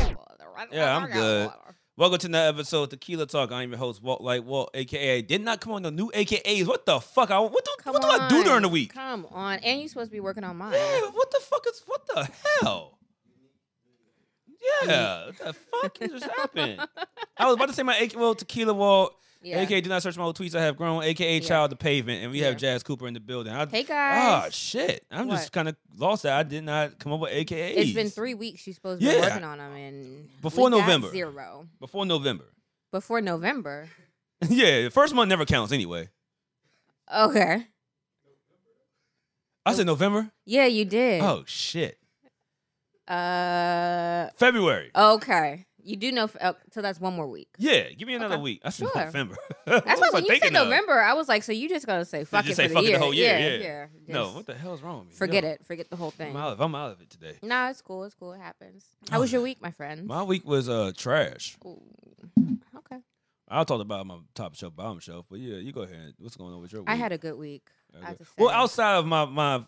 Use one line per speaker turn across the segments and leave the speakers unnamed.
I,
Yeah,
I,
I'm
I got a
good.
lot on.
Welcome to another episode of Tequila Talk. I'm your host, Walt Like Walt, aka did not come on the new AKAs. What the fuck? I, what do,
Come
what do I do
on.
during the week?
Come on, and you supposed to be working on mine.
Yeah, what the fuck is what the hell? Yeah, what the fuck just happened? I was about to say my AK, well, Tequila Walt,
Yeah.
aka do not search my old tweets. I have grown, aka
Yeah.
Child the Pavement, and we have
Yeah.
Jazz Cooper in the building. I,
Hey
ah,
guys,
shit, I'm just
What?
kind of lost that I did not come up with AKAs.
it's been three weeks. You supposed to be
Yeah.
working on them, and
Before
we got
November.
zero
before November.
before November.
yeah, the first month never counts anyway.
Okay,
I said November.
Oh. yeah, you did.
Oh shit,
Uh,
February.
okay, you do know. f- Oh, so that's one more week.
Yeah, give me another
Okay.
week. I said
Sure.
November.
That's
what
what,
was I
when you said
thinking of?
November. I was like, so you just gonna say fuck
just
it
say
for
fuck
the
it
year?
the whole year,
yeah.
yeah. No, what the hell is wrong with me?
forget Mm-hmm.
Yo,
it. Forget the whole thing.
I'm out, Oh. of, I'm out of it today.
No, it's cool. It's cool. It happens. How was your week, my friend?
My week was uh trash.
okay.
I'll talk about my top shelf, bottom shelf, but yeah, you go ahead. What's going on with your week?
I had a good week. I
Okay.
just
well,
said-
outside of my my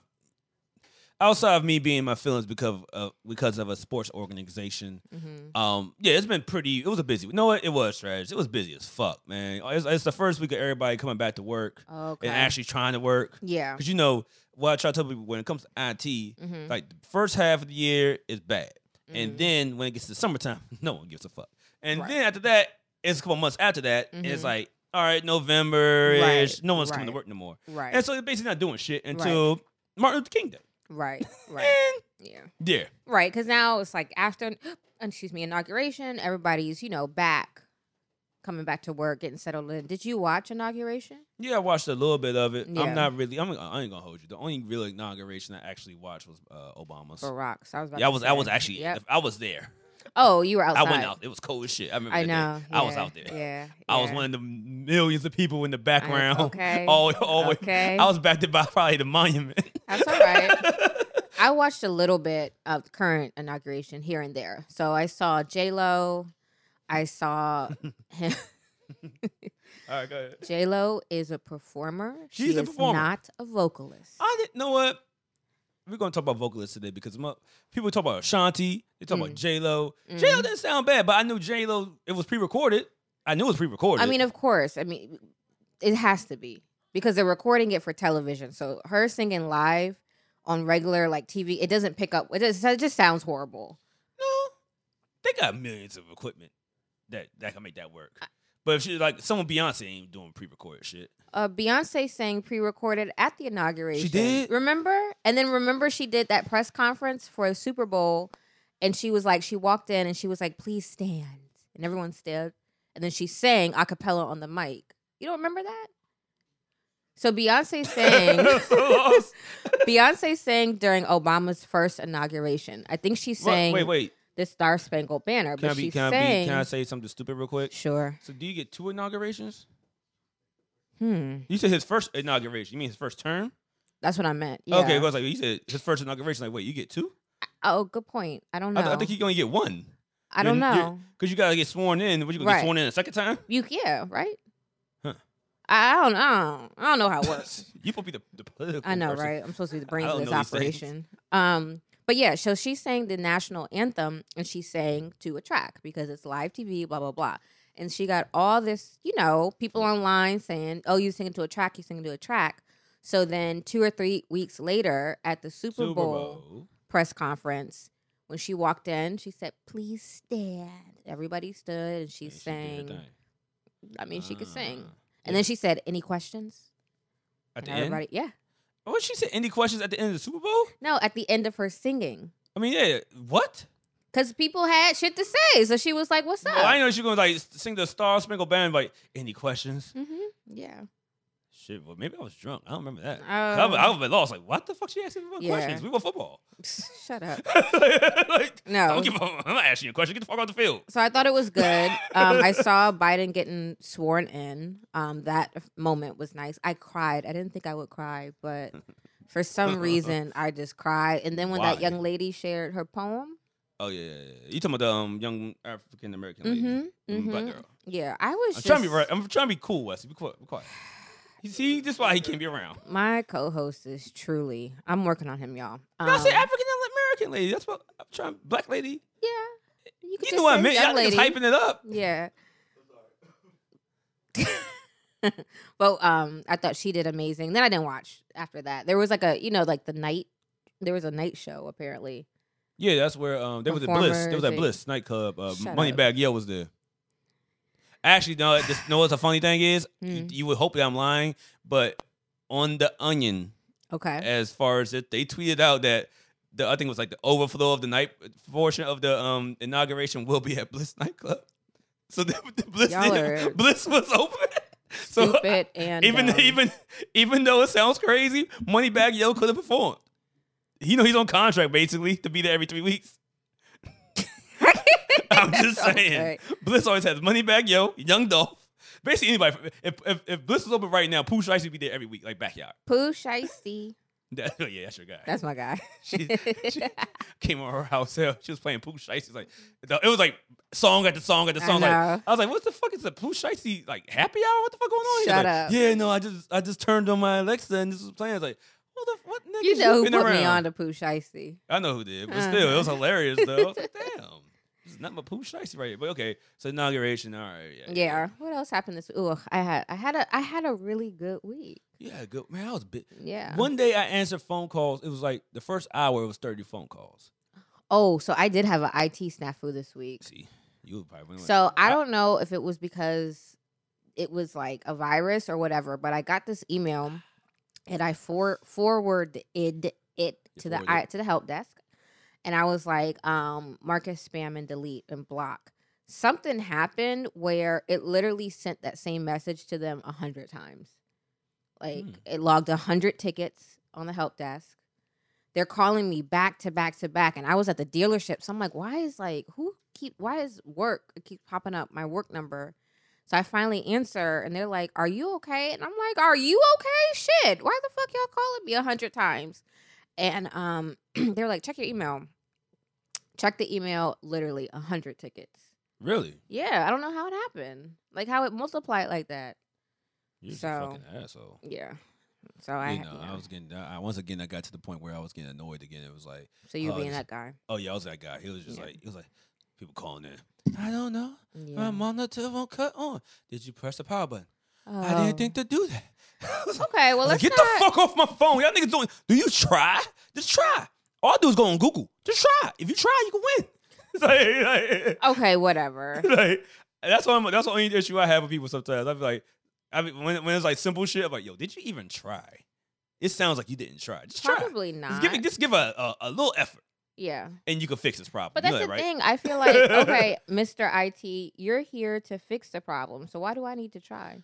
outside of me being in my feelings because of because of a sports organization,
Mhm.
um, yeah, it's been pretty. It was a busy. You know what? It was trash. It was busy as fuck, man. It's, it's the first week of everybody coming back to work
Okay.
and actually trying to work.
yeah.
Because you know what I try to tell people when it comes to IT,
Mhm.
like the first half of the year is bad,
Mhm.
and then when it gets to summertime, no one gives a fuck. And
Right.
then after that, it's a couple months after that, and
Mhm.
it's like all right, November ish,
Right,
no one's coming to
right.
work no more,
right.
and so they're basically not doing shit until Martin Luther King Day.
right. Right. yeah.
And yeah,
Right. Because now it's like after, excuse me, inauguration. Everybody's you know back, coming back to work, getting settled in. Did you watch inauguration?
yeah, I watched a little bit of it.
Yeah.
I'm not really. I'm. I ain't gonna hold you. The only real inauguration I actually watched was uh, Obama's.
Barack. So I was. About
Yeah, I
to
was.
say.
I was actually.
Yep.
I was there.
Oh, you were outside.
I went out. It was cold as shit. I remember.
I
that day.
know.
I was
yeah,
out there.
Yeah.
I was
yeah.
one of the millions of people in the background.
okay.
all, all
Okay.
I was backed by probably the monument.
That's all right. I watched a little bit of the current inauguration here and there. So I saw J Lo. I saw him.
all right, go ahead.
J Lo is a performer.
She's
she
a
is
performer.
not a vocalist.
I didn't know what. We're gonna talk about vocalists today because my, people talk about Ashanti, they talk about
Mm.
J Lo. J Lo didn't sound bad, but I knew J Lo. It was pre-recorded. I knew it was pre-recorded.
I mean, of course. I mean, it has to be because they're recording it for television. So her singing live on regular like TV, it doesn't pick up. It just, it just sounds horrible.
no, they got millions of equipment that that can make that work. But if she like someone Beyonce ain't doing pre-recorded shit.
Uh, Beyonce sang pre-recorded at the inauguration.
did?
Remember? And then remember she did that press conference for the Super Bowl, and she was like, she walked in and she was like, "Please stand," and everyone stood, and then she sang a cappella on the mic. You don't remember that? So Beyonce sang.
Lost.
Beyonce sang during Obama's first inauguration. I think she sang
wait, wait.
the Star Spangled Banner,
Can I
but
be?
she
Can I
sang.
be? Can I say something stupid real quick?
sure.
So do you get two inaugurations?
Hmm.
You said his first inauguration. You mean his first term?
That's what I meant. Yeah.
Okay, I was like, you said his first inauguration. Like, wait, you get two?
oh, good point. I don't know.
I, th- I think you're gonna get one
I don't
you're- you're-
know.
because you gotta get sworn in. What you gonna
Right.
get sworn in a second time?
You yeah, right?
Huh.
I, I don't know. I don't, I don't know how it works.
you supposed to be the, the political.
I know,
person.
right? I'm supposed to be the brains
don't
of this
know these things.
operation. Um, but yeah, so she sang the national anthem and she sang to a track because it's live TV, blah blah blah. And she got all this, you know, people online saying, "Oh, you singing to a track? You singing to a track?" So then, two or three weeks later, at the Super,
Super
Bowl,
Bowl.
press conference, when she walked in, she said, "Please stand." Everybody stood and she
And she did her
sang.
thing.
I mean, she could sing.
Ah.
And then she said, "Any questions?"
at the
And
end.
everybody, yeah.
What she said? Any questions at the end of the Super Bowl?
No, at the end of her singing,
I mean, yeah. What?
because people had shit to say, so she was like, "What's up?"
Well, I know she's gonna like s- sing the Star Spangled Band. Like, any questions?
hmm Yeah,
Shit. Well, maybe I was drunk. I don't remember that. I would have been lost. Like, what the fuck? She asking me about
Oh. Yeah.
questions? We want football.
shut up.
like, I
No.
don't give a, I'm not asking you a question. Get the fuck off the field.
So I thought it was good. Um, I saw Biden getting sworn in. Um, that f- moment was nice. I cried. I didn't think I would cry, but for some reason, I just cried. And then when that
Why?
young lady shared her poem,
Oh yeah, yeah, yeah. You talking about the um, young African American lady,
hmm
Mm, black
hmm
girl?
yeah, I was.
I'm
just,
trying to be right. I'm trying to be cool, Wesley. Be quiet. Be quiet. You see, this is why he can't be around.
My co-host is truly. I'm working on him, y'all.
No, I said
Um,
African American lady. That's what I'm trying. Black lady.
yeah. You, could
You
just
know what I
say
meant?
young
Y'all niggas
lady.
hyping it up.
Yeah. but um, I thought she did amazing. Then I didn't watch after that. There was like a you know like the night. There was a night show apparently.
Yeah, that's where um there was a Bliss. There was
Performers,
that
they-
Bliss nightclub. Uh,
Shut up.
Moneybag Yo was there. Actually, no. This, no, what's the funny thing is, you,
Hmm.
you would hope that I'm lying, but on the Onion,
Okay.
as far as it, they tweeted out that the I think it was like the overflow of the night portion of the um inauguration will be at Bliss nightclub. So the, the Bliss
Y'all are
Bliss was open. So
Stupid and
even
dumb.
even even though it sounds crazy, Moneybag Yo could have performed. You know he's on contract basically to be there every three weeks. I'm just saying.
Okay.
Bliss always has Moneybag Yo, Young Dolph. Basically anybody. If if, if Bliss was open right now, Pooh Shiesty would be there every week, like backyard.
Pooh Shiesty.
That, yeah, that's your guy.
That's my guy.
she, she came over her house. hell, She was playing Pooh Shiesty. Like the- it was like song after song after
I
song. Like
know.
I was like, what the fuck is the Pooh Shiesty like happy hour? What the fuck going on? here?
Shut
Like,
up.
Yeah, no, I just I just turned on my Alexa and this was playing. I was like, what the what nigga?
You know who
been
put
around?
me on to Pooh Shiesty.
I know who did, but still, it was
Uh.
hilarious though. I was like, damn. This is not my Pooh Shiesty right here. But okay, so inauguration. All right. Yeah.
Yeah. What else happened this? Ooh, I had I had a I had a really good week.
Yeah, good. Man, I was bit.
Yeah.
One day I answered phone calls. It was like the first hour, it was 30 phone calls.
Oh, so I did have an IT snafu this week.
See, you would probably went like,
So I
I-
don't know if it was because it was like a virus or whatever, but I got this email and I for forwarded it to the
forwarded
I,
it.
to the help desk, and I was like, um, "Marcus spam and delete and block." Something happened where it literally sent that same message to them a hundred times. Like
Hmm.
it logged a hundred tickets on the help desk. They're calling me back to back to back, and I was at the dealership, so I'm like, "Why is like who keep? Why is work it keep popping up my work number?" So I finally answer, and they're like, "Are you okay?" And I'm like, "Are you okay? Shit! Why the fuck y'all calling me a hundred times?" And um, they're like, "Check your email." Check the email. Literally a hundred tickets.
really?
Yeah, I don't know how it happened. Like how it multiplied like that.
You're just
So-
a fucking asshole.
Yeah. So I,
you know,
yeah.
I was getting. I, I- once again, I got to the point where I was getting annoyed again. It was like,
so you
oh,
being
this-
that guy.
oh yeah, I was that guy. He was just
Yeah.
like, he was like, people calling in. I don't know.
Yeah.
My monitor won't cut on. Did you press the power button? I
Oh.
didn't think to do that. I was like,
Okay, well let's
like, get
not.
the fuck off my phone. Y'all niggas doing? Do you try? Just try. All I do is go on Google. Just try. If you try, you can win. It's like- like-
Okay, whatever.
like that's what I'm, that's the only issue I have with people sometimes. I be like, I be, when when it's like simple shit, I'm like, yo, did you even try? It sounds like you didn't try. Just try.
Probably
Just
not.
give it, just give a, a a little effort,
yeah.
and you can fix this problem.
But
You
that's the
know that, right?
thing. I feel like, okay, Mr. IT, you're here to fix the problem. So why do I need to try?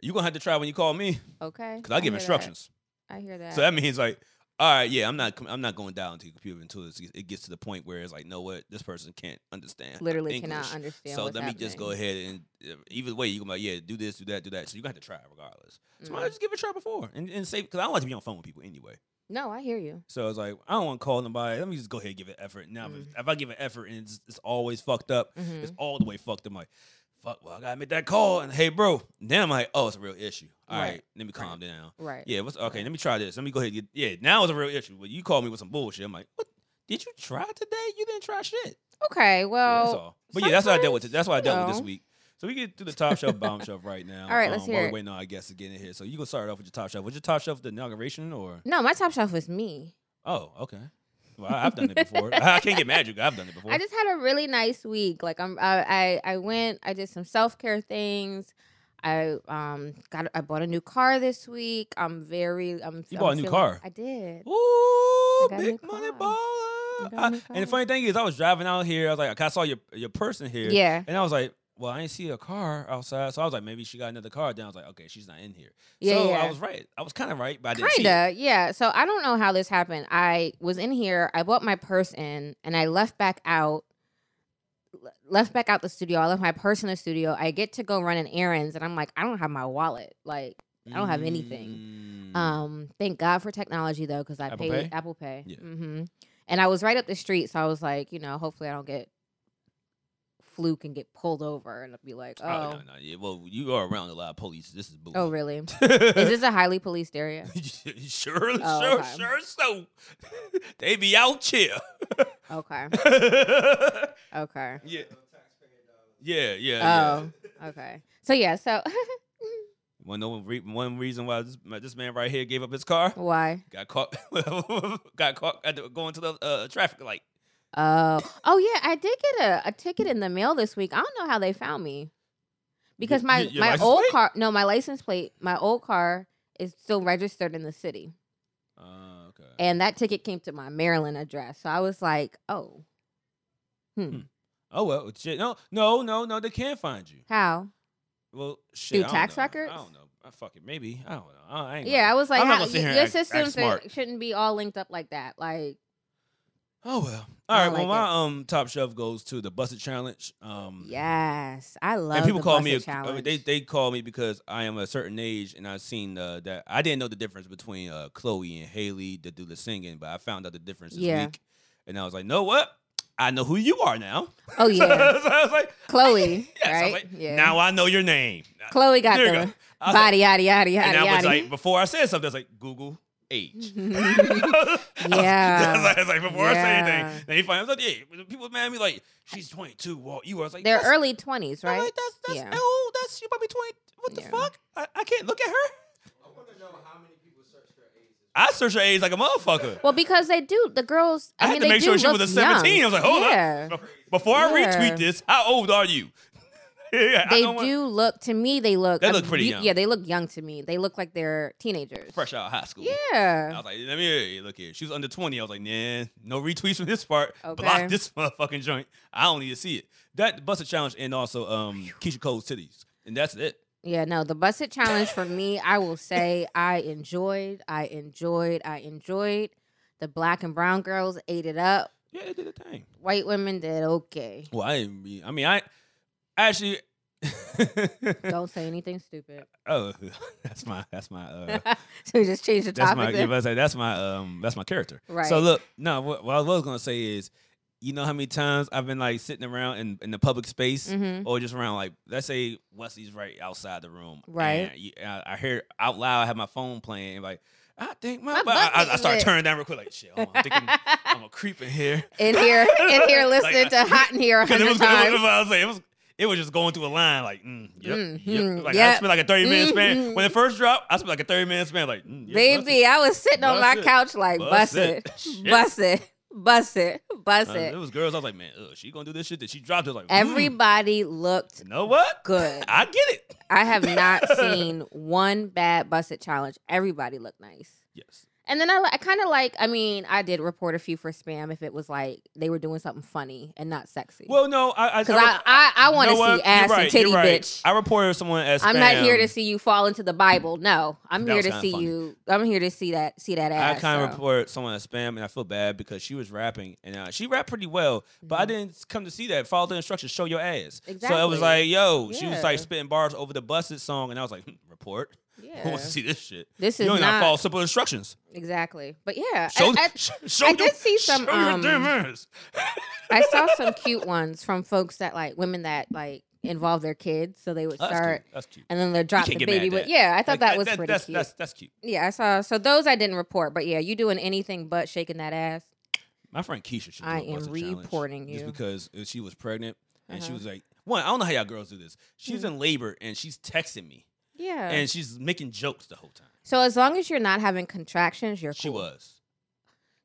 You gonna have to try when you call me
Okay.
because I give
hear that.
instructions.
I hear that.
So that means like, all right, yeah, I'm not com- I'm not going down to your computer until it's, it gets to the point where it's like, know what, this person can't understand.
Literally
English.
cannot understand.
So let
what's
me just go
happening.
ahead and uh, either way, you can be like, yeah, do this, do that, do that. So you gonna have to try regardless. So might as well
Mm.
just give it a try before and, and save because I don't like to be on the phone with people anyway.
No, I hear you.
So I was like, I don't want to call nobody. Let me just go ahead and give it effort. Now, if,
Mm.
if I give it effort and it's, it's always fucked up,
Mhm.
it's all the way fucked. I'm like, fuck. Well, I gotta make that call. And hey, bro. Then I'm like, oh, it's a real issue. All right,
Right.
let me calm down.
Right.
Yeah, what's okay?
Right.
Let me try this. Let me go ahead. And get, yeah, now it's a real issue. But you call me with some bullshit. I'm like, what? Did you try today? You didn't try shit.
Okay.
Yeah,
Well.
that's all. But yeah, that's what I dealt with.
sometimes,
That's what I dealt with
you
this
know.
week. So we get to the top shelf, bottom shelf right now. Um,
All right, let's
while
hear
we're
it.
Waiting on, I guess, to get in here. So you gonna start off with your top shelf. Was your top shelf the inauguration or?
No, my top shelf is me.
Oh, okay. Well, I- I've done it before. I can't get mad at you. I've done it before.
I just had a really nice week. Like I'm, I, I, I went. I did some self care things. I um got. I bought a new car this week. I'm very. I'm. I'm
You bought a new
feeling-
car?
I did.
Ooh,
got a
big
new
money
car.
baller.
I got a new
I- and
car.
the funny thing is, I was driving out here. I was like, I saw your your person here.
Yeah.
And I was like, well, I didn't see a car outside. So I was like, maybe she got another car down. I was like, okay, she's not in here.
Yeah.
so
yeah.
I was right. I was kind of right, but I didn't see it.
Kinda, yeah. So I don't know how this happened. I was in here. I bought my purse in, and I left back out. le- Left back out the studio. I left my purse in the studio. I get to go running errands, and I'm like, I don't have my wallet. Like, I don't have anything.
Mm.
um, thank God for technology though, because I
Apple
paid
Pay?
Apple Pay.
Yeah.
hmm And I was right up the street, so I was like, you know, hopefully I don't get fluke and get pulled over, and I'll be like,
Oh,
oh,
no, no. Yeah, well, you are around a lot of police. This is bullshit.
oh, really? Is
really?
this a highly policed area?
sure,
Oh,
sure,
okay.
sure. So they be out here.
Okay. Okay.
yeah. Yeah, yeah, yeah.
Oh. Okay. So yeah. So
One, no one, re- one reason why this, my- this man right here gave up his car
why?
got caught, got caught at the, going to the uh, traffic light.
Oh. Oh yeah. I did get a, a ticket in the mail this week. I don't know how they found me because
Y-
my
y- your
my
license
old
plate?
car. No, my license plate. My old car is still registered in the city,
Uh, okay.
and that ticket came to my Maryland address. So I was like, oh,
oh well, shit. No, no, no, no. They can find you.
how?
Well, shit. I don't
tax
know.
records?
I don't know. I fuck it. Maybe I don't know. I ain't
Yeah, I was like,
I'm not
how-
gonna sit
y-
here and
your
act- act
systems are-
smart.
shouldn't be all linked up like that. Like,
Oh well. All
I
right.
don't like
well, my um top shelf goes to the busted challenge. Um,
yes, I love.
And people
the
call
Buster
me. A, I
challenge.
mean, they they call me because I am a certain age, and I've seen uh, that I didn't know the difference between uh, Chloe and Haley that do the singing, but I found out the difference this
Yeah.
week, and I was like, know what? I know who you are now.
oh yeah,
so I was like,
Chloe,
yes. I was
right?
like,
yeah.
Now I know your name.
Chloe got
there you
the
go. I was like-
body, yaddy, yaddy,
and I
yaddy, Mm-hmm.
was like,
yaddy.
before I said something, I was like, Google age.
Yeah.
I was like, I was like, before I say
Yeah.
anything, then he finally was like, yeah, people mad at me like, she's 22, Walt, you are. I was like,
They're
"That's-
early twenties,
I'm
right?
like, that's, that's,
Yeah.
oh, that's, she might be 20. What the
Yeah.
fuck? I, I can't look at her.
I want to know how many people search for AIDS.
I search her age like a motherfucker.
Well, because they do. The girls. I,
I,
mean,
had to
they
make
do
sure she
look
was a
young.
17. I was like, hold
yeah.
up. Before I
Yeah.
retweet this, how old are you? yeah, I
They
don't want-
do look to me. They look.
They
I
look
mean,
pretty
you-
young.
Yeah, they look young to me. They look like they're teenagers.
fresh out of high school. I
Yeah.
was like, let me hey, look here. She was under 20. I was like, nah, no retweets from this part.
Okay.
Block this motherfucking joint. I don't need to see it. That Buster Challenge and also um Keisha Cole's titties. And that's it.
Yeah. No, the busted challenge for me. I will say I enjoyed. I enjoyed. I enjoyed. The black and brown girls ate it up.
Yeah, it did the thing.
White women did okay.
Well, I didn't mean, I mean, I actually.
Don't say anything stupid.
oh, that's my, that's my, uh,
so we just changed the
that's
topic.
my, yeah,
then.
but I say that's my, um, that's my character.
Right.
So look, no, what, what I was going to say is, you know how many times I've been like sitting around in, in the public space
Mhm.
or just around like let's say Wesley's right outside the room,
Right.
and you- I, I hear out loud, I have my phone playing, like I think my,
My
butt. I- I, I
butt
start
is lit.
turning down real quick, like shit, hold on, I think I'm, I'm a creep in here
in here, in here, listening
Like,
to Hot in Here a
because it
hundred
was, it was,
times.
it was, I was saying, it was it was just going through a line like mm, yep,
Mhm,
yep. like I
yep.
spent like a thirty minute span
Mhm.
when it first dropped, I spent like a thirty minute span like mm, yep, that's
Baby,
it.
I was sitting on
Bust
my
it.
couch like, bust
Bust
it,
it. Shit.
bust it, bust it, bust
Uh, it
it.
was girls. I was like, man, ugh, she gonna do this shit that she dropped. It was like mm,
Everybody looked
you know what?
good.
I get it.
I have not seen one bad busted challenge. Everybody looked nice.
Yes.
And then I, li- I kind of like, I mean, I did report a few for spam if it was like they were doing something funny and not sexy.
Well, no, I
Because I, I, I want to
You know what?
see
You're
ass and
right, you're
titty,
right.
bitch.
I reported someone as.
I'm not here
spam.
to see you fall into the Bible. No, I'm
That
here
was
to
kinda
see
funny.
you. I'm here to see that see that
I
ass.
kind of
so.
report someone as spam, and I feel bad because she was rapping and uh, she rapped pretty well, but I didn't come to see that. Follow the instructions, show your ass. So it
Mm-hmm. Exactly.
was like, yo, she was like
Yeah.
spitting bars over the busted song, and I was like, hmm, report. Who
Yeah.
wants to see this shit?
This
you
is
don't even
not
follow simple instructions.
exactly, but yeah,
Show,
I,
sh- show
I
your-
did see some,
show your
um,
damn ass.
I, I saw some cute ones from folks that like women that like involve their kids, so they would
Oh, that's
start
cute. That's cute.
and then they drop the
can't get mad
baby.
at
But
that.
yeah, I thought
Like,
that, was pretty
that's,
cute.
That's, that's cute.
yeah, I saw. So those I didn't report, but yeah, you doing anything but shaking that ass.
My friend Keisha should do
I
a
am
busted
reporting
challenge just
you.
because uh, she was pregnant and she
Uh-huh. Mm-hmm.
was like, one, I don't know how y'all girls do this. She's in labor and she's texting me
Yeah.
and she's making jokes the whole time.
so as long as you're not having contractions, you're cool.
She was.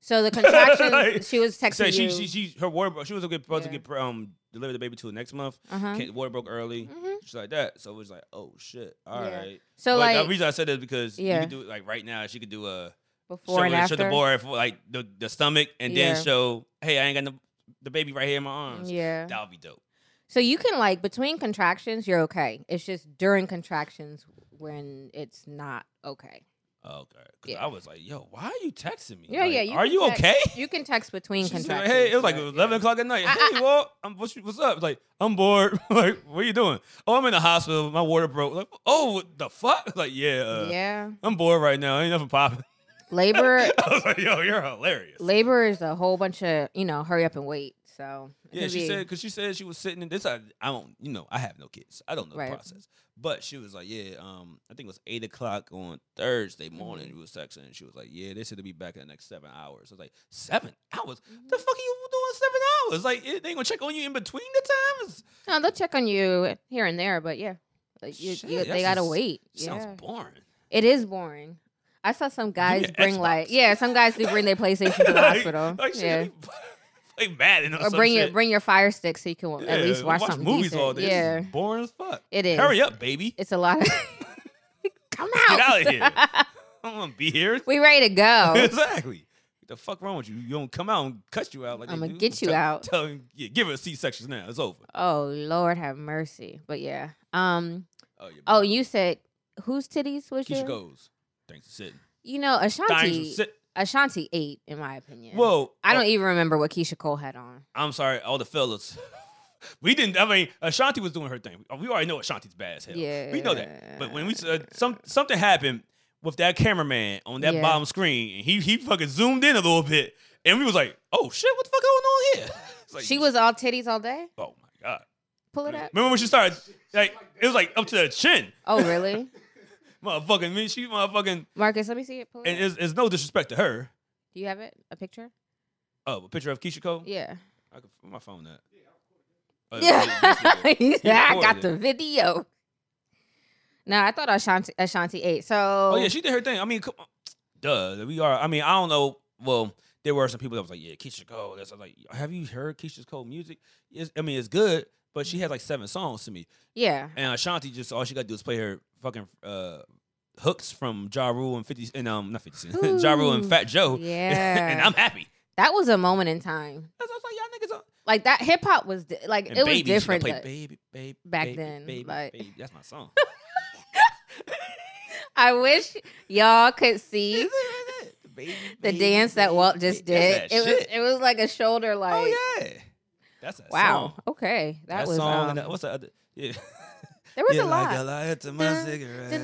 So the contractions,
Like,
she was texting
So she,
you.
she, she, her water, broke- she was supposed
Yeah.
to get um deliver the baby to her next month.
uh-huh.
Can't, water broke early.
Mhm.
She's like that. So it was like, oh shit, all right.
Yeah. So
But
like
the reason I said that is because
Yeah.
you could do it like right now. She could do a
before
show,
and
show
after.
the board for like the, the stomach and
Yeah.
then show, hey, I ain't got no, the baby right here in my arms.
Yeah.
That would be dope.
So you can like between contractions, you're okay. It's just during contractions when it's not okay.
Okay. 'Cause
Yeah.
I was like, yo, why are you texting me?
Yeah,
Like,
yeah. You
are
can
you
text-
okay?
You can text between
She's like,
contractions.
hey, it was like
but, yeah.
11 o'clock at night.
I- I-
hey, well, I'm, what's, you- what's up? Like, I'm bored. like, what are you doing? Oh, I'm in the hospital. My water broke. Like, oh, what the fuck? Like, yeah, uh,
yeah,
I'm bored right now. Ain't nothing popping.
labor
I was like, yo, you're hilarious.
labor is a whole bunch of you know hurry up and wait. So it
Yeah,
could
she
be-
said because she said she was sitting in this. I, I don't, you know, I have no kids. I don't know
Right.
the process. But she was like, yeah, um, I think it was eight o'clock on Thursday
Mm-hmm.
morning. We was texting, and she was like, yeah, they said to be back in the next seven hours. I was like, seven hours?
Mm-hmm.
The fuck are you doing seven hours? Like, it- they gonna check on you in between the times?
No, they'll check on you here and there, but yeah, like you,
Shit,
you,
that
they gotta
just
wait. Yeah,
Sounds boring.
it is boring. I saw some guys
an
bring like
Xbox.
yeah, some guys do bring their PlayStation to the
Like-
hospital.
Like, shit,
yeah.
let me play Madden or,
Or bring your
it.
bring your fire stick so you can at least watch, something
movies
decent.
all day. This is
Yeah,
boring as fuck.
it is.
Hurry up, baby.
It's a lot. Of Come out.
Get out of here. I don't want to be here.
we ready to go.
exactly. What the fuck wrong with you? You don't come out and cut you out like they
I'ma
do.
get you
Tell-
out.
Tell him, yeah, give her a C section now. It's over.
oh Lord, have mercy. But yeah. Um.
Oh, yeah,
Oh, you said whose titties was
Keisha
your?
goes. Thanks for sitting.
You know
Thanks for
Ashanti.
sit.
Ashanti ate, in my opinion.
Whoa.
I don't
Oh,
even remember what Keisha Cole had on.
I'm sorry, all the fellas. We didn't. I mean, Ashanti was doing her thing. Uh, We already know Ashanti's bad as hell.
Yeah,
we know that. But when we s- uh, some something happened with that cameraman on that
Yeah.
bottom screen, and he he fucking zoomed in a little bit, and we was like, "Oh shit, what the fuck going on here?" It's like,
she was all titties all day.
Oh my god.
Pull it up.
Remember when she started? Like it was like up to the chin,
Oh really,
motherfucking. Man, she motherfucking.
Marcus? Let me see it. Pull
And
it. Up.
it's, it's no disrespect to her.
Do you have it? A picture?
Oh, a picture of Keisha Cole.
Yeah.
I could, where my phone at? Oh,
Yeah,
yeah,
I got
recorded
the video. No, I thought Ashanti Ashanti ate. So
Oh yeah, she did her thing. I mean, come on. duh. We are. I mean, I don't know. Well, there were some people that was like, "Yeah, Keisha Cole." That's I was like, "Have you heard Keisha Cole music?" It's, I mean, it's good, but she has like seven songs to me.
yeah.
And Ashanti just all she got to do is play her fucking uh, hooks from Ja Rule and Fifty and um not Fifty Cent, Ja Rule and
Ooh.
Fat Joe. Oh, and
Yeah.
I'm happy.
that was a moment in time.
That's what I was like, y'all niggas. Are,
Like that hip hop was di- like
and
it
baby,
was
she
different.
Play
th-
baby, baby,
back
baby,
then,
Baby,
like-
baby. That's my song.
I wish y'all could see
Baby,
the
baby,
dance that
baby,
Walt just
baby.
did.
That's that
It was
shit.
it was like a shoulder like
oh yeah, that's that
wow.
Song.
Okay. That,
That,
was
song.
um,
and that, what's the other? Yeah,
there was
yeah,
a lot.
Like a light to my
Dun,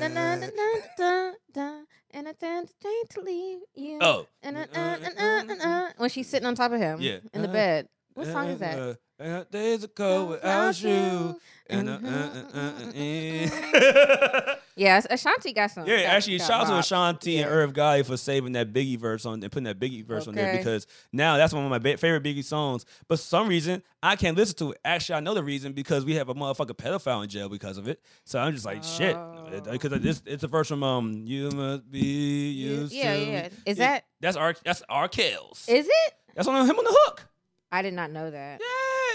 Dun, dun, dun, dun,
cigarette.
dun, dun, dun, And I turned the to leave you.
Oh,
And I, uh, and, uh, and, uh, when she's sitting on top of him
Yeah.
in the
Uh,
bed. What song is that?
Uh, uh, days ago without you. And, uh, uh, uh, uh, uh, uh.
Yes, Ashanti got some.
Yeah,
got-
actually,
got
shout out to
bop.
Ashanti and
Yeah.
Irv Guy for saving that Biggie verse on and putting that Biggie verse on there
Okay.
because now that's one of my ba- favorite Biggie songs. But for some reason, I can't listen to it. Actually, I know the reason because we have a motherfucking pedophile in jail because of it. So I'm just like, shit,
Oh.
because it's, it's a verse from um, "You Must Be Used
Yeah,
to."
yeah.
It-
Is that
that's our that's our kills?
is it?
that's on him on the hook.
I did not know that.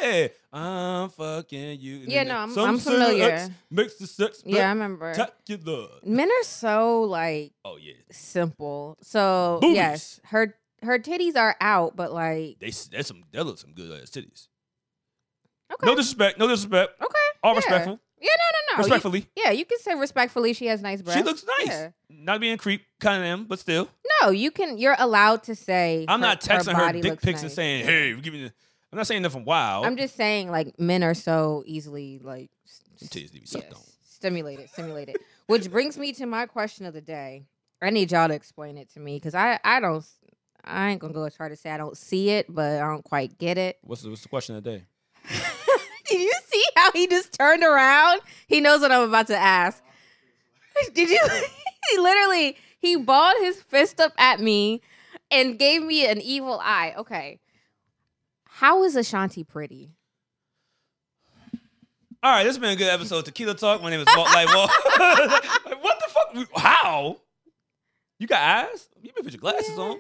Yeah, I'm fucking you. And
Yeah,
then
no, I'm-
some
I'm familiar.
sex Makes the sex
Yeah, I remember.
spectacular.
Men are so like
Oh yeah,
simple. So
Boobies.
yes, her her titties are out, but like
they s- that's some that looks some good ass titties.
okay,
No disrespect, no disrespect.
okay,
All
yeah.
respectful,
Yeah, no, no, no. You-
respectfully.
yeah, you can say respectfully. She has nice breasts.
She looks nice.
Yeah.
Not being creep, kind of am, but still.
No, you can. You're allowed to say.
I'm
her-
not texting her,
body
dick
looks
pics and
nice.
saying, "Hey, oh." give me." The, I'm not saying nothing wild.
I'm just saying, like men are so easily like s-
Them
s-
titties need to be sucked on.
stimulated, stimulated. Which brings me to my question of the day. I need y'all to explain it to me because I I don't s- I ain't gonna go as far to say I don't see it, but I don't quite get it.
What's the, what's the question of the day?
Did you see how he just turned around? He knows what I'm about to ask. Did you? he literally he balled his fist up at me and gave me an evil eye. Okay, how is Ashanti pretty?
All right, this has been a good episode. of Tequila Talk. My name is Walt Lightwall. like, what the fuck? We- How? You got eyes? You better put your glasses on.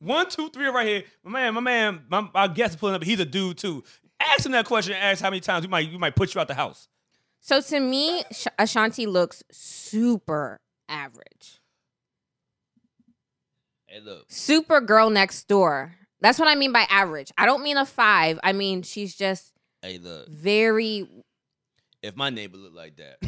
One, two, three, right here. My man, my man, my, my guest is pulling up. He's a dude too. Ask him that question and ask how many times we might we might put you out the house.
So to me, Sh- Ashanti looks super average.
Hey, look.
Super girl next door. That's what I mean by average. I don't mean a five. I mean she's just
Hey, look.
very.
If my neighbor looked like that.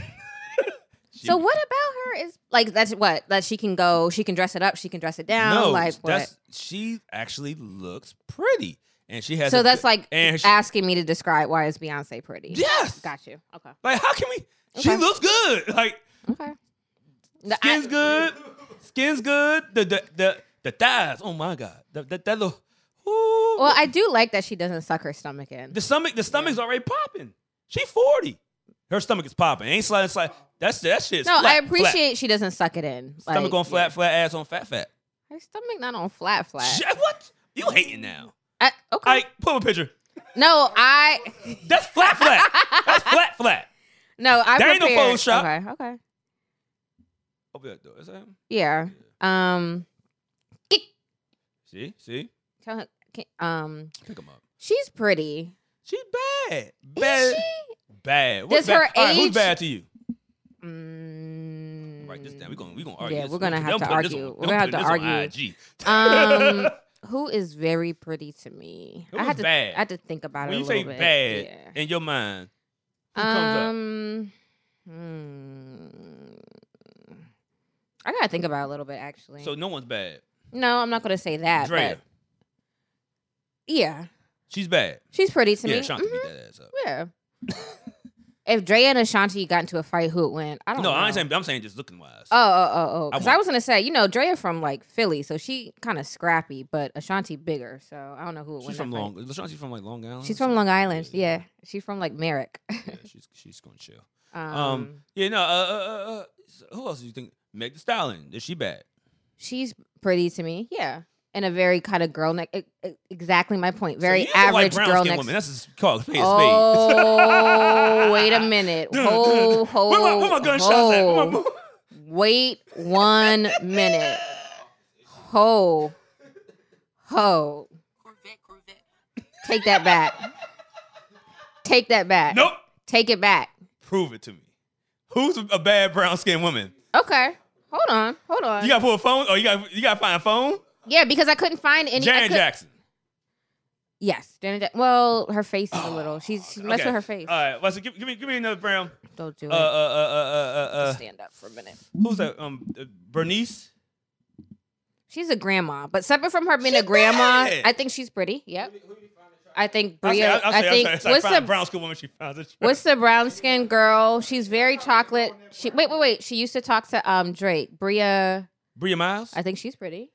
So what about her is like that's what that she can go. She can dress it up. She can dress it down.
No,
like what?
that's she actually looks pretty, and she has.
So
a
that's
good-
like
and she-
asking me to describe why is Beyonce pretty.
yes.
Got you. Okay.
Like how can we? She
Okay.
looks good. Like
Okay. The- I-
Skin's good. Skin's good. The the the, the thighs. Oh my god. The, the, that little. Ooh,
Well, I do like that she doesn't suck her stomach in.
The stomach, the stomach's already popping. She forty. Her stomach is popping. Ain't sliding, slide. That's that shit's
no,
flat,
I appreciate she doesn't suck it in.
flat. stomach
Like,
on flat, flat ass on fat, fat.
yeah. Her stomach not on flat flat.
Shit, What? You hating now?
I, okay.
All right, pull up a picture.
no, I
That's flat, flat. That's flat, flat.
no, I
There
prepared.
ain't no Photoshop.
Okay, okay,
Open that door. Is that him?
yeah. Um,
See, see,
tell her, can- um,
pick him up.
she's pretty.
She's bad.
Is
Bad.
she?
Bad.
Does
bad?
her
All right, who's
age-
bad to you?
Mm,
Write this down. We're gonna we gonna argue.
Yeah,
this
we're
one.
gonna have
Don't
to
put this
argue.
on-
We're
don't
gonna have
put
to argue.
this on IG.
um, who is very pretty to me?
Who
I
is
had to.
bad?
I had to think about
when
it.
you
a
say
little bit.
bad
Yeah.
in your mind, who comes up?
um, hmm. I gotta think about it a little bit actually.
So no one's bad.
no, I'm not gonna say that.
Drea,
But yeah,
she's bad.
she's pretty to
yeah,
me.
Shanti
Mhm,
beat that ass up.
Yeah. if Dre and Ashanti got into a fight, who would win? I don't
no,
know.
I ain't saying. I'm saying just looking wise.
Oh, oh, oh, oh.
I
Because I,
want-
was gonna say, you know, Drea from like Philly, so she kind of scrappy, but Ashanti bigger. So I don't know who. Would win
she's from
that fight.
Long. Shanti's from like Long Island.
She's
or
from Long Island.
something?
Yeah, she's from like Merrick.
yeah, she's she's gonna chill.
Um,
Um, yeah, no. Uh, uh, uh, uh, so who else do you think? Meg the Stallion. Is she bad?
she's pretty to me. Yeah, and a very kind of girl next. Exactly my point. Very
so you don't
average
like brown
girl
skin
next.
Woman. That's just called spade.
Oh, wait a minute.
Dun, dun,
Ho, ho,
Where my, where my gunshots at? Where my
ho.
bo-
Wait one minute. Ho, ho.
Corvette, Corvette.
Take that back. Take that back.
nope.
Take it back.
Prove it to me. Who's a- a bad brown skinned woman?
Okay. Hold on. Hold on.
You gotta pull a phone. Oh, you got you gotta find a phone.
yeah, because I couldn't find any. I
Janet
could-
Jackson.
Yes, Janet Jackson. Well, her face is a little. She's she messed
Oh, Okay.
with her face.
All right, Wesley, give, give me give me another brown.
Don't do
Uh, uh,
it.
uh, uh, uh, uh, uh,
Just stand up for a minute.
who's that? Um, uh, Bernice.
She's a grandma, but separate from her being
She
a grandma,
bad.
I think she's pretty. Yep. I think
I'll say-
Bria.
I'll
I
say- I'll
think
say- I'll say
what's
brown-
the
brown skinned woman? She found it.
what's the brown skinned girl? She's very chocolate. She wait wait wait. She used to talk to um Drake. Bria.
Bria Miles?
I think she's pretty.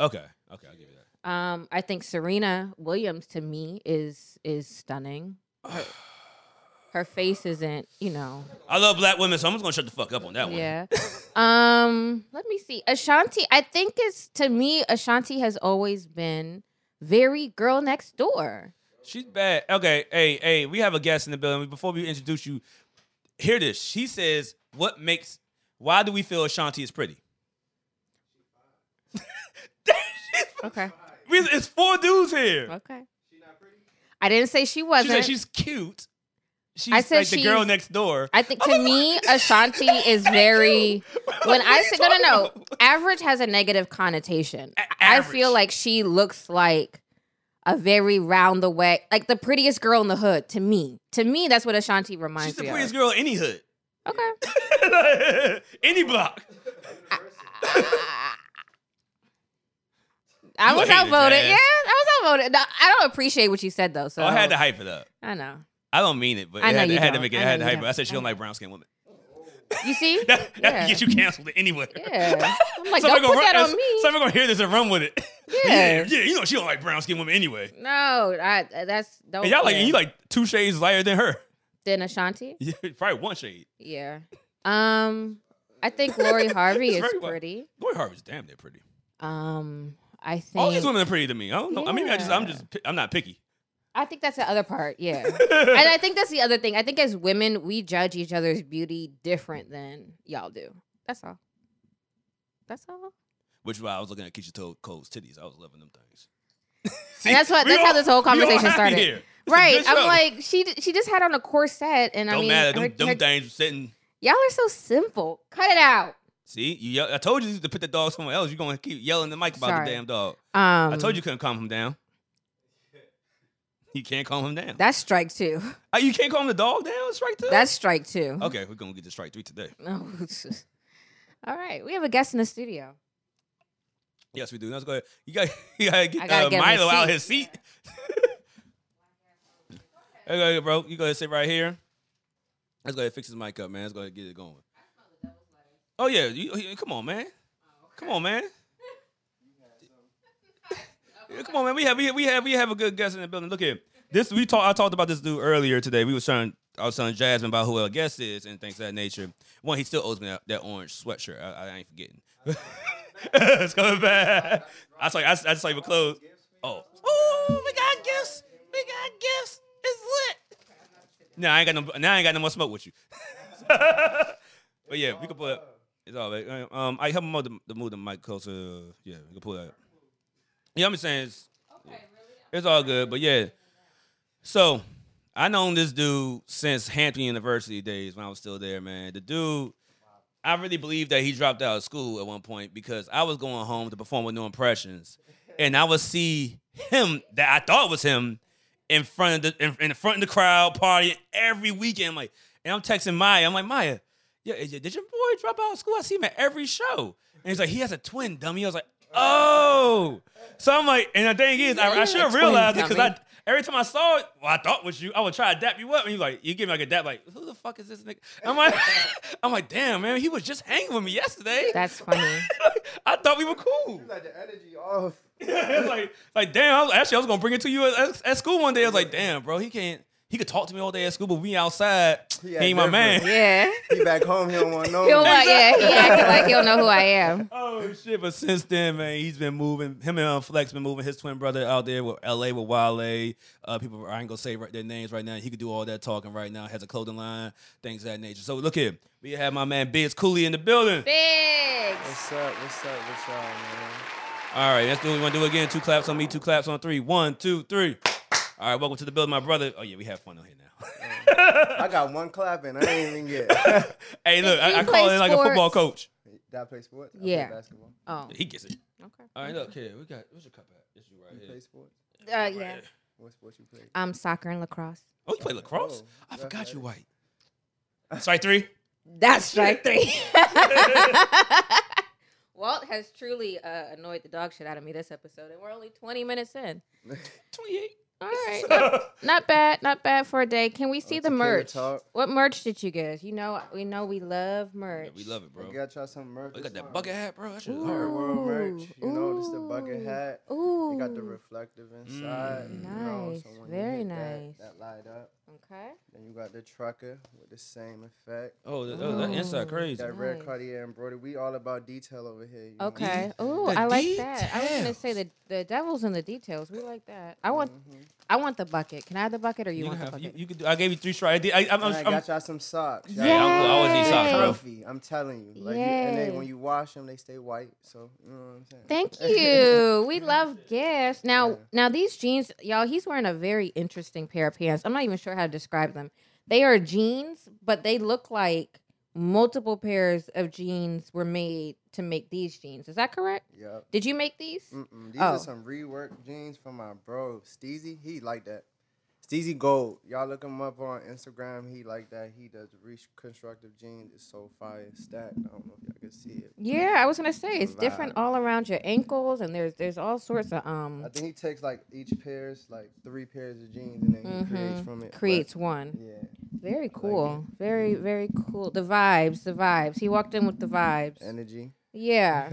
okay, okay, I'll give you that.
Um, I think Serena Williams to me is is stunning. Her, her face isn't, you know.
I love black women, so I'm just gonna shut the fuck up on that one.
Yeah. um, let me see. Ashanti, I think it's to me, Ashanti has always been very girl next door.
She's bad. Okay, hey, hey, we have a guest in the building. Before we introduce you, hear this. She says, "What makes? Why do we feel Ashanti is pretty?"
Okay.
We- It's four dudes here.
Okay. I didn't say she wasn't.
She said she's cute. She's
I said
like the girl
she's-
next door.
I think to me, Ashanti is very. When
What
I
are you
say no, no, no,
talking
average has a negative connotation.
A-
I feel
average.
like she looks like a very round the way, like the prettiest girl in the hood. To me, to me, that's what Ashanti reminds
She's the
me
prettiest
of.
girl in any hood,
Okay.
any block.
I
You
was
a hater,
outvoted.
Jazz.
Yeah, I was outvoted. No, I don't appreciate what you said though. So
Oh, I had to hype it up.
I know.
I don't mean it, but
I
I
know
had, to-
you
I had to
don't.
make it.
I
I,
know
had to
you
hype it.
don't.
I said she
I
don't
know.
like brown skinned women.
You see?
That, that
Yeah.
can get you canceled anywhere.
Yeah. I'm like,
Somebody
don't put that
run,
on me.
Somebody gonna hear this and run with it.
Yeah.
yeah, You know she don't like brown skinned women anyway.
No, I, that's don't.
And y'all like
yeah.
and you like two shades lighter than her.
then Ashanti.
Yeah, probably one shade.
Yeah. Um, I think Lori Harvey
It's
is
very well-
pretty.
Lori Harvey's damn near pretty.
Um, I think.
All these women are pretty to me. I don't know. I mean, I just I'm just I'm not picky.
I think that's the other part. Yeah. and I think that's the other thing. I think as women, we judge each other's beauty different than y'all do. That's all. That's all.
Which is why I was looking at Keisha Cole- Cole's titties. I was loving them things.
And that's what-
we
that's how
all-
this whole
we all
conversation
happy
started.
here. It's a
right.
good show.
I'm like, she d- she just had on a corset, and I
don't
mean,
matter. Them,
her-
them
her-
things sitting.
y'all are so simple. Cut it out.
See, you yell, I told you to put the dog somewhere else. You're gonna keep yelling at the mic about
Sorry.
the damn dog.
Um,
I told you couldn't calm him down. You can't calm him down.
that's strike two.
Uh, you can't calm the dog down. It's right there.
That's strike two.
okay, we're gonna get to strike three today.
No. it's just- All right, we have a guest in the studio.
Yes, we do. Let's go ahead. You got you gotta
I
get,
gotta
uh,
get him a
Milo out
seat.
his seat. Hey, go ahead, bro, you go ahead sit right here. Let's go ahead and fix his mic up, man. Let's go ahead and get it going. Oh yeah, you, you- come on, man. Come on, man. Yeah, Come on, man. We have we have- we have we have a good guest in the building. Look here. This we talked. I talked about this dude earlier today. We was trying. I was telling Jasmine about who our guest is and things of that nature. One, he still owes me that, that orange sweatshirt. I, I ain't forgetting. it's coming back. I saw. I, I just saw you with clothes. Oh, oh, we got gifts. We got gifts. It's lit. Now I ain't got no. Now I ain't got no more smoke with you. but yeah, we could put. It's all right. Um, I help him move the, the move the mic closer. Yeah, we can pull that. Yeah, I'm just saying it's, it's all good, but yeah. So I known this dude since Hampton University days when I was still there, man. The dude, I really believe that he dropped out of school at one point because I was going home to perform with no impressions, and I would see him that I thought was him in front of the in, in the front of the crowd partying every weekend. I'm like, and I'm texting Maya. I'm like, Maya, yeah, yeah, did your boy drop out of school? I see him at every show. And he's like, he has a twin, dummy. I was like, oh. So I'm like, and the thing is,
Yeah,
I,
you
I
a
should have
twin
realized it because
dummy.
I every time I saw it, well, I thought was you. I would try to dap you up, and you like, you give me like a dap, like, who the fuck is this nigga? I'm like, I'm like, damn, man, he was just hanging with me yesterday.
That's funny.
I thought we were cool.
You like the energy off.
it's like, like damn. I was, actually, I was gonna bring it to you at, at school one day. I was like, damn, bro, he can't. He could talk to me all day at school, but we outside. He,
He
ain't my
act
man.
Yeah.
He back home. He don't want no.
Feel like yeah, he acted like he don't know who I am.
Oh shit! But since then, man, he's been moving. Him and uh, Flex been moving. His twin brother out there with L.A. with Wale. Uh, people, I ain't gonna say right- their names right now. He could do all that talking right now. Has a clothing line, things of that nature. So look here, we have my man Biz Cooley in the building.
Biggs.
What's up? What's up? What's up, man?
All right, let's do what we want to do again. Two claps on me, two claps on three. One, two, three. All right, welcome to the building, my brother. Oh yeah, we have fun on here now.
I got one clap and I ain't even get. Did
hey, look,
he
I, I call
play
it like a football
sports?
coach.
I play sports? I play
Yeah.
basketball.
Oh,
He gets it.
okay.
All right, look here, we got. What's your cup at? This you right
You
here.
play sports?
Uh,
Right
yeah.
here.
What sports you play?
Um, soccer and lacrosse.
Oh, you play lacrosse?
Oh,
I
that's
forgot you
right.
white. Sorry, three.
That's strike three. Walt has truly uh, annoyed the dog shit out of me this episode, and we're only 20 minutes in.
28.
All right. Not, not bad. Not bad for a day. Can we see
Oh,
the
tequila
merch?
talk.
What merch did you get? You know, we know we love merch.
we love it, bro.
Oh, You gotta try some merch.
We got that
It's
bucket hat, bro. That shit
Ooh.
hard.
Hard world merch.
Ooh,
You know, just the
ooh,
bucket hat.
Ooh.
It got the reflective inside.
Mm.
you know,
Nice,
so when you
very
hit that,
nice.
That light up.
okay.
Then you got the trucker with the same effect.
Oh, that, oh, that
Oh.
inside crazy.
That
Nice.
red Cartier embroidery. We all about detail over here. you know?
Okay.
The-
Ooh,
the
I like that. I was gonna
details.
say the the devil's in the details. We like that. I want
Mhm.
I want the bucket. Can I have the bucket or you,
You, can
want the
have, you,
bucket?
you could do, I gave you three tries. I, did- I, I'm,
And
I'm,
I
I'm,
got y'all some socks.
Yeah,
Y'all
yeah, I'm, I always need
Yay.
socks, bro.
comfy. I'm telling you. Like, you- and
Yay.
they, when you wash them, they stay white. So you know what I'm saying.
Thank you. we love gifts. Now,
Yeah.
now these jeans, y'all. He's wearing a very interesting pair of pants. I'm not even sure how to describe them. They are jeans, but they look like multiple pairs of jeans were made to make these jeans. Is that correct?
Yep.
Did you make these?
Mm-mm. These
Oh.
are some reworked jeans from my bro Steezy. He like that. Steezy Gold. Y'all look him up on Instagram. He like that. He does reconstructive jeans. It's so fire stacked. I don't know if y'all can see it.
Yeah, I was gonna say it's different
Vibe.
all around your ankles, and there's there's all sorts of um
I think he takes like each pairs, like three pairs of jeans, and then he creates
Mhm.
from it. but- mm.
creates one.
Yeah.
Very cool. Very, very cool. The vibes, the vibes. He walked in with the vibes.
Energy.
yeah.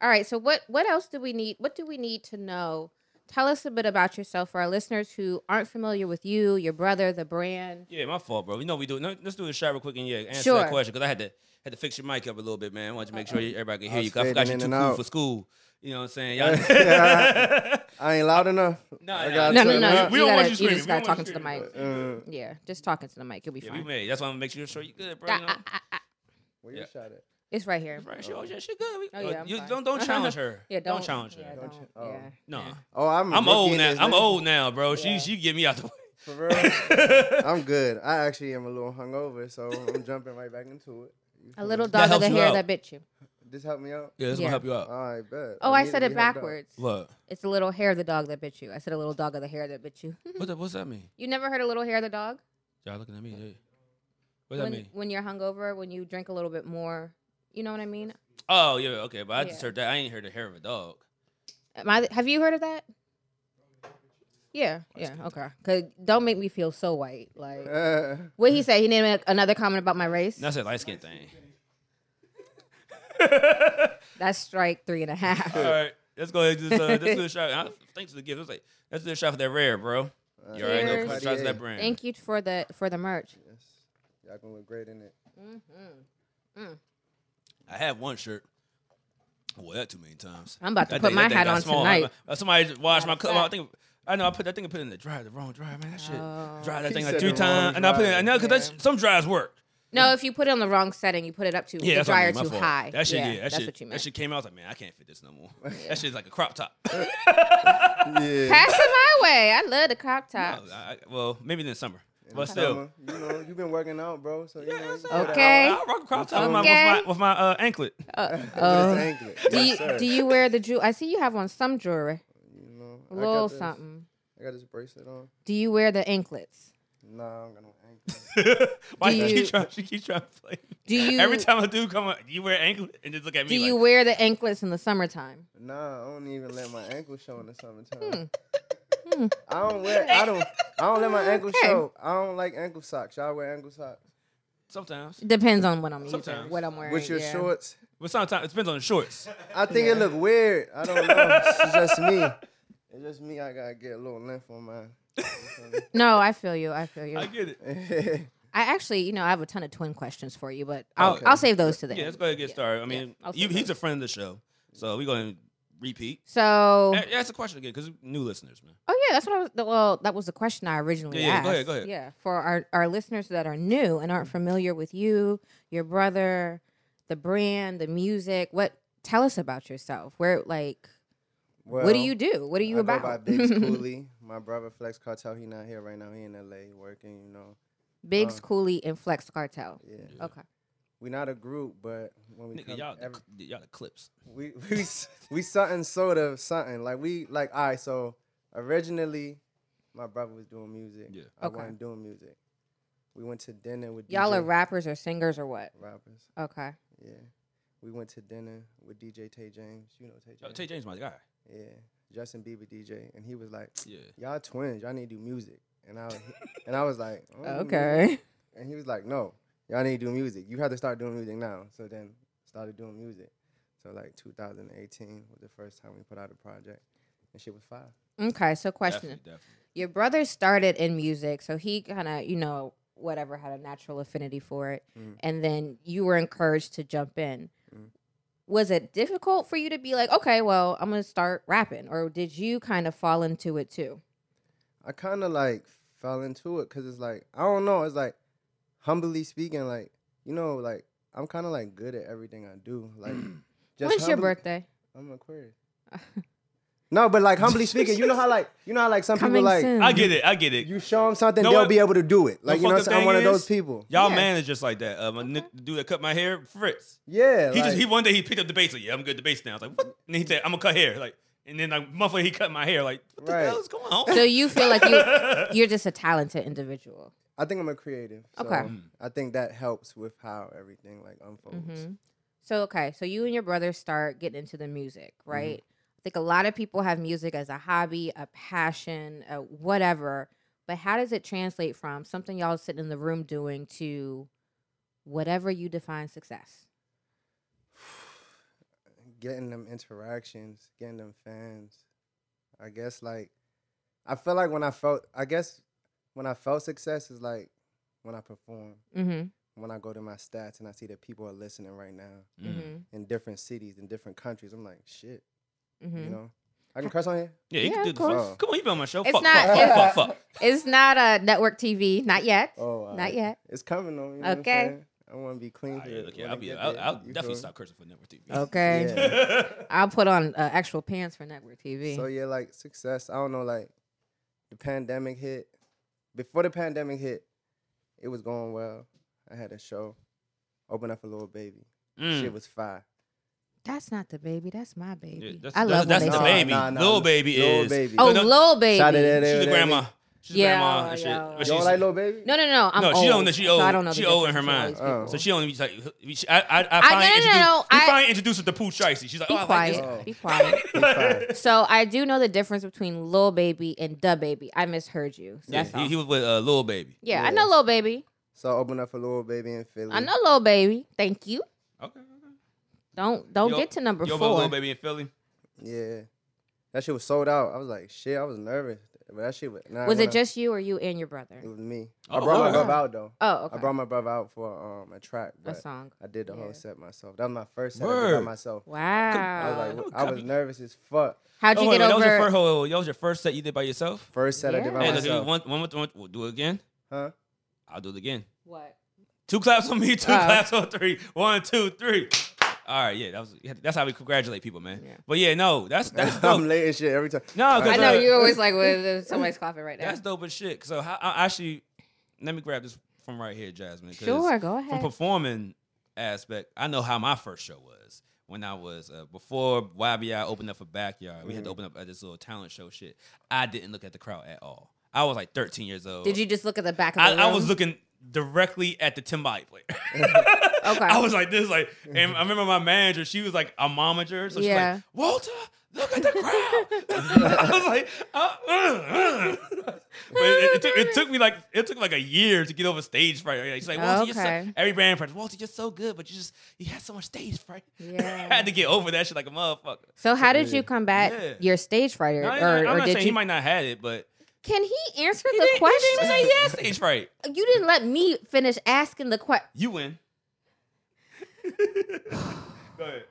All right. So what what else do we need? What do we need to know? Tell us a bit about yourself for our listeners who aren't familiar with you, your brother, the brand.
Yeah, my fault, bro. You know we do. no, Let's do the shot real quick and yeah, answer
Sure.
that question because I had to had to fix your mic up a little bit, man. I wanted to make sure everybody could
I
hear
was
you. 'cause I forgot
fading
you
in
too
and
cool
out.
for school. You know what I'm saying?
Yeah.
Y'all.
I ain't loud enough.
No,
I
No,
no,
gotta
That's
no,
it.
turn it
no.
up.
We- we
you
don't
gotta, you
want you
just
screaming.
gotta
We don't want
talking
you
to the mic.
screaming.
Uh,
Yeah, just talking to the mic. You'll be
yeah, we
fine.
made. That's why I'm making sure you're good, bro.
Ah,
you know?
ah, ah, ah.
where you
Yeah.
shot at?
It's right here.
Right? She, oh, yeah, she good. We,
Oh, yeah, I'm
you,
fine.
don't don't challenge her.
Yeah, don't,
challenge her.
Yeah,
Don't
don't,
cha- oh.
yeah.
No,
Oh, I'm.
I'm
rookie
old
in
now.
this,
I'm
nigga.
old now, bro. She
Yeah.
she get me out the way.
For real. I'm good. I actually am a little hungover, so I'm jumping right back into it. You
A
feel
little
me?
dog of
helps
the
you
hair
out.
that bit you.
This helped me out.
yeah, this
Yeah.
gonna help you out.
All right, bet.
Oh, I said
need to
it
be helped out.
backwards.
What?
It's a little hair of the dog that bit you. I said a little dog of the hair that bit you.
What the, what's that mean?
you never heard a little hair of the dog?
Y'all looking at me? Hey. What that
When,
mean?
when you're hungover, when you drink a little bit more. You know what I mean?
Oh yeah, okay. But I just
Yeah.
heard that. I ain't heard the hair of a dog.
Am I, have you heard of that? Yeah, yeah, okay. Cause don't make me feel so white. Like
Uh,
what he said, he didn't make another comment about my race.
That's a light skin thing.
That's strike three and a half.
All right. Let's go ahead. and Just, uh, let's do a shot. I, thanks for the gift. Let's, like, let's do a shot for that rare, bro.
Uh,
You already know.
Cheers.
for- Shout out to that brand.
Thank you for the for the merch.
Yes. Y'all gonna look great in it.
I have one shirt. I wore that too many times.
I'm about to
That
put
thing-
my
that thing
hat
got
on
small.
tonight.
I- I- somebody just washed my
Matter of
cup. I
fact.
think I know I put that thing I put it in the dryer, the wrong dryer, man. That shit
Oh.
dried that
He
thing
said
like three
the wrong
times, and I put it.
dryer,
And now because
yeah.
some dryers work.
No, if you put it on the wrong setting, you put it up too
Yeah,
the
that's what
dryer
I mean, my
too
fault.
high.
That shit,
yeah,
yeah, that
that's
shit,
what you
that
meant.
shit came out. I was like, man, I can't fit this no more. That shit's like a crop top.
Yeah.
Pass it my way. I love the crop tops.
I- I- well, maybe in the summer, but still.
Summer, you know, you've been working out, bro. So you
Yeah,
know,
that's
you
all right.
Okay.
I, I rock a crop top with my, with
Okay.
my, with my uh, anklet.
with this
Oh.
anklet.
do
Yes,
you,
sir.
do you wear the jewel? I see you have on some jewelry,
You know,
a
I got
little
this-
something.
I got this bracelet on.
Do you wear the anklets?
Nah, I'm gonna anklet.
Why
Do
you
you-
keep trying? She keep trying to play.
Do you
Every time a dude come, up, you wear anklet and just look at
do
me.
you
like,
wear the anklets in the summertime?
Nah, I don't even let my ankle show in the summertime. I don't wear. I don't. I don't let my ankle
Hmm. Okay.
show. I don't like ankle socks. Y'all wear ankle socks
sometimes,
Depends on what I'm using,
Sometimes.
what I'm wearing.
with your
yeah.
shorts.
but sometimes it depends on the shorts.
I think it
Yeah.
look weird. I don't know. it's just me. It's just me. I gotta get a little length on mine.
No, I feel you. I feel you.
I
I,
get it.
actually, you know, I have a ton of twin questions for you, but I'll,
Okay.
I'll save those to the
Yeah,
end.
let's go ahead and get started. I mean,
I'll
you,
say
he's a friend of the show, so we're going to repeat.
So,
A- Ask the question again because new listeners, man.
oh yeah, that's what I was. Well, that was the question I originally
Yeah, yeah,
asked.
go ahead, go ahead.
Yeah, for our our listeners that are new and aren't familiar with you, your brother, the brand, the music. What? Tell us about yourself. Where, like, what do you do? What are you
I
about?
Go by Biggs Cooley. My brother Flex Cartel. He not here right now. He in L.A. working. You know.
Biggs
Uh,
Cooley and Flex Cartel.
Yeah.
Yeah.
Okay.
We not a group, but when we
Nigga,
come,
y'all, the,
every-
cl- y'all the clips.
we we s- we something sort of something like we like all right so originally my brother was doing music
Yeah.
i
Okay.
wasn't doing music we went to dinner with
Y'all
DJ
are rappers or singers or what?
rappers
Okay.
yeah we went to dinner with dj tay james you know tay
Yo,
james
Tay James, my guy.
yeah justin bieber dj and he was like
Yeah.
y'all twins y'all need to do music and i was, and i was like "Mm, I don't do music.
Okay.
And he was like, no, y'all need to do music. You have to start doing music now. So then started doing music. So like 2018 was the first time we put out a project. And shit was fire.
Okay. So question.
Definitely, definitely.
Your brother started in music, so he kind of, you know, whatever had a natural affinity for it,
Mhm.
and then you were encouraged to jump in.
Mhm.
Was it difficult for you to be like, okay, well, I'm gonna start rapping, or did you kind of fall into it too?
I kind of like fell into it because it's like, I don't know. It's like, humbly speaking, like, you know, like, I'm kind of like good at everything I do. Like, just
When's your
humbly-
birthday?
I'm Aquarius. no, but like, humbly speaking, you know how like, you know how like some people like,
I get it. I get it.
you show them something,
Know
they'll
what-
be able to do it. Like, you know, what I'm
fucked
saying? I'm
thing
one of those
is?
people.
Y'all
Yeah.
man is just like that. Um, a ni- dude that cut my hair, Fritz.
Yeah.
He just
like-
he one day he picked up the bass. Like, yeah, I'm good at the bass now. I was like, what? And he said, I'm gonna cut hair. Like, and then like month later he cut my hair. Like, what the
Right.
hell is going on?
So you feel like you you're just a talented individual.
I think I'm a creative. So
Okay.
I think that helps with how everything like unfolds.
Mhm. So okay, so you and your brother start getting into the music,
Mm-hmm.
right? I think a lot of people have music as a hobby, a passion, a whatever. But how does it translate from something y'all sitting in the room doing to whatever you define success?
Getting them interactions, getting them fans. I guess like I feel like when I felt I guess when I felt success is like when I perform,
Mm-hmm.
when I go to my stats and I see that people are listening right now
Mm.
Mm-hmm.
in different cities, in different countries. I'm like, shit,
Mm-hmm.
you know. I can curse on here.
Yeah, you
Yeah,
can do
of
the fuck.
course.
Come on, you been on my show.
It's
fuck,
not-
fuck,
it's-
fuck, fuck, fuck.
It's not a network TV, not yet.
Oh, all
Not
right.
yet.
It's coming though. You know okay.
Okay.
i want to be clean.
Ah,
for
yeah,
it
look,
when
yeah,
I
I'll be.
get
I'll,
there.
I'll
You feel
definitely
me?
stop cursing for network TV.
Okay,
Yeah.
I'll put on uh, actual pants for network TV.
So yeah, like success. I don't know, like the pandemic hit. Before the pandemic hit, it was going well. I had a show. Open up a little baby.
Mm.
Shit was fire.
that's not the baby. That's my baby.
Yeah, that's,
I love
that's,
when
that's
they
the
say that.
baby.
Nah, nah,
Little
nah.
baby
Lil
is.
Baby.
Oh,
no, no,
little baby.
Shout it at it.
she's a
Baby.
grandma. She's a
Yeah,
grandma and
yeah.
shit.
But
But
You don't
she's,
like little baby?
No, no, no. I'm
No,
old.
she don't know. She
So I
old.
don't know the
She old in her
difference between all
mind.
these
Oh.
people.
so she only she's like. She, I, I, I
I-
finally
no, no,
introduced.
no,
we
I-
finally introduced her to Pooh Tricey. She's like,
Be
oh,
quiet.
I
Oh.
Be quiet.
like
fine.
this.
so I do know the difference between Lil Baby and Da Baby. I misheard you. So
Yeah,
that's all.
he, he was with uh, little baby.
yeah, I
Yeah.
know Lil Baby.
So open up a little baby in Philly.
I know Lil Baby. Thank you.
Okay.
Don't don't
Yo-
get to number
Yo, about
four.
little baby in Philly.
Yeah. That shit was sold out. I was like, shit, I was nervous. But that shit was. Nah,
Was
when
it
I-
just you or you and your brother?
It was me.
Oh,
I brought my
okay.
brother out though.
Oh, okay.
I brought my brother out for um a track,
a
but
song.
I did the
Yeah.
whole set myself. That was my first set I did by
Word.
myself. I
Wow.
was
Oh,
like, I was
copy.
nervous as fuck.
How'd you
Oh, wait,
get
wait, that was your
over?
first, hold, on, hold on. that was your first set you did by yourself?
First set I did by
Hey, look,
myself.
one, one, more- one, we'll do it again.
Huh?
I'll do it again.
What?
Two claps on me, two
Uh-oh.
claps on three. One, two, three. All right, yeah, that was that's how we congratulate people, man.
Yeah.
But yeah, no, that's that's
I'm
dope.
late and shit every time.
No,
I
because
know
uh,
you're always like, well, somebody's coughing right now.
that's dope as shit. So how, I actually, let me grab this from right here, Jasmine. 'cause
Sure, go
From
ahead.
performing aspect, I know how my first show was when I was uh, before YBI opened up for Backyard.
Mm-hmm.
We had to open up at this little talent show shit. I didn't look at the crowd at all. I was like 13 years old.
Did you just look at the back of the
I,
room?
I was looking directly at the Timbali player.
Okay.
I was like this, like, and I remember my manager. She was like a momager, so she's
Yeah.
like, "Walter, look at the crowd." I was like, uh, uh, uh. but it, it took, it took me like it took like a year to get over stage fright. Like, She's like, "Walter, you're so,
Okay.
every band friend, Walter, you're so good, but you just you had so much stage fright." I
Yeah.
had to get over that shit like a motherfucker.
So how did you combat
Yeah.
your stage fright, or,
Now,
or,
I'm
or
not
did
saying
you?
he might not had it, but
Can he answer
he
the
didn't,
question?
he didn't even say he had stage fright.
You didn't let me finish asking the question.
You win. Go ahead.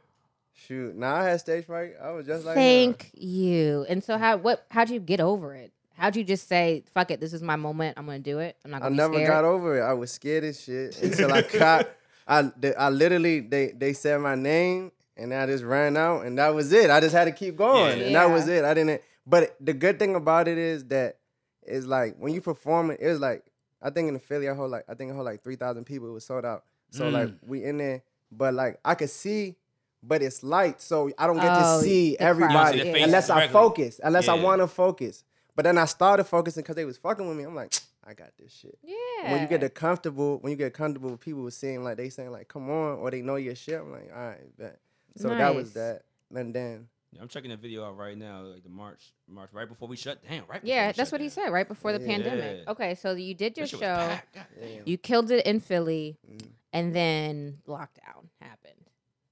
Shoot, now I had stage fright. I was just like, her.
Thank you. And so how what how'd you get over it? How'd you just say, fuck it, this is my moment, I'm gonna do it. I'm not
I
gonna be
never
scared.
got over it. I was scared as shit until I caught. I they- I literally they they said my name and I just ran out and that was it. I just had to keep going
Yeah.
and that
Yeah.
was it. I didn't. But the good thing about it is that it's like when you perform it, it was like I think in the Philly I hold like I think I hold like three thousand people. It was sold out. So
Mm.
like we in there, but like I could see. But it's light, so I don't get
Oh,
to see
the crowd. You don't see
everybody
the faces
unless I
directly.
focus. Unless I
Yeah.
want to focus. But then I started focusing because they was fucking with me. I'm like, I got this shit
Yeah.
when you get the comfortable, when you get comfortable, people will seem like they saying like, "Come on," or they know your shit. I'm like, all right, bet. So that was
Nice.
that. And then
Yeah, I'm checking the video out right now, like the March, March right before we shut down. Right. Before
Yeah,
we
that's
shut
what he
down.
said right before the
Yeah.
pandemic. Okay, so you did your
That shit was
show,
packed. God damn.
yeah,
you killed it in Philly,
Mm.
and then lockdown happened.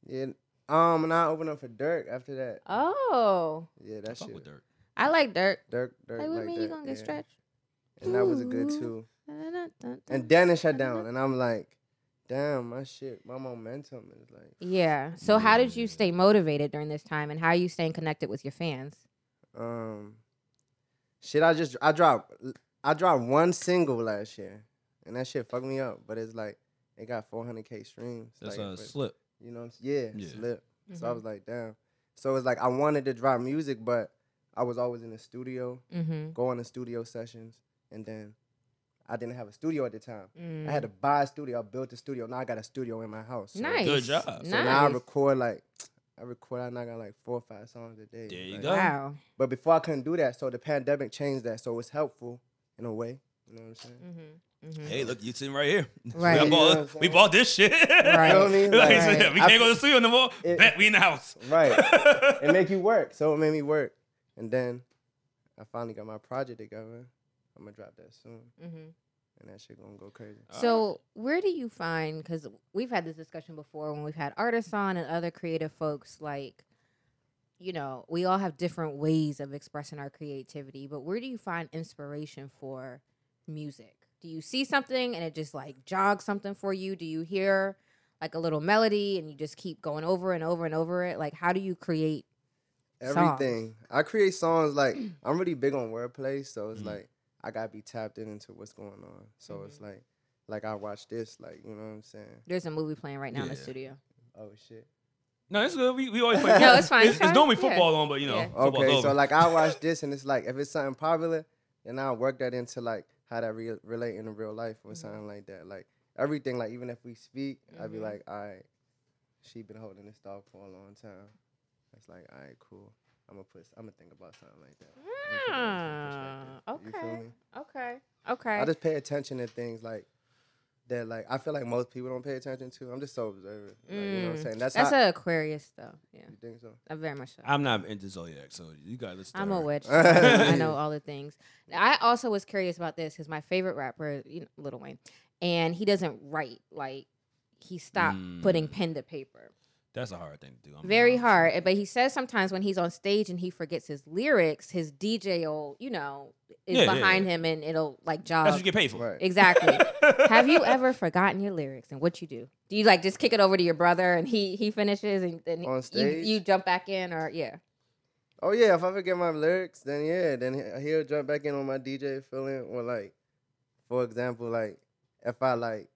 yeah, um, and I opened up for Dirk after that.
Oh.
Yeah,
I
that
fuck with
shit.
Dirk.
I like dirt.
Dirk, Dirk,
Like with
like
me,
that.
you gonna get
yeah.
stretched.
And that was a good
Ooh.
too.
Dun-dun-dun-dun.
And then it shut down, and I'm like, damn, my shit, my momentum is like,
Yeah. So how did you
Yeah.
stay motivated during this time and how are you staying connected with your fans?
um, shit. I just I dropped I dropped one single last year, and that shit fucked me up. But it's like it got 400k streams.
That's
like,
a
but-
slip.
You know what I'm saying? Yeah,
Yeah.
slip. So
Mm-hmm.
I was like, damn. So it's like I wanted to drop music, but I was always in the studio,
Mm-hmm.
going to studio sessions, and then I didn't have a studio at the time. I had to buy a studio. I built a studio. Now I got a studio in my house. So,
Mm. nice.
Good job. So
Nice.
So now I record like I record. I knock out like four or five songs a day.
There you
like-
go.
wow.
But before I couldn't do that, so the pandemic changed that. So it's helpful in a way. You know what I'm saying?
Mm-hmm. Mm-hmm.
Hey, look, you sitting right here.
Right.
We
You
know what I'm
bought, we
saying?
bought this shit.
Right.
You know what I mean?
Like,
Right.
yeah, we
I-
can't go to the studio no more.
It-
Bet we in the house.
Right. it
Right.
make you work. So it made me work. And then I finally got my project together. I'm gonna drop that soon.
Mm-hmm.
And that shit gonna go crazy.
Uh,
So where do you find cuz we've had this discussion before when we've had artists on and other creative folks like you know, we all have different ways of expressing our creativity, but where do you find inspiration for music? Do you see something and it just like jogs something for you? Do you hear like a little melody and you just keep going over and over and over it? Like how do you create
Everything. I create songs like I'm really big on wordplay, so it's
Mhm.
like I gotta be tapped in into what's going on. So it's like like I watch this, like you know what I'm saying?
There's a movie playing right now in the
Yeah.
studio.
Oh shit.
no, it's good. We, we always play.
No,
football.
it's fine,
It's,
it's fine.
normally
Yeah.
football on, but you know,
Yeah.
football's
Okay,
over.
so like I watch this and it's like if it's something popular, then I'll work that into like how that re- relate in real life or
Mhm.
something like that. Like everything, like even if we speak, I'd be
Mhm.
like, all right, she been holding this dog for a long time. It's like, all right, cool. I'm gonna put, I'm gonna think about something like that.
Ah,
I'ma put that into perspective. You
okay.
feel me?
Okay. Okay.
I just pay attention to things like that. Like I feel like most people don't pay attention to. I'm just so observant. Like, You know what
Mm.
I'm saying? That's,
That's
how.
a Aquarius though. Yeah.
you think so?
I very much so.
I'm not into zodiac, so you gotta listen. To
I'm
her.
a witch. so I know all the things. I also was curious about this because my favorite rapper, you know, Lil Wayne, and he doesn't write. Like he stopped putting
Mm.
pen to paper.
That's a hard thing to do. I'm
Very
honest.
hard. eh, But he says sometimes when he's on stage and he forgets his lyrics, his DJ will, you know, is
Yeah, yeah,
behind him and it'll like jog.
That's what you get paid for.
Right.
Exactly. Have you ever forgotten your lyrics and what you do? Do you like just kick it over to your brother and he he finishes and then
On
you,
stage?
you jump back in or yeah.
Oh yeah, if I forget my lyrics, then yeah, then he- he'll jump back in on my DJ feeling or like, for example, like if I like,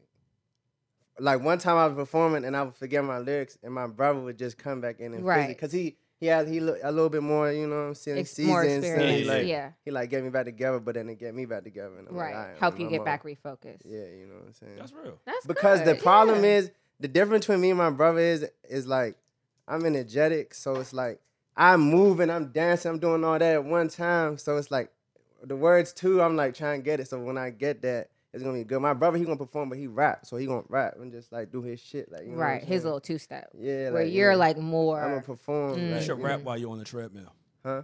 like one time I was performing and I would forget my lyrics and my brother would just come back in and
Right.
because he he had he look a little bit more you know what I'm saying
Ex- more
seasoned, so he,
experience.
Yeah,
Yeah.
like, He like get me back together, but then it get me back together. And I'm like,
Right.
"All
Help
man,
you
I'm
get
on."
back refocused.
Yeah, you know what I'm saying.
That's real.
That's
because the
good,
problem
yeah.
is the difference between me and my brother is is like I'm energetic, so it's like I'm moving, I'm dancing, I'm doing all that at one time. So it's like the words too, I'm like trying to get it. So when I get that, it's gonna be good. My brother, he gonna perform, but he rap, so he gonna rap and just like do his shit, like you know what
right,
I'm
his
saying?
little two step.
yeah,
where
you
you're
know,
like
I'm gonna
more
perform.
Mm.
You
like,
should
you
rap
know,
while you're on the treadmill.
Mm-hmm. huh?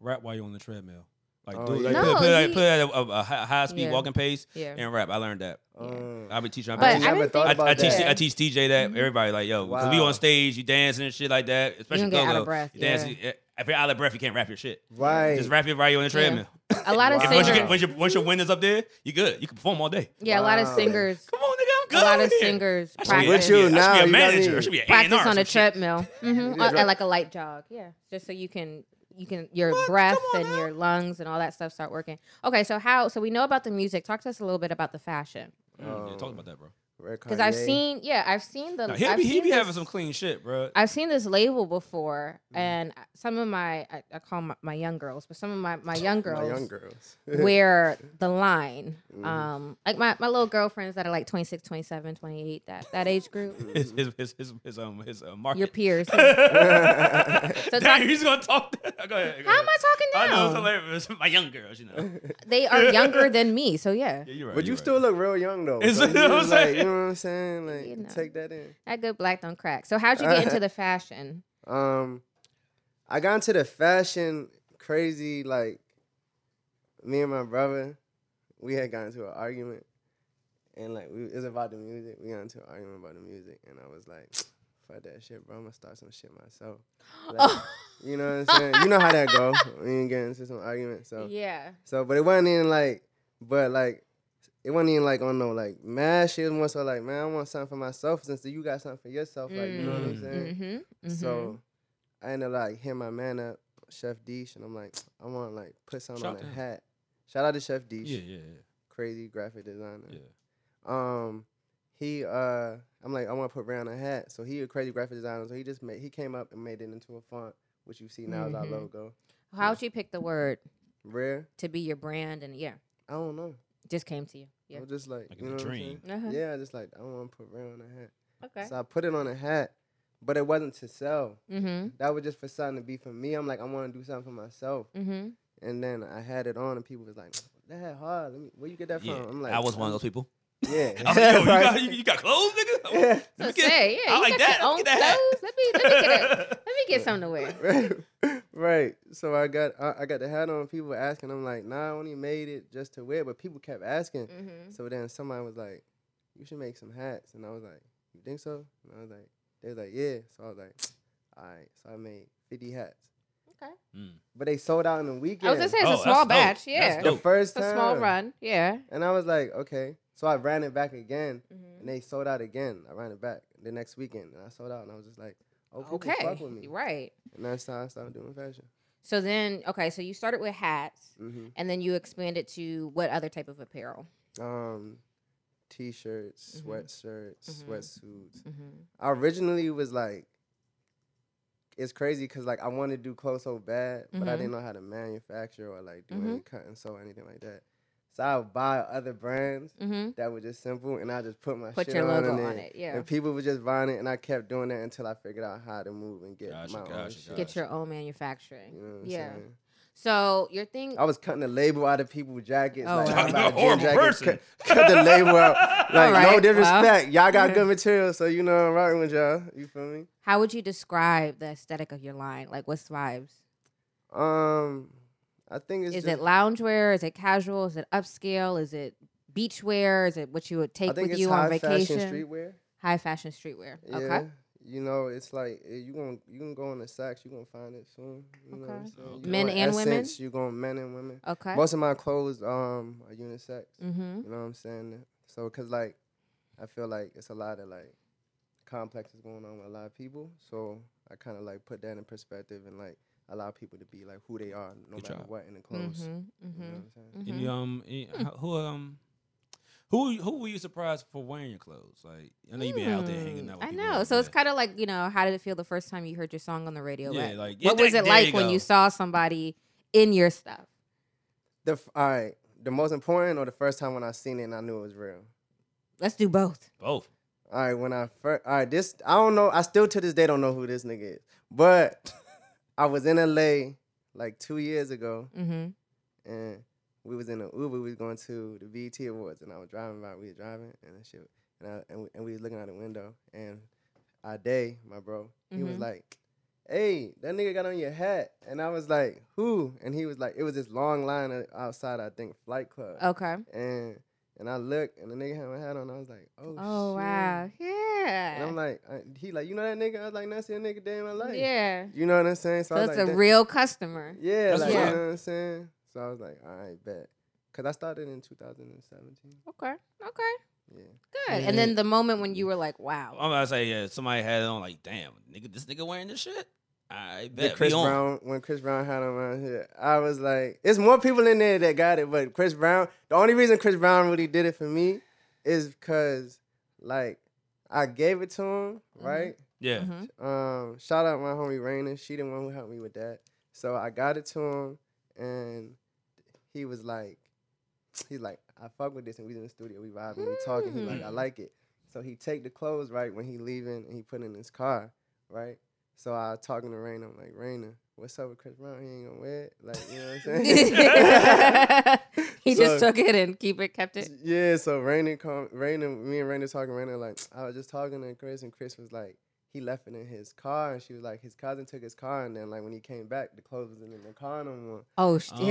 Rap while you're on the treadmill. Like,
Oh,
do,
yeah.
like,
No,
put, put, like,
he-
put at a, a, a high speed
Yeah.
walking pace
yeah.
and rap. I learned that.
Yeah.
Um,
I'll be teaching.
But
I,
I
teach-
didn't think
I, I,
about
teach,
that.
I teach DJ that.
Mhm.
Everybody, like, yo, because we
Mm-hmm. Wow.
on stage, you dancing and shit like that.
You don't
Especially
get out
go-go.
of breath.
You
Yeah.
dancing. If you're out of breath, you can't rap your shit.
Right.
Just rap it while you're on the
Yeah.
treadmill.
A lot of
Wow.
And Once, you get,
singers.
once, your, once your wind is up there, you good. You can perform all day.
Yeah, a lot of
Wow.
singers.
Come on, nigga, I'm good.
A lot of
over here.
singers
I should be a-
practice,
With
I
you
should be a- I
now,
should be a
you gotta
manager.
be-
I should be an
practice
A&R or
on a
some shit.
treadmill, mm-hmm.
Yeah, right.
at like a light jog. Yeah, just so you can you can your
What?
breath
Come on
and
now.
your lungs and all that stuff start working. Okay, so how? So we know about the music. Talk to us a little bit about the fashion
Mm, yeah, talk
Um,
about that, bro.
because I've seen. Yeah, I've seen the.
Nah, he
I've
be, he
seen
be
this-
having some Mm. clean shit, bro.
I've seen this label before,
Mhm.
and some of my I, I call 'em my, my young girls, but some of my my young girls,
my young girls.
where the line
Mm-hmm.
Mhm.
um like my, my little girlfriends that are like 26 27 28 that that age group
His his his his, his um his uh, market.
your peers how
Damn,
talk-
he's gonna talk. go ahead. Go ahead.
am i
I
talking
know
now
it's hilarious. My young girls, you know.
they are younger than me so yeah
Yeah, you're right.
But
you're
you
right.
still look real young though.
It's-
so
you know what I'm
just, like,
saying?
you know what I'm saying? Like
You know.
take that in.
that good black don't crack so how'd you get into the fashion
Um I got into the fashion crazy like me and my brother, we had gotten into an argument and like we it was about the music. We got into an argument about the music and I was like, fuck that shit, bro. I'm gonna start some shit myself. Like, you know what I'm saying? You know how that go. We ain't getting into some argument. So
Oh, yeah
So, but it wasn't even like, but like, it wasn't even like on no like mad shit. It was more so like, man, I want something for myself since you got something for yourself. Like, you know what I'm
Mm.
saying?
mm-hmm,
So, I ended up like hitting my man up, Chef Deesh, and I'm like, I want to like put something
Shout
on
to
a
him.
hat. Shout out to Chef Deesh,
Yeah, yeah,
crazy graphic designer.
yeah.
Um, he uh, I'm like, I want to put Ray on a hat. So he a crazy graphic designer. So he just made, he came up and made it into a font, which you see now is our
Mm-hmm.
Mhm.
logo.
how'd you pick the word
Rare.
to be your brand and yeah
I don't know.
just came to you yeah
I'm just like,
Like
you
a
know what I'm
dream.
saying?
uh-huh.
Yeah, just like I want to put Ray on a hat.
okay
So I put it on a hat, but it wasn't to sell.
mm-hmm
That was just for something to be for me. I'm like, I want to do something for myself.
mm-hmm
And then I had it on, and people was like, "That hat hard. Let me, where you get that
Yeah.
from?" I'm like,
I was one of those people.
those. Yeah.
I was like, yo, you,
Right.
got, you, you got clothes, nigga.
Yeah.
Let
so
me get-
say yeah
I
you
like
got your
that. Let me
own
get that.
clothes. let me let me get a, let me get something to wear
right. right. So I got I, I got the hat on. People were asking. I'm like, Nah, I only made it just to wear, but people kept asking.
Mm-hmm.
So then somebody was like, "You should make some hats," and I was like, "You think so?" And I was like, "They was like, yeah." So I was like, "All right." So I made 50 hats,
Okay.
Mm.
but they sold out in a weekend.
I was gonna say it's
Oh,
a
that's
small
dope.
batch.
That's
Yeah.
dope.
the first
It's
time,
a small run. Yeah.
and I was like, "Okay." So I ran it back again, and they sold out again. I ran it back the next weekend, and I sold out, and I was just like, "Oh, people
Mm-hmm. Okay.
fuck with me,"
Right.
and that's how I started doing fashion.
So then, okay, so you started with hats,
Mm-hmm.
hmm
and then you expanded to what other type of apparel?
Um, t-shirts,
Mhm.
sweatshirts,
Mhm.
sweatsuits.
Mm-hmm.
I originally was like, it's crazy because like I wanted to do clothes so bad, but I
Mhm.
didn't know how to manufacture or like do any
Mhm.
cut and sew or anything like that. So I would buy other brands
Mm-hmm.
that were just simple, and I just put my
Put
shit
your
on,
logo
and
on
then-
it. Yeah.
And people were just buying it, and I kept doing that until I figured out how to move and get
Gotcha,
my own
gotcha,
shit.
Get
Gotcha.
your own
You
manufacturing.
know what I'm
Yeah.
saying?
So your thing.
I was cutting the label out of people's jackets.
Oh,
like,
wow.
I
You're
buy
a
a jean
horrible
jacket,
person.
Cut, cut the label out. Like, no
Alright, well.
disrespect. Y'all got
Mhm.
good material, so you know I'm rocking with y'all. You feel me?
How would you describe the aesthetic of your line? Like, what's vibes?
Um, I think it's
Is
just,
it loungewear? Is it casual? Is it upscale? Is it beachwear? Is it what you would
I
take
think
with
it's
you
high
on vacation?
fashion streetwear.
High fashion streetwear.
Yeah,
Okay.
You know, it's like eh, you gonna you can go in the sacks, you gonna find it soon. You know what I'm
Okay.
saying?
Men
going
and women?
Essence, You going men and women.
Okay.
Most of my clothes um are unisex.
mm-hmm.
You know what I'm saying? So, cause like, I feel like it's a lot of like complexes going on with a lot of people. So I kind of like put that in perspective and like allow people to be like who they are, no
Good
matter
job.
what, in the
Mm-hmm.
clothes. You know what
Mm-hmm.
I'm saying?
Mm-hmm.
Any, um, any- how- who um, who who were you surprised for wearing your clothes? Like I know you been out there hanging
Mm,
out. With
I
people
know.
like
So it's
that.
kind of like you know, how did it feel the first time you heard your song on the radio?
yeah,
Like,
like yeah,
what
that-
was it
there
like when you
go.
saw somebody in your stuff?
The f- all right, the most important or the first time when I seen it and I knew it was real.
Let's do both.
both?
All right, when I first, all right, this I don't know. I still to this day don't know who this nigga is, but I was in LA like two years ago.
Mm-hmm.
and we was in an Uber. We was going to the BET Awards, and I was driving by. We were driving, and that shit, and I and we, and we was looking out the window, and Ade, my bro, he was
Mhm.
like, "Hey, that nigga got on your hat," and I was like, "Who?" And he was like, "It was this long line o- outside, I think, Flight Club."
Okay.
And and I looked, and the nigga had my hat on. I was like, "Oh,
Oh
shit."
wow. Yeah.
And I'm like, I, he like, you know that nigga? I was like, that's your nigga day in my life.
yeah.
You know what I'm saying?
So
I was
it's
like,
a
"Damn."
real customer.
Yeah,
That's
what's
like, you
up.
know what I'm saying? So I was like, all right, bet. Because I started in 2017.
Okay. Okay.
Yeah. Oh,
Good.
Yeah.
And then the moment when you were like, wow.
I'm about to say yeah. Somebody had it on like damn nigga, this nigga wearing this shit. I
The
bet
Chris
we on.
Brown, when Chris Brown had him out here, I was like, it's more people in there that got it, but Chris Brown, the only reason Chris Brown really did it for me is because, like, I gave it to him, right?
Yeah,
Mhm.
Um, shout out my homie Raina. She the one who helped me with that. So I got it to him, and he was like, he's like, I fuck with this, and we in the studio, we vibing, we talking. He like, I
Mm.
like it. So he take the clothes right when he leaving, and he put in his car, right. So I was talking to Raina. I'm like, Raina, what's up with Chris Brown? He ain't gonna wear it. Like, you know what I'm saying?
Mm-hmm. he just
So-
took it and keep it, kept it.
Yeah, so Raina come Raina, me and Raina talking, Raina like I was just talking to Chris and Chris was like, he left it in his car and she was like, his cousin took his car and then like when he came back, the clothes wasn't in the car no more.
Oh, sh-
Oh.
yo,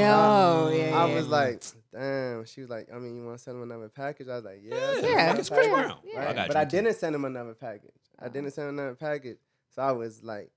yeah,
I
yeah,
was
yeah.
like, damn. She was like, I mean, you wanna send him another package? I was like, Yeah, I'll send him
Yeah,
another
it's Chris
yeah,
package,"
Brown.
yeah.
right?
I got
but
you
I
too.
didn't send him another package. I
Oh.
didn't send him another package. So I was like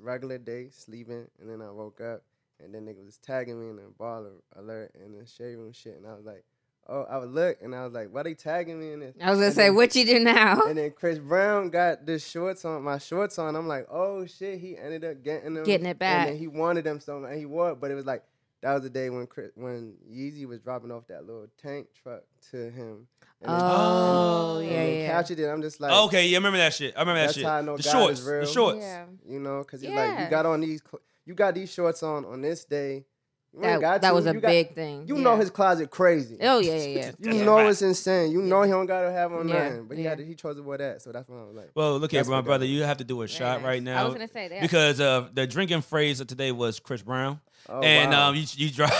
regular day sleeping and then I woke up and then nigga was tagging me in the ball alert and the shade room shit and I was like, Oh, I would look and I was like, Why they tagging me in this?
I was gonna
and
say,
then-
what you do now?
And then Chris Brown got the shorts on, my shorts on. I'm like, oh shit, he ended up getting them.
Getting it back.
And then he wanted them so and he wore it, but it was like that was the day when Chris, when Yeezy was dropping off that little tank truck to him. And then-
Oh,
and
yeah,
they
yeah.
captured it. I'm just like,
okay, yeah, I remember that shit. I remember that
That's
shit.
how I know
the
God
shorts,
is real.
the shorts.
Yeah.
you know, because he's like,
Yeah.
you got on these, cl- you got these shorts on on this day. You
That,
ain't got
that
to.
was a
You got-
big thing.
You
yeah.
know his closet crazy.
Oh yeah, yeah, yeah.
You
Yeah.
yeah.
know it's insane. You know
Yeah.
he don't gotta have on
Yeah,
nothing, but he
yeah.
had to, he chose to wear that. So that's what I was like.
Well, look here,
That's
my
what that
brother. You have to do a shot
Very
right
nice. I was
now
gonna say that
because uh, the drinking phrase of today was Chris Brown,
Oh,
and
wow.
um, you you drive.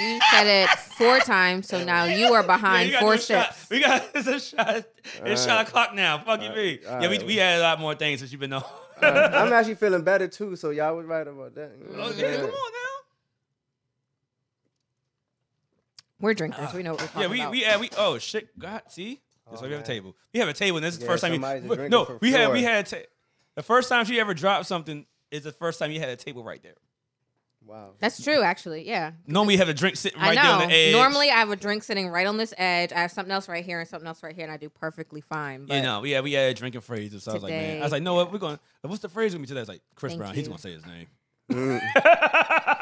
you said it four times, so now you are behind four steps.
We got it's a shot. It's
Alright.
shot o'clock now. Fuck you,
Alright,
me. Yeah, we,
alright.
we had a lot more things since you've been on.
Uh, I'm actually feeling better too, so y'all was right about that. You
Oh,
know what I'm
yeah,
saying?
come on
We're drinkers. We know what we're
now.
talking
Yeah, we
about.
we had we oh shit God see that's
Oh,
why we have a
man.
table. We have a table, and this is the
Yeah,
first time
somebody's a
you
drinker
no
for
we had we
sure.
had ta- the first time she ever dropped something is the first time you had a table right there.
Wow.
That's true, actually. Yeah,
Normally you have a drink sitting right
I
there
know.
on the edge.
Normally, I have a drink sitting right on this edge. I have something else right here and something else right here, and I do perfectly fine. But
you know, we had we had a drinking phrase, so I was like, man, I was
Today,
like, no, what we're going. to What's the phrase gonna be today? It's like Chris
Thank
Brown. He's
you.
gonna say his name.
Mm.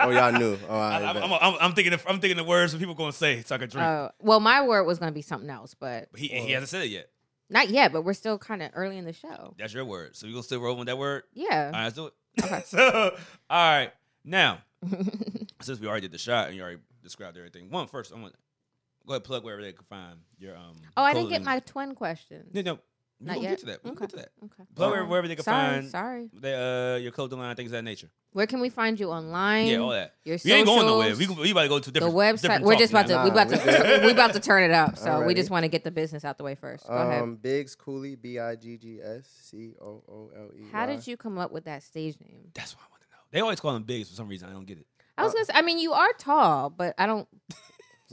Oh, y'all knew. Oh,
I,
I
am I'm, I'm, I'm thinking. Of, I'm thinking the words that people gonna say so I can drink.
uh, well, my word was gonna be something else, but
but he, he hasn't said it yet.
not yet. But we're still kind of early in the show.
That's your word. So you gonna still roll with that word? All
Yeah.
right, let's do it. so, all right. Now, since we already did the shot and you already described everything, one first, I want go ahead and plug wherever they can find your um.
oh, I didn't get
clothing.
my twin question.
No, no, we
Not
gonna
yet?
get to that. We will
Okay.
get to that.
Okay.
Plug
Sorry.
wherever, wherever they can
sorry,
find
Sorry.
the, uh, your clothing line, things of that nature.
Where can we find you online?
Yeah, all that.
Your
We ain't going nowhere.
socials?
We, we about to go to
the
different.
website.
different
We're
talk
just about
now.
to we
Nah,
about
we
to
good.
we about to turn it up. So we
Alrighty.
just want to get the business out the way first. Go ahead.
Um, Biggs Cooley, B I G G S C O O L E.
How did you come up with that stage name?
That's what I want to know. They always call him Biggs for some reason. I don't get it.
I was
Uh,
gonna say. I mean, you are tall, but I don't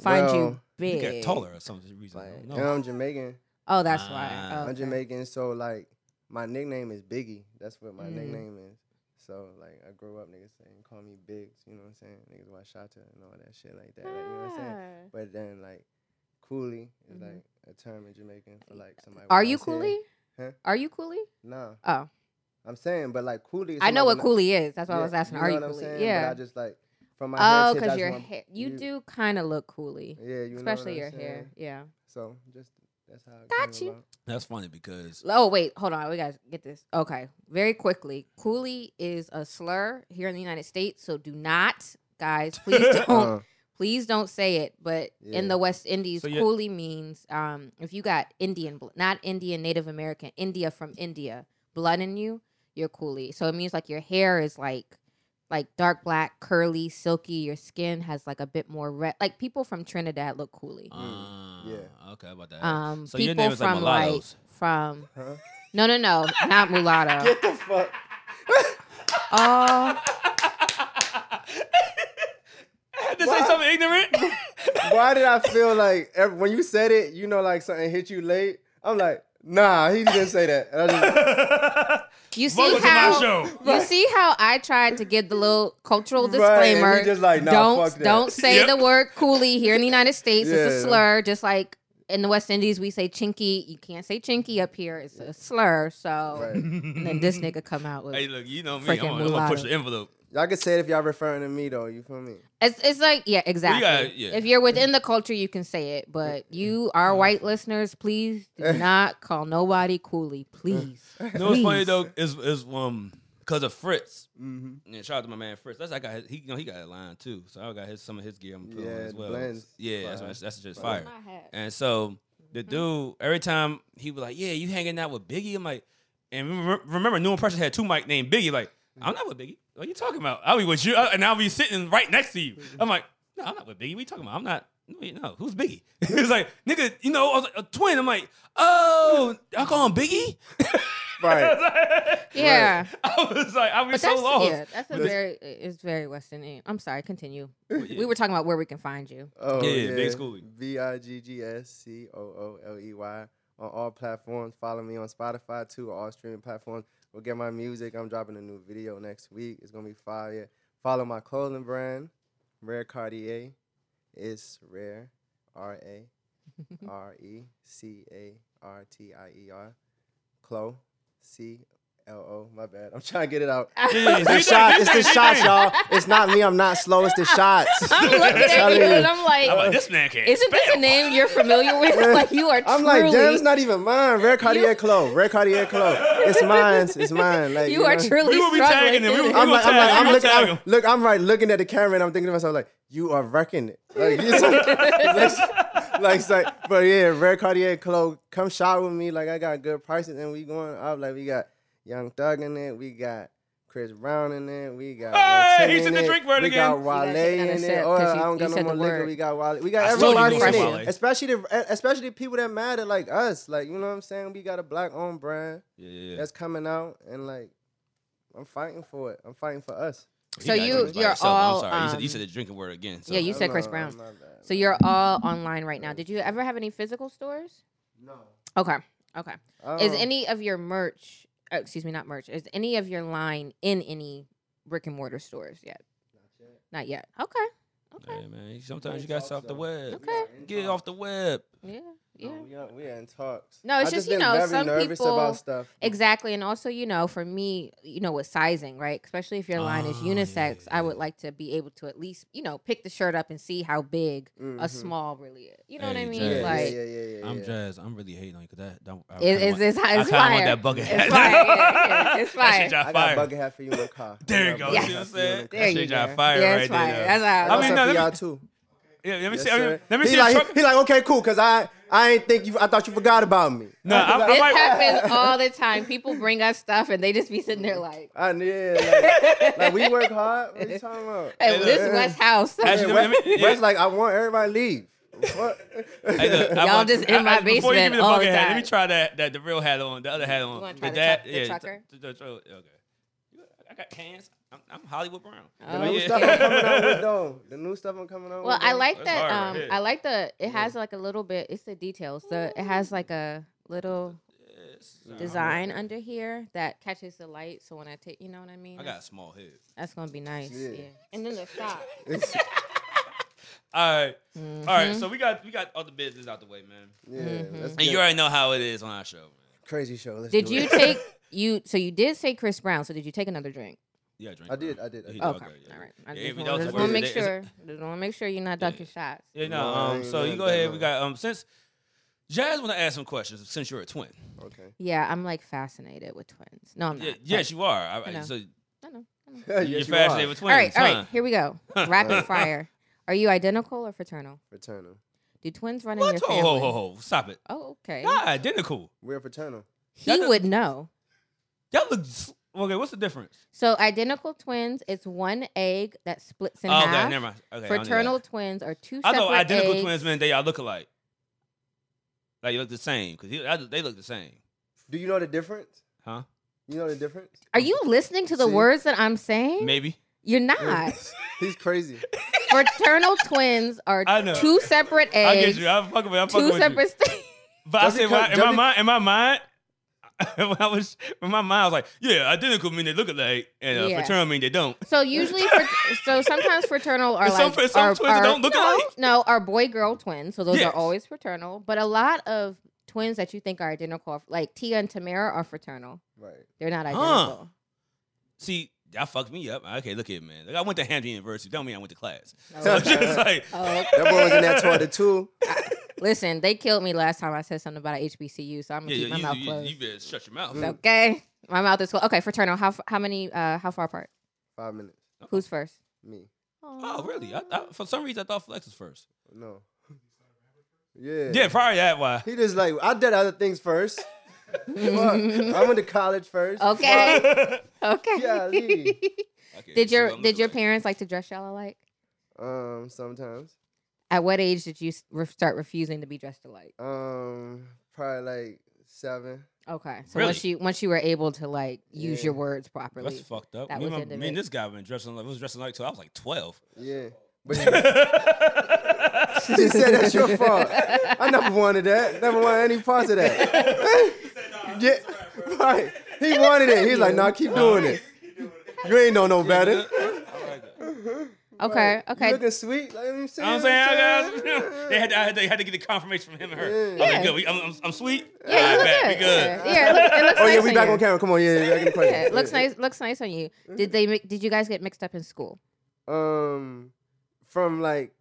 find you
Well,
He
big.
got taller or some reason. I
Like,
don't
and
know.
I'm Um, Jamaican.
Oh, that's
Ah.
why. Oh,
I'm
okay.
Jamaican, so like My nickname is Biggie. That's what my
Mm.
nickname is. So like I grew up, niggas saying call me Biggs. You know what I'm saying? Niggas watch Shata and all that shit like that. Like, you know what I'm saying? But then like coolie is
Mhm.
like a term in Jamaican for like somebody.
Ah. Are
with
you
nice hair.
coolie?
Huh?
Are you coolie?
Nah,
Oh,
I'm saying, but like coolie. Is
I know
somebody
what
with ni-
coolie is. That's why I
Yeah,
was asking.
you
Are
know
you
what I'm saying?
coolie?
But
Yeah.
I just like from my
Oh,
heritage, I
because
just
your
want-
hair, you,
you-
do kind of look coolie,
Yeah, you
especially
know
your
what I'm
hair.
saying?
Yeah.
So just that's how. It
Got
came
you.
about.
That's funny because
Oh wait, hold on. We gotta get this. Okay, very quickly. Coolie is a slur here in the United States, so do not, guys. Please don't.
Uh,
please don't say it. But in
Yeah.
the West Indies,
So you're-
coolie means um, if you got Indian, bl- not Indian, Native American, India from India blood in you, you're coolie. So it means like your hair is like like dark black, curly, silky. Your skin has like a bit more red. Like people from Trinidad look coolie.
uh,
Mm, yeah.
Okay, about that.
Um,
so
people
your name is like
from like
mulattoes.
from
huh?
no, no, no, not mulatto.
Get the fuck.
Oh,
I had to say
Why?
something ignorant.
Why did I feel like ev when you said it, you know, like something hit you late? I'm like, nah, he didn't say that. And I just-
you see
Welcome to my
how
show.
you see how I tried to give the little cultural
Right, and
disclaimer.
he just like, nah,
don't
fuck that.
don't say
Yep.
the word coolie here in the United States. It's a
Yeah.
slur, just like in the West Indies we say chinky. You can't say chinky up here. It's a slur. So
Right.
and then this nigga come out with
Hey, look, you know me. I'm
Freaking
gonna, I'm gonna push
mulatto.
the envelope.
Y'all can say it if y'all referring to me though. You feel me?
It's, it's like yeah, exactly.
gotta- yeah.
If you're within the culture, you can say it. But you, our white listeners, please do not call nobody coolie. Please.
You know what's funny
Please.
though is is um because of Fritz.
Mm-hmm.
Yeah, shout out to my man Fritz. That's I got his, he you know he got a line too. So I got his some of his gear I'm gonna put on
Yeah,
as
the
well.
blends.
Yeah, that's,
Fire.
that's- that's just
Fire.
fire. And so the
Mm-hmm.
dude every time he was like, "Yeah, you hanging out with Biggie?" I'm like, and remember, remember New Impression had two mic named Biggie. Like,
Mm-hmm.
I'm not with Biggie. What are you talking about? I'll be with you, and I'll be sitting right next to you.
Mm-hmm.
I'm like, no, I'm not with Biggie. What you talking about? I'm not. No, you- no. who's Biggie? he was like, nigga, you know, I was like, a twin. I'm like, oh, I call him Biggie.
Right.
Yeah.
I was like, I was
But
so
that's
lost.
yeah, that's a
But-
very it's very Western. Indian. I'm sorry, continue.
yeah.
We were talking about where we can find you.
Oh,
Yeah, yeah, Big Schoolie.
V I G G S C O O L E Y on all platforms. Follow me on Spotify too, all streaming platforms. Go get my music. I'm dropping a new video next week. It's gonna be fire. Follow my clothing brand, Rare Cartier. It's Rare, R A R E C A R T I E R. Clo, C L O. My bad. I'm trying to get it out.
Yeah, yeah,
It's the
yeah.
shot. It's the shots, y'all. It's not me. I'm not slow. It's the shots.
I'm looking at
Telling
you
you.
and I'm like,
I'm like, this man can't.
isn't this a name you're familiar with? like you are
I'm
truly,
like, damn, it's not even mine. Rare Cartier Clo. Rare Cartier Clo. It's mine. It's mine. Like
you are
know?
truly
We will be
struggling.
tagging it. We
through
will-
this.
I'm like, I'm like,
tag him. We gonna tag
I'm looking, I'm,
him.
look, I'm right looking at the camera and I'm thinking to myself, like, you are wrecking it. Like, it's like, it's like, like, it's like- but yeah, Rare Cartier Clo, come shop with me. Like, I got good prices and we going up. Like, we got Young Thug in it. We got Chris Brown in it. We got.
Hey,
Rotin
he's in the
it.
drink word
we
again.
You gotta
got Wale
take another
in
sip,
it. Oh,
'cause
I
you-
don't
you
got no
said
more
the
liquor.
word.
We got Wale. We
I
got
told you
everybody
he was
in
from
Wale.
it. Especially the e, especially the people that matter like us. Like, you know what I'm saying? We got a black owned brand
Yeah, yeah, yeah.
that's coming out and like I'm fighting for it. I'm fighting for us.
He
So
got
you-
drinks by
you're
himself.
all,
I'm sorry. you, said, you
um,
said the drinking word again. So.
yeah, you said Chris
I'm
Brown.
not bad.
So you're all online right now. Did you ever have any physical stores?
no.
Okay, okay.
Um,
Is any of your merch? Oh, excuse me, not merch. Is any of your line in any brick and mortar stores yet? Not yet. Okay. Okay.
Hey, man. Sometimes you got to off the web.
Okay.
Get it off the web.
Yeah. Yeah.
No, we, are, we are in talks.
No, it's
I've
just,
been
you know,
very
some
nervous
people-
about stuff.
Exactly. And also, you know, for me, you know, with sizing, right? Especially if your line is
Oh, yeah,
unisex, I would
yeah.
like to be able to at least, you know, pick the shirt up and see how big a
Mm-hmm.
Mhm.
small really is. You know what
Hey,
I mean?
Yeah,
Yeah, yeah,
Like,
yeah, yeah, yeah,
I'm
yeah.
jazzed. I'm really hating on you because that don't. I
it-
kinda
it's,
want-
it's, it's,
I kind of want
fire.
that bucket hat.
It's fire. Yeah, yeah, It's
That
fire.
shit got
I got a
fire.
bucket hat for you in the car.
There you
I got
go.
a
You
Yes.
bucket
see what I'm
hat for you in
There you
saying? That
the car.
shit got
go.
fire
Yeah,
right
it's fire.
there.
That's how I
I
was.
mean,
What's
no,
up for
let
y'all
me,
too?
yeah, let me
Yes,
see. Let me,
sir.
let me
he
see a
like,
truck.
He like, okay, cool, cause I, I ain't think you. I thought you forgot about me.
No, I'm,
This
I'm like,
happens all the time. People bring us stuff and they just be sitting there like,
I yeah, like, like we work hard. What are you talking about?
hey,
look.
this West House.
Actually,
Yeah,
let me- let
Wes,
me- yeah.
Wes like, I want everybody to leave. What?
Hey, look, I
Y'all
want-
just in
I-
my
I- Before you give
basement
me the
all
bucket
the
hat,
time.
let me try that that the real hat on, the other hat on.
wanna
But
try the
that,
truck- the
yeah,
trucker?
the- the truck- okay. I got cans. I'm, I'm Hollywood Brown.
Oh,
the new
yeah.
stuff I'm coming out with though. The new stuff I'm coming out
Well,
with.
I
though.
like
That's
that.
hard right
um,
here.
I like the. It
Yeah.
has like a little bit. It's the details. The it has like a little.
Yeah, That's
design under here that catches the light. So when I take, you know what I mean?
I got a small head.
That's gonna be nice.
Yeah.
Yeah. And then the sock.
It's-
All right.
Mhm.
All right. So we got we got all the business out the way, man.
yeah,
Mhm.
let's
And you
get-
already know how it is on our show. Man.
crazy show. Let's
did
do
you
it.
take you? So you did say Chris Brown. So did you take another drink?
Yeah, drink.
I did,
bro.
I did, I
He
did.
dog
okay.
great, yeah.
All right. I
Yeah,
just
but
wanna-
that
just
was
want to
worth it.
make
It's-
sure. Just want to make sure you're not ducking shots.
Yeah, no. Um,
Right,
so you
right,
go ahead.
right.
We got um since Jazz want to ask some questions since you're a twin.
Okay.
Yeah, I'm like fascinated with twins. No, I'm not.
Yeah,
but-
yes, you are. I,
I know.
so
I know. I know.
yes,
you're
you
fascinated
are.
with
All
twins.
right, all
huh?
right. Here we go. Rapid
Alright.
fire. Are you identical or fraternal?
Fraternal.
Do twins run in
What?
your
Oh,
family?
ho, ho, ho. stop it.
Oh, okay.
Not identical.
We're fraternal.
He
That-
would know.
Y'all look. s- Okay, what's the difference?
So identical twins, it's one egg that splits in
oh, okay,
half.
never mind. Okay, I don't need that.
Fraternal twins are two
I
separate
know identical
eggs.
twins, man. They all look alike. Like you look the same because they look the same,
Do you know the difference?
huh?
You know the difference?
Are you listening to the
See?
words that I'm saying?
Maybe.
You're not.
He's crazy.
Fraternal twins are
I know.
two separate
I get
eggs,
you. I'm fucking with. I'm fucking
two
with you.
separate. St-
But
Does
I
it
said
come-
why- in
does
my
it-
mind, in my mind, when I was in my mind, I was like, yeah, identical mean they look alike, and uh,
Yeah.
fraternal mean they don't.
so usually, frat- so sometimes fraternal are
And some-
like
and some
are,
twins
are-
don't look
no,
alike.
No, are boy girl twins, so those
Yes.
are always fraternal. But a lot of twins that you think are identical, are- like Tia and Tamara, are fraternal.
Right.
They're not
Huh.
identical.
See, y'all fucked me up. Okay, look at it, man. Like I went to Hampton University. Don't mean I went to class. So it's
Oh,
just like,
oh,
That boy was in that 12 to 2.
listen, they killed me last time I said something about a HBCU, so I'm gonna
yeah,
keep my
yeah,
mouth
you, you,
closed.
you better shut your mouth.
Mm.
Okay, my mouth is closed. Okay, fraternal. How f- how many? Uh, how far apart?
Five minutes.
Who's first?
Me.
Oh, really? I, I, for some reason, I thought Flex was first.
No. Yeah.
Yeah, probably that why.
He just like, I did other things first. Fuck. I went to college first.
Okay.
Fuck.
okay.
Golly.
Okay,
did
so
your
I'm
did your
looking like-
parents like to dress y'all alike?
Um, sometimes.
At what age did you s- re- start refusing to be dressed alike?
Um, probably like seven.
Okay, so
Really?
once you once you were able to like use
Yeah.
your words properly,
That's fucked up.
That
me, and
was
my-
the
me
debate.
and this guy been dressing like was dressing like till I was like twelve.
Yeah. But you she said that's your fault. I never wanted that. Never wanted any part of that. yeah. Right. He wanted it. He's like, nah, keep doing it. You ain't know no better.
okay,
You
okay,
looking sweet. Like, you know what I'm saying.
I'm saying, guys, they had to, I had to, had to get the confirmation from him and her.
Yeah.
Okay, good. We, I'm, I'm, I'm sweet.
yeah, you
All
look
right, bet.
good.
We good.
Yeah, yeah, it, look, it looks
Oh
nice
yeah, we
on
back
you.
on camera. Come on, yeah, yeah. Back in the question.
Yeah, it looks nice. Looks nice on you.
Mm-hmm.
Did they mi- did you guys get mixed up in school?
Um, from like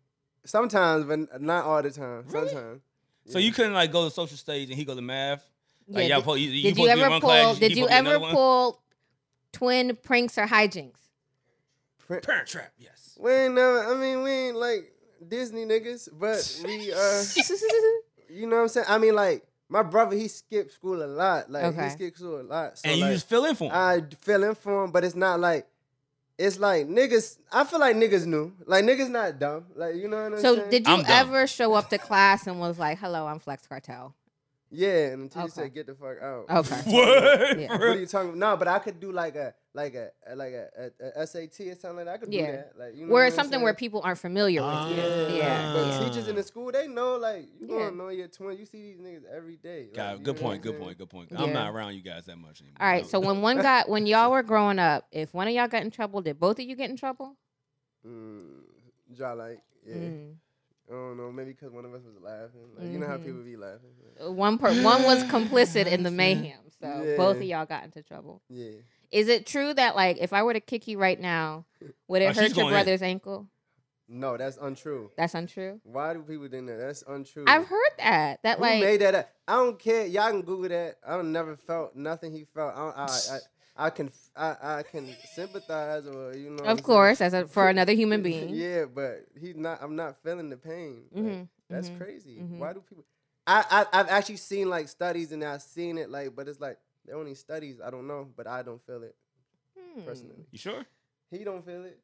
sometimes, but not all the time.
Really?
Sometimes.
So you couldn't like go to social stage and he go to math. Like,
Yeah,
y'all po- you, you
Did you,
supposed to be in
ever
one
pull?
class,
did
he
you
supposed to be in
ever
another one?
pull twin pranks or hijinks?
Parent trap. Yes.
We ain't never. I mean, we ain't like Disney niggas, but we uh, you know what I'm saying. I mean, like my brother, he skipped school a lot. Like
Okay.
he skipped school a lot. So
and you
like, uh,
just fill in for him.
I feel in for him, but it's not like. It's like niggas. I feel like niggas knew. Like niggas not dumb. Like you know what I'm saying.
so did you
I'm dumb.
ever show up to class and was like, "Hello, I'm Flex Cartel"?
Yeah, and until you
Okay. Oh,
said get the fuck out.
Okay.
Word.
Yeah.
for
What
real.
are you talking? No, but I could do like a like a like a, a, a SAT or something like that. I could
Yeah.
do that. Like you know
Where
what
it's
I'm
something where
saying?
people aren't familiar with you.
Ah.
Yeah.
But
yeah.
teachers in the school, they know like you
Yeah.
don't know your twin. You see these niggas every day. Like,
God,
you
good
know what
point.
I'm
Good
saying?
point. Good point.
Yeah.
I'm not around you guys that much anymore.
All right. So when one got when y'all were growing up, if one of y'all got in trouble, did both of you get in trouble?
Mm, dry like yeah.
Mm.
I don't know. Maybe because one of us was laughing. Like, You know how
Mhm.
people be laughing. Like,
One per one was complicit in the mayhem, so
Yeah.
both of y'all got into trouble.
yeah.
Is it true that like if I were to kick you right now, would
Oh,
it
she's
hurt
going
your
in.
brother's ankle?
No, that's untrue.
That's untrue.
Why do people think that? That's untrue.
I've heard that. That
Who
like
made that up? I don't care. Y'all can Google that. I don't never felt nothing he felt. I don't, I, I, I can I, I can sympathize or you know. what I'm
of
saying?
course, as a, for another human being.
Yeah, but he's not. I'm not feeling the pain. Like,
Mhm,
That's
mhm,
crazy.
mhm.
Why do people? I, I I've actually seen like studies and I've seen it like, but it's like they're only studies. I don't know, but I don't feel it
Hmm.
personally.
you sure?
He don't feel it.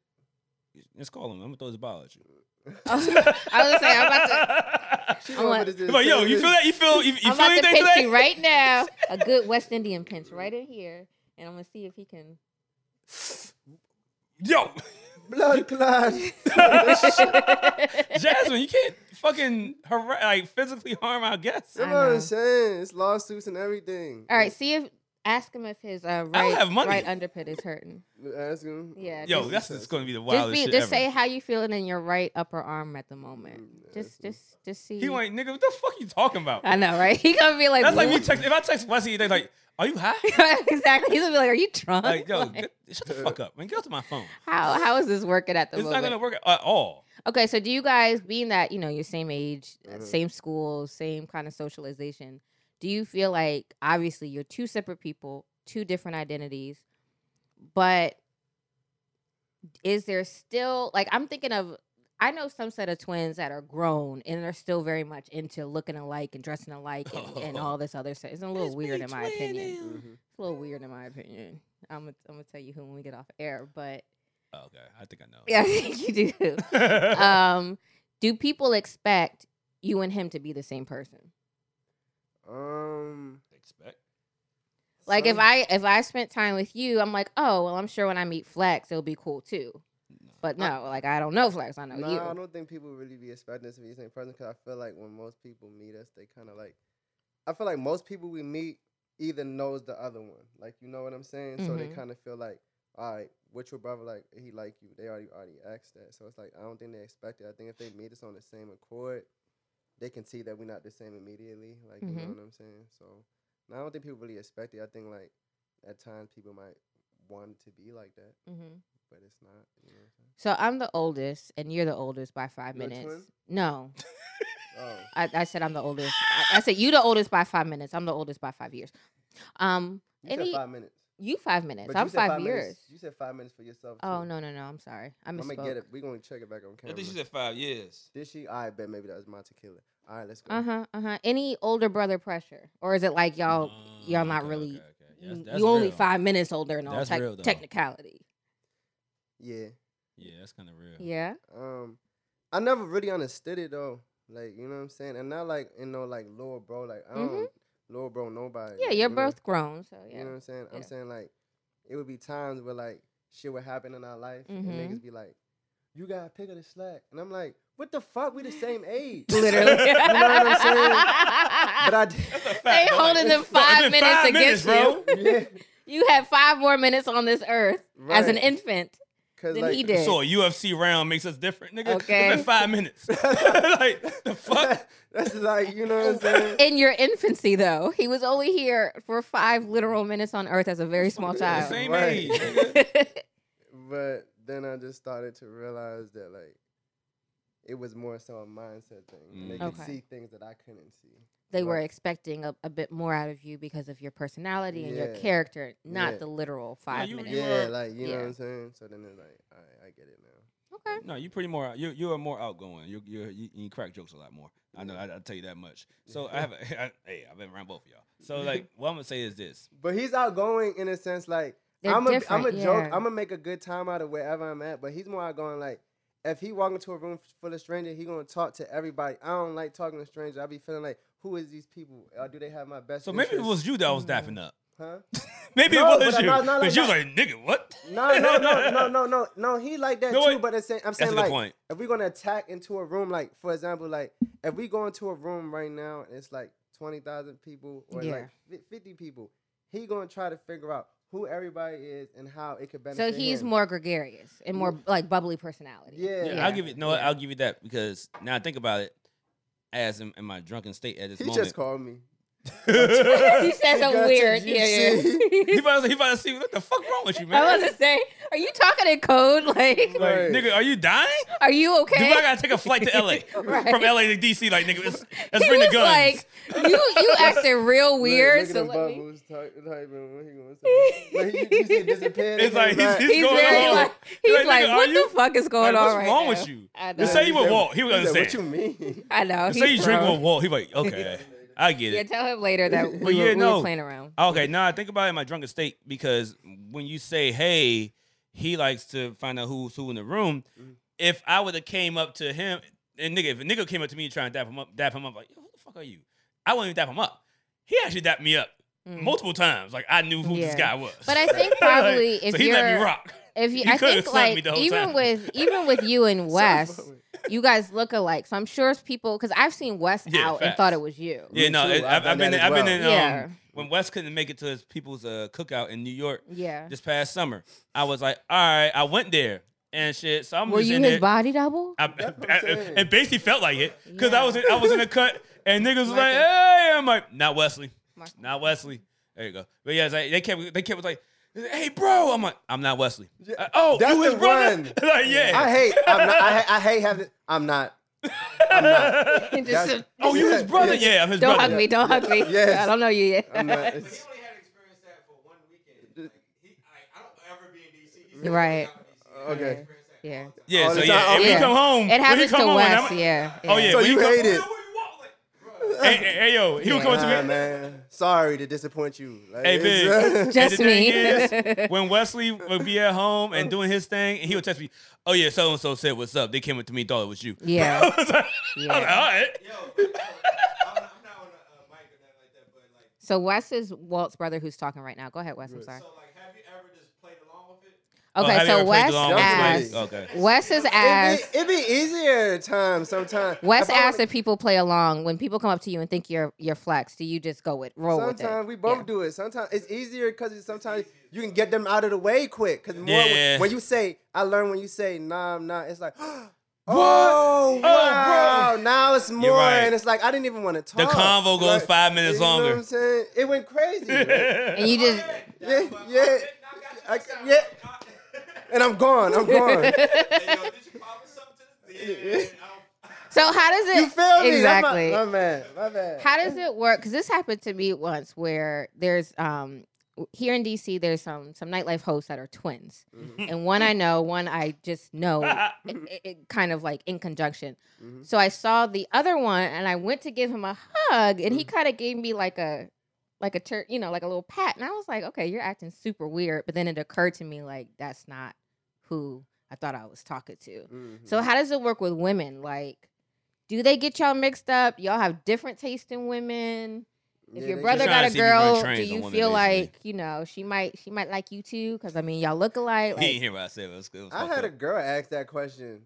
Let's call him. I'm gonna throw his ball at you.
I was gonna say I'm about to
She
I'm
over
like-
this is-
But yo, you feel that? You feel? You, you
I'm about
feel
to
anything
pinch
today?
you right now. A good West Indian pinch right in here. And I'm gonna see if he can
Yo,
Blood clot.
Jasmine, you can't fucking har- like physically harm our guests.
I
That's what
know.
I'm saying. It's lawsuits and everything.
All right, see if ask him if his uh, right
have money.
right underpit is hurting.
Ask him.
Yeah.
Yo,
just,
that's just gonna be the
just
wildest
be
shit
just
ever.
say how you feeling in your right upper arm at the moment.
Mm,
Just
that's-
just just see.
he like, nigga, what the fuck you talking about?
I know, right? He gonna be like,
That's like me
"What?"
text. If I text Wesley, they like, "Are you high?"
exactly. He's gonna be like, are you drunk?
Like, yo,
Like,
get, shut the fuck up, man. Get off to my phone.
how how is this working at the
It's not
moment?
gonna work at all.
Okay, so do you guys, being that you know you're same age, uh,
Mhm.
same school, same kind of socialization, do you feel like obviously you're two separate people, two different identities, but is there still like I'm thinking of? I know some set of twins that are grown and they're still very much into looking alike and dressing alike and, and all this other stuff. It's a little weird in my opinion.
Mhm.
It's a little weird in my opinion. I'm gonna I'm gonna tell you who when we get off air, but
Oh, okay, I think I know.
yeah, I think you do um, do people expect you and him to be the same person?
Um.
Expect.
Like if
some-
I if I spent time with you, I'm like, oh well, I'm sure when I meet Flex, it'll be cool too. But no, like I don't know Flex, I know
Uh, Nah,
you.
I don't think people really be expecting us to be the same person because I feel like when most people meet us, they kind of like. I feel like most people we meet either knows the other one, like you know what I'm saying. So they
Mhm.
kind of feel like, all right, what's your brother like? He like you? They already already asked that, so it's like I don't think they expect it. I think if they meet us on the same accord, they can see that we're not the same immediately. Like you know
Mhm.
what I'm saying. So nah, I don't think people really expect it. I think like at times people might want to be like that,
Mhm.
but it's not. You know what
So I'm the oldest, and you're the oldest by 5
You a
minutes.
twin?
No,
I'm saying? Oh.
I, I said I'm the oldest. I, I said you the oldest by five minutes. I'm the oldest by five years. Um,
You
any
said five minutes.
you five minutes.
But
I'm
you said
five, years.
minutes- you said five minutes for yourself.
oh
too.
no no no! I'm sorry. I
I'm
misspoke.
gonna get it. We're gonna check it back on
I
camera.
think she said five years.
Did she? I bet maybe that was my tequila. All right, let's go.
Uh huh. Uh huh. Any older brother pressure, or is it like y'all y'all not
Oh, okay,
really?
okay, okay. Yeah, that's-
you-
that's
Mm, you only
real.
five minutes older and all
That's
tec-
real, though.
technicality.
Yeah.
Yeah, that's kind of real.
Yeah.
Um, I never really understood it though. Like you know what I'm saying, and not like you know like lower bro. Like I
Mhm.
don't lower bro nobody.
Yeah,
like,
you're
you know?
both grown, so yeah.
You know what I'm saying? I'm
Yeah.
saying like it would be times where like shit would happen in our life and
Mhm.
niggas be like, You gotta pick up the slack. And I'm like, what the fuck? We the same age.
Literally.
You know
what I'm but I did
That's a fact.
They
though,
holding them
it's- no, it's
five
been
minutes against
bro.
yeah,
you had five more minutes on this earth as an
Right.
infant
Cause
than
like,
he did.
So a UFC round makes us different, nigga.
Okay.
It's been five minutes. like the fuck.
That's like, you know what I'm saying?
In your infancy, though, he was only here for five literal minutes on earth as a very small
The
child.
same
Right.
age. Nigga.
But then I just started to realize that like it was more so a mindset thing. and They
Mm.
Okay.
could see things that I couldn't see.
they were
Right.
expecting a, a bit more out of you because of your personality and your
Yeah.
character, not
Yeah.
the literal five
you-
minutes.
you
Yeah,
are-
like you know
yeah.
what I'm saying? So then it's like, all right, I get it now.
Okay.
No, you pretty more. You you are more outgoing. You you you, you crack jokes a lot more. I know. I, I tell you that much. So I have. A, I, hey, I've been around both of y'all. So like, what I'm gonna say is this.
But he's outgoing in a sense like
They're
I'm a, I'm
different,
a joke.
yeah.
I'm gonna make a good time out of wherever I'm at. But he's more outgoing. Like if he walk into a room full of strangers, he gonna talk to everybody. I don't like talking to strangers. I be feeling like, who is these people? Or do they have my best?
So maybe it
interest?
was you that was
Mm.
dapping up.
huh?
Maybe
No,
it was
but
you.
not- not
but
like
you was like, nigga, what?
No, no, no, no, no, no, no. He like that
No,
too.
wait.
But it's saying, I'm
That's
saying
a good
like
point.
if we're gonna attack into a room, like for example, like if we go into a room right now and it's like twenty thousand people or
Yeah.
like fi- fifty people, he gonna try to figure out who everybody is and how it could benefit.
So he's
him.
more gregarious and more like bubbly personality.
Yeah.
Yeah, I'll give you. No, I'll give you that because now I think about it. As in, in my drunken state at this
He
moment.
just called me.
he says
got
a
to
weird. Yeah,
he
yeah.
about to, he about to see what the fuck wrong with you, man.
I was to say, are you talking in code? Like,
Like,
Right.
nigga, are you dying?
are you okay?
Do I gotta take a flight to LA?
Right.
From LA to DC, like nigga, let's, let's
he
bring
was
the guns.
like, you you acting real weird.
Look,
so
look at
let
them
me,
bubbles type, typing what he gonna say. like, he, you see it disappear.
It's like, he's- he's
he's
going
very
on?
like he's
Like,
like,
nigga, are
what
you-
the fuck is going
like,
on
what's
right
wrong
now?
with you?
I know.
You say you
He
would
said-
walk. He was
He
gonna
said,
say.
What you mean?
I know.
Say you
Oh, he's
drink
grown.
with Walt. He like, okay, I get
Yeah,
it.
tell him later that we,
But
were,
yeah,
we were
no.
playing around.
Okay, now I think about it in my drunken state because when you say, "Hey," he likes to find out who's who in the room.
Mhm.
If I would have came up to him and nigga, if a nigga came up to me trying to dap him up, dap him up, like, Yo, "Who the fuck are you?" I wouldn't even dap him up. He actually dapped me up
Mm.
multiple times. Like I knew who
Yeah.
this guy was.
But I think
Like,
probably if
so he
you're
let me rock.
if you,
You
I
could've
think
snubbed me
like
the whole
even
time.
with even with you and Wes,
funny.
you guys look alike. So I'm sure it's people because I've seen Wes
Yeah,
out and
facts.
thought it was you.
Yeah,
Me
no,
too.
it, I've,
I've
I've
done
been,
that
I've
as
been
well.
in um,
Yeah.
when Wes couldn't make it to his people's uh, cookout in New York
Yeah.
this past summer. I was like, all right, I went there and shit. So I'm
Were
just
you
in
his
there.
body double?
I,
what I'm saying.
it basically felt like it because
Yeah.
I was in, I was in a cut and niggas was like,
Marcus.
hey, I'm like, not Wesley,
Marcus.
not Wesley. There you go. But yeah, it's like, they kept they kept was like, hey, bro, I'm like, I'm not Wesley. Uh, oh,
That's
you his
the
brother?
one.
like, yeah.
I hate. I'm not, I, ha- I hate having. I'm not. I'm not.
Just-
oh, you his brother? Yeah, I'm his
don't
brother.
hug me. Don't hug me.
Yes.
I don't know you yet.
I'm not. It's,
He only had experience that for one weekend. Like, he, I, I don't ever be in DC. He's
Right.
okay.
Yeah.
Yeah,
All
so
the
yeah,
time.
and
Yeah.
we come home.
It
when he
happens
come
to
home, and
Wes.
I'm-
yeah,
Oh yeah,
yeah.
So
when he
you
come-
hate it.
Hey, hey, hey, yo, he was coming
Nah,
to me.
man. Sorry to disappoint you. Like,
Hey,
it's-
big.
Just
and the thing
me.
is, when Wesley would be at home and doing his thing, and he would text me, "Oh yeah, so and so said what's up." They came up to me, and thought it was you.
Yeah.
I was like, all
Yeah.
right.
Yo, yo, I'm, I'm not on a uh, mic or nothing like that, but like,
So Wes is Walt's brother who's talking right now. Go ahead, Wes. I'm sorry.
so like, have you ever just played along with it?
Oh,
Okay,
have you
so
ever played
Wes
along with
asked.
somebody? Okay.
Wes is asked.
It be, it be easier at times. Sometimes.
Wes
If I
asked if people play along when people come up to you and think you're you're flex. Do you just go with roll with it?
Sometimes we both
Yeah.
do it. Sometimes it's easier because sometimes you can get them out of the way quick. Because more
Yeah.
when you say, I learned when you say, nah, I'm not. It's like, oh, wow. Now it's more,
right.
and it's like I didn't even want to talk.
The convo goes
Like,
five minutes
you know what
longer.
I'm saying? It went crazy. yeah,
And you just
yeah, I, yeah. And I'm gone. I'm gone.
Hey, yo, did you pop something to this? Yeah, I don't.
so how does it
You feel me?
exactly?
My, my man. My man.
How does it work? Because this happened to me once, where there's um w- here in DC, there's some some nightlife hosts that are twins, and one I know, one I just know, i i- i- kind of like in conjunction. So I saw the other one, and I went to give him a hug, and he
Mm.
kind of gave me like a like a tur- you know like a little pat, and I was like, okay, you're acting super weird. But then it occurred to me like that's not who I thought I was talking to.
Mm-hmm.
Mm.
So how does it work with women? Like, do they get y'all mixed up? Y'all have different taste in women. If your brother got a
Just trying to see if you run
girl, do
trains on
you
women,
feel
basically.
like you know she might she might like you too? Because I mean, y'all look alike.
He didn't
Like,
hear what I said. but It was, it was
I
fucked
had a
up.
girl ask that question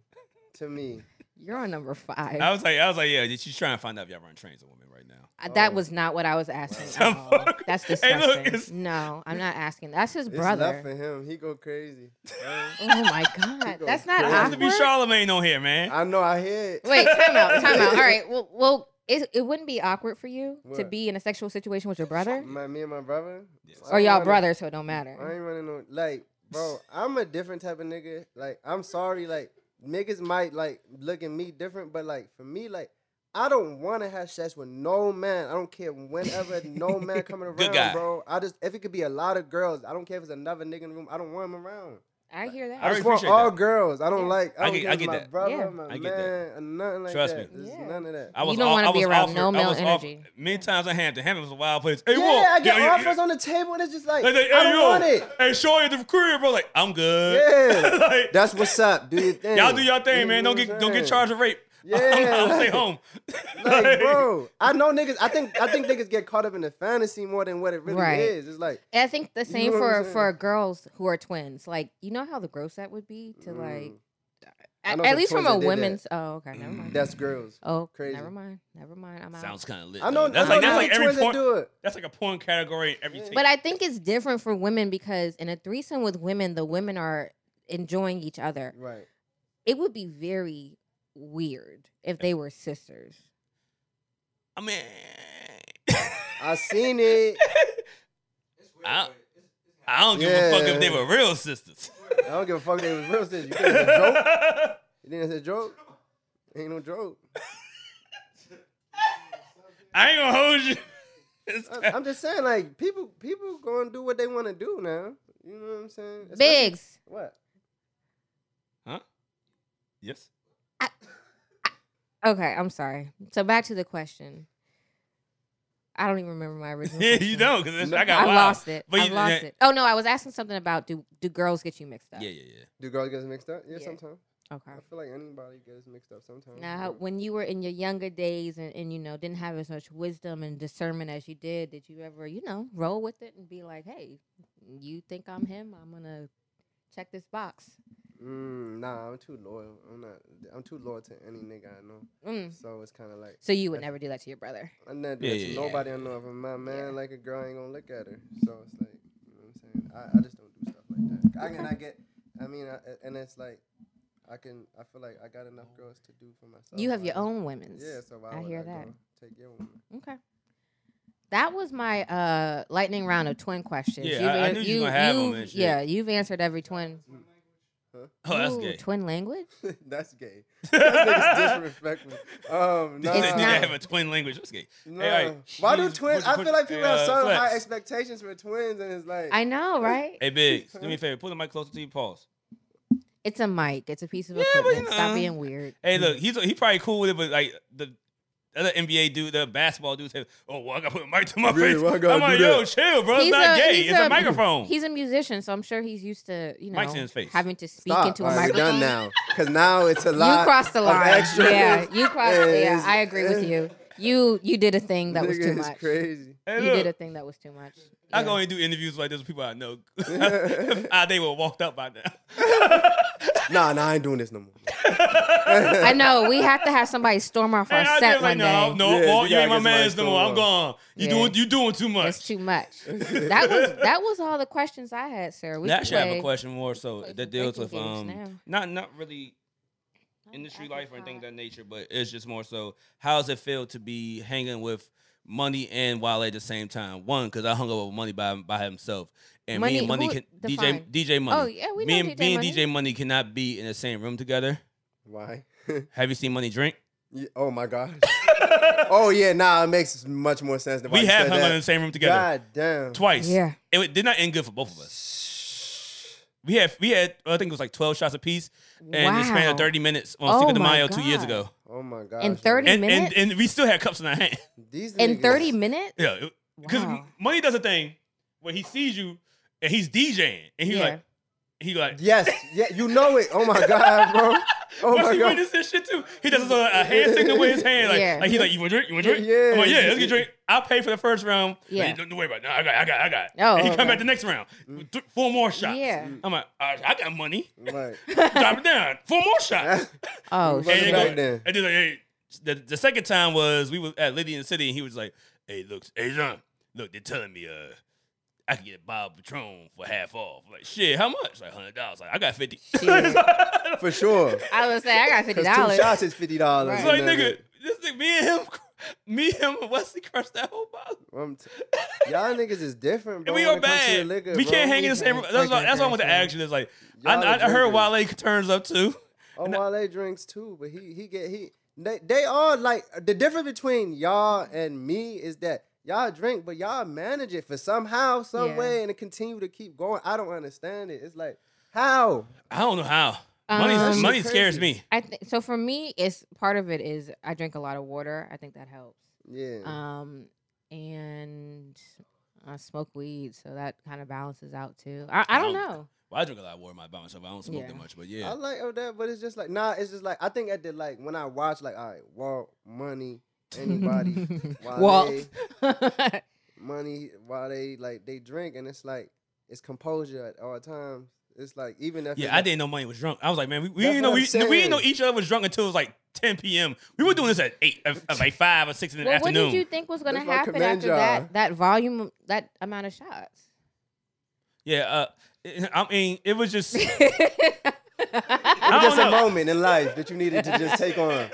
to me.
you're on number five.
I was like, I was like, yeah, she's trying to find out if y'all run trains on women right now.
Uh, that
Oh.
was not what I was asking.
Some
at all.
fuck-
That's
Hey, look,
disgusting.
it's-
no, I'm not asking. That's his
It's love
brother.
for him. He go crazy.
Oh my god,
go
that's not
crazy.
It has to be
awkward.
Charlemagne on here, man.
I know. I hear it.
Wait, time out, time out. All right, well, well, it, it wouldn't be awkward for you to
What?
be in a sexual situation with your brother.
My, me and my brother. I
or
ain't
y'all
running-
brothers, so it don't
I
matter.
ain't running no like, bro. I'm a different type of nigga. Like, I'm sorry. Like, niggas might like look at me different, but like for me, like, I don't want to have sex with no man. I don't care whenever no man coming
Good
around,
guy.
bro. I just if it could be a lot of girls, I don't care if it's another nigga in the room. I don't want him around.
I hear that.
I
I
already
just want
appreciate
all
that.
girls. I don't
Yeah.
like. I,
I
don't
get-
care
I
if it's
get
my
that.
brother,
Yeah.
my
I get that.
man, or nothing like
Trust
that.
me.
There's
Yeah.
none of that.
I
You
was
don't
off-
wanna
I
be
was
around
offered-
no
I
male
was offered-
energy.
Many times I had to Hampton was a wild place. Hey,
yeah,
Walt,
I get
yeah, yeah,
offers on the table, and it's just like
Like, like,
I
hey,
don't
yo,
want it.
Hey, Shorty at the crib, bro. Like, I'm good.
Yeah.
like,
That's what's up. Do your thing.
y'all do y'all thing, man. Don't
You
get
know what
don't
I'm
get
saying?
charged with rape.
Yeah,
I'm, I'll stay
like-
home.
Like, bro, I know niggas. I think I think niggas get caught up in the fantasy more than what it really
Right.
is. It's like
And I think the same
know what
for
I'm
for girls who are twins. Like, you know how the gross that would be to like,
Mm. I
at,
know
at
some
least from a
twins that did that.
women's. Oh, okay, never mind.
mm, that's girls.
oh,
crazy.
never mind, never mind. I'm out.
Sounds kind of lit.
I know.
though. that's
I
like
know
that's
niggas
like every
twins that
porn.
do it.
That's like a porn category in every tape.
but I think it's different for women because in a threesome with women, the women are enjoying each other.
Right.
It would be very weird if they were sisters.
I mean,
I seen it.
It's weird.
I-
but it's, it's
I don't give a fuck
Yeah.
if they were real sisters.
I don't give a fuck. if They was real shit. You think it's a joke? You think it's a joke? Ain't no joke.
I ain't gonna hold you. It's
I, I'm just saying, like people, people going to do what they want to do now. You know what I'm saying? Especially-
Biggs,
What?
Huh? Yes.
Okay, I'm sorry. So back to the question. I don't even remember my original.
Yeah, you
question.
don't because I got
I
wild.
lost it.
But
I
you-
lost
yeah.
it. Oh no, I was asking something about do do girls get you mixed up?
Yeah, yeah, yeah.
Do girls get mixed up? Yeah,
Yeah.
sometimes.
Okay.
I feel like anybody gets mixed up sometimes.
Mm-hmm.
Now,
you
how,
know.
when you were in your younger days and, and you know didn't have as much wisdom and discernment as you did, did you ever you know roll with it and be like, hey, you think I'm him? I'm gonna Check this box.
Mm, nah, I'm too loyal. I'm not. I'm too loyal to any nigga I know.
Mm.
So it's kind of like
So you would never do that to your brother.
I never
Yeah,
yeah,
yeah, yeah.
nobody I know. If my man
Yeah.
like a girl, I ain't gonna look at her. So it's like, you know what I'm saying? I, I just don't do stuff like that. I can I get. I mean, I, and it's like, I can. I feel like I got enough girls to do for myself.
You have your
Why-
own women's.
Yeah, so why
I
would
hear
I
that.
go Take your woman.
Okay. That was my uh, lightning round of twin questions.
Yeah, I- I
an-
knew you was gonna have 'em
you've-
and shit.
Yeah, you've answered every twin.
Oh, that's
Ooh,
gay.
Twin language?
That's gay. That's
This
disrespectful. Um, nah,
It's
nigga
not.
have a twin language. That's gay.
nah.
alright.
Why do
Use-
twins?
put-
I
put-
feel like people have
uh,
so high
flex.
expectations for twins, and it's like
I know, right?
Hey, Biggs, do me a favor. Pull the mic closer to your pause.
It's a mic. It's a piece of
Yeah, but
equipment.
you
Stop
know.
being weird. Mm.
Hey, look, he's he probably cool with it, but like the other NBA dude, the basketball dude said, "Oh, well, I got to put a mic to my
Yeah,
face."
why I
I'm
gotta
like,
do
"Yo,
that?"
chill, bro. It's Oh, not gay.
he's
It's a, microphone."
He's a musician, so I'm sure he's used to you know
Mic's in his face.
having to speak
stop.
into a
All right, we
microphone.
done now, because now it's a lot.
you crossed the
of
line.
extras.
Yeah, you crossed.
Yeah,
Yeah,
it's-
I agree with you. You you did a thing that was
Nigga
too
is
much.
crazy.
Hey,
You
look,
did a thing that was too much.
I
Yeah.
go and do interviews like this with people I know. Ah, they were walked out by now.
Nah, nah, I ain't doing this no more.
I know we have to have somebody storm off our
And I
set
did like,
one
no,
day.
no,
Yeah,
Walt,
you
you ain't my
gotta get
man's no
somebody
more. I'm
strong.
gone. You
Yeah.
doing, you doing too much.
That's too much. That was that was all the questions I had, sir. We
Now, I
can
should have a
play-
question more so
play some
that deals
drinking
with
games
um
now.
not not really industry life or anything of that nature, but it's just more so how does it feel to be hanging with Money and Wale at the same time? One, because I hung up with Money by by himself, and me and
Money-
Money
who-
can,
define.
DJ DJ
Oh
Money.
yeah, we
me
know DJ
and me
Money.
and DJ Money cannot be in the same room together.
Why?
Have you seen Money drink?
Yeah, oh my god. oh yeah, nah, it makes much more sense. Than why
we
you
have
said
hung out
that.
in the same room together
God damn.
twice.
Yeah.
it wa- did not end good for both of us. We had we had I think it was like twelve shots apiece, and the span
Wow.
of thirty minutes on
Oh
Cinco de
my
Mayo two years
God.
ago.
Oh my god.
In 30
and, and
minutes?
and we still had cups in our hand.
These
In
niggas-
30 minutes?
Yeah, because
Wow.
money does a thing where he sees you and he's DJing and he's
Yeah.
like, he like,
Yes. Yeah, you know it. Oh my god, bro. Oh
once
my
he
god.
witnessed this shit too, he does a, a hand signal with his hand, like,
Yeah.
like he's like, you want drink, you want drink?
Yeah.
I'm like, yeah, let's get a drink. I'll pay for the first round.
Yeah.
Yeah, don't, don't worry about it. No, I got, it, I got, it, I got. it."
Oh,
and he come
okay.
back the next round, Th- four more shots.
Yeah.
I'm like, "All right, I got money.
Like,
Drop it down, four more shots.
Oh,
And
Run it
they
shit.
back
go-
then.
and then like, hey, the, the second time was we was at Lydian City, and he was like, "Hey, look, hey John, look, they're telling me uh, I can get a Bob Patron for half off. I'm like, shit, how much? Like hundred dollars. Like, I got fifty. it's
Shit.
like,
for sure.
I was say I got fifty
Because
dollars.
two shots is fifty dollars.
Right.
nigga, this nigga, me and him, me him and Wesley crushed that whole bottle.
I'm t- y'all niggas is different, bro.
And we
when
are
it comes to
bad.
the liquor,
we
bro.
can't hang in the same room. That's why. That's why I want the action. Is like, I,
Y'all
I, I heard
drinkers.
Wale turns up too.
Oh, Wale drinks too, but he he get he they they all like the difference between y'all and me is that y'all drink, but y'all manage it for somehow, some
Yeah.
way, and it continue to keep going. I don't understand it. It's like how
I don't know how. Money,
Um,
money scares me.
I think so. For me, it's part of it is I drink a lot of water. I think that helps.
yeah.
Um, and I smoke weed, so that kind of balances out too. I, I don't
Um,
know.
Well, I drink a lot of water my- by myself. I don't smoke
Yeah.
that much, but
I
yeah.
like all that, but it's just like nah. It's just like I think at the like when I watch like all right, Walt, money, anybody, Wale,
Walt.
money, while they like they drink, and it's like it's composure at all times. It's like even if it's
Yeah, I
like-
didn't know money was drunk. I was like, man, we, we
That's
didn't know
what
we,
I'm
we didn't know
saying.
each other was drunk until it was like 10 p.m. We were doing this at eight, of, of like five or six in the
well, what
afternoon.
did you think was going to
That's my
happen
command
after
jar.
that? That volume, that amount of shots.
yeah, uh, I mean, it was just I
It was
don't
just a
know.
moment in life that you needed to just take on.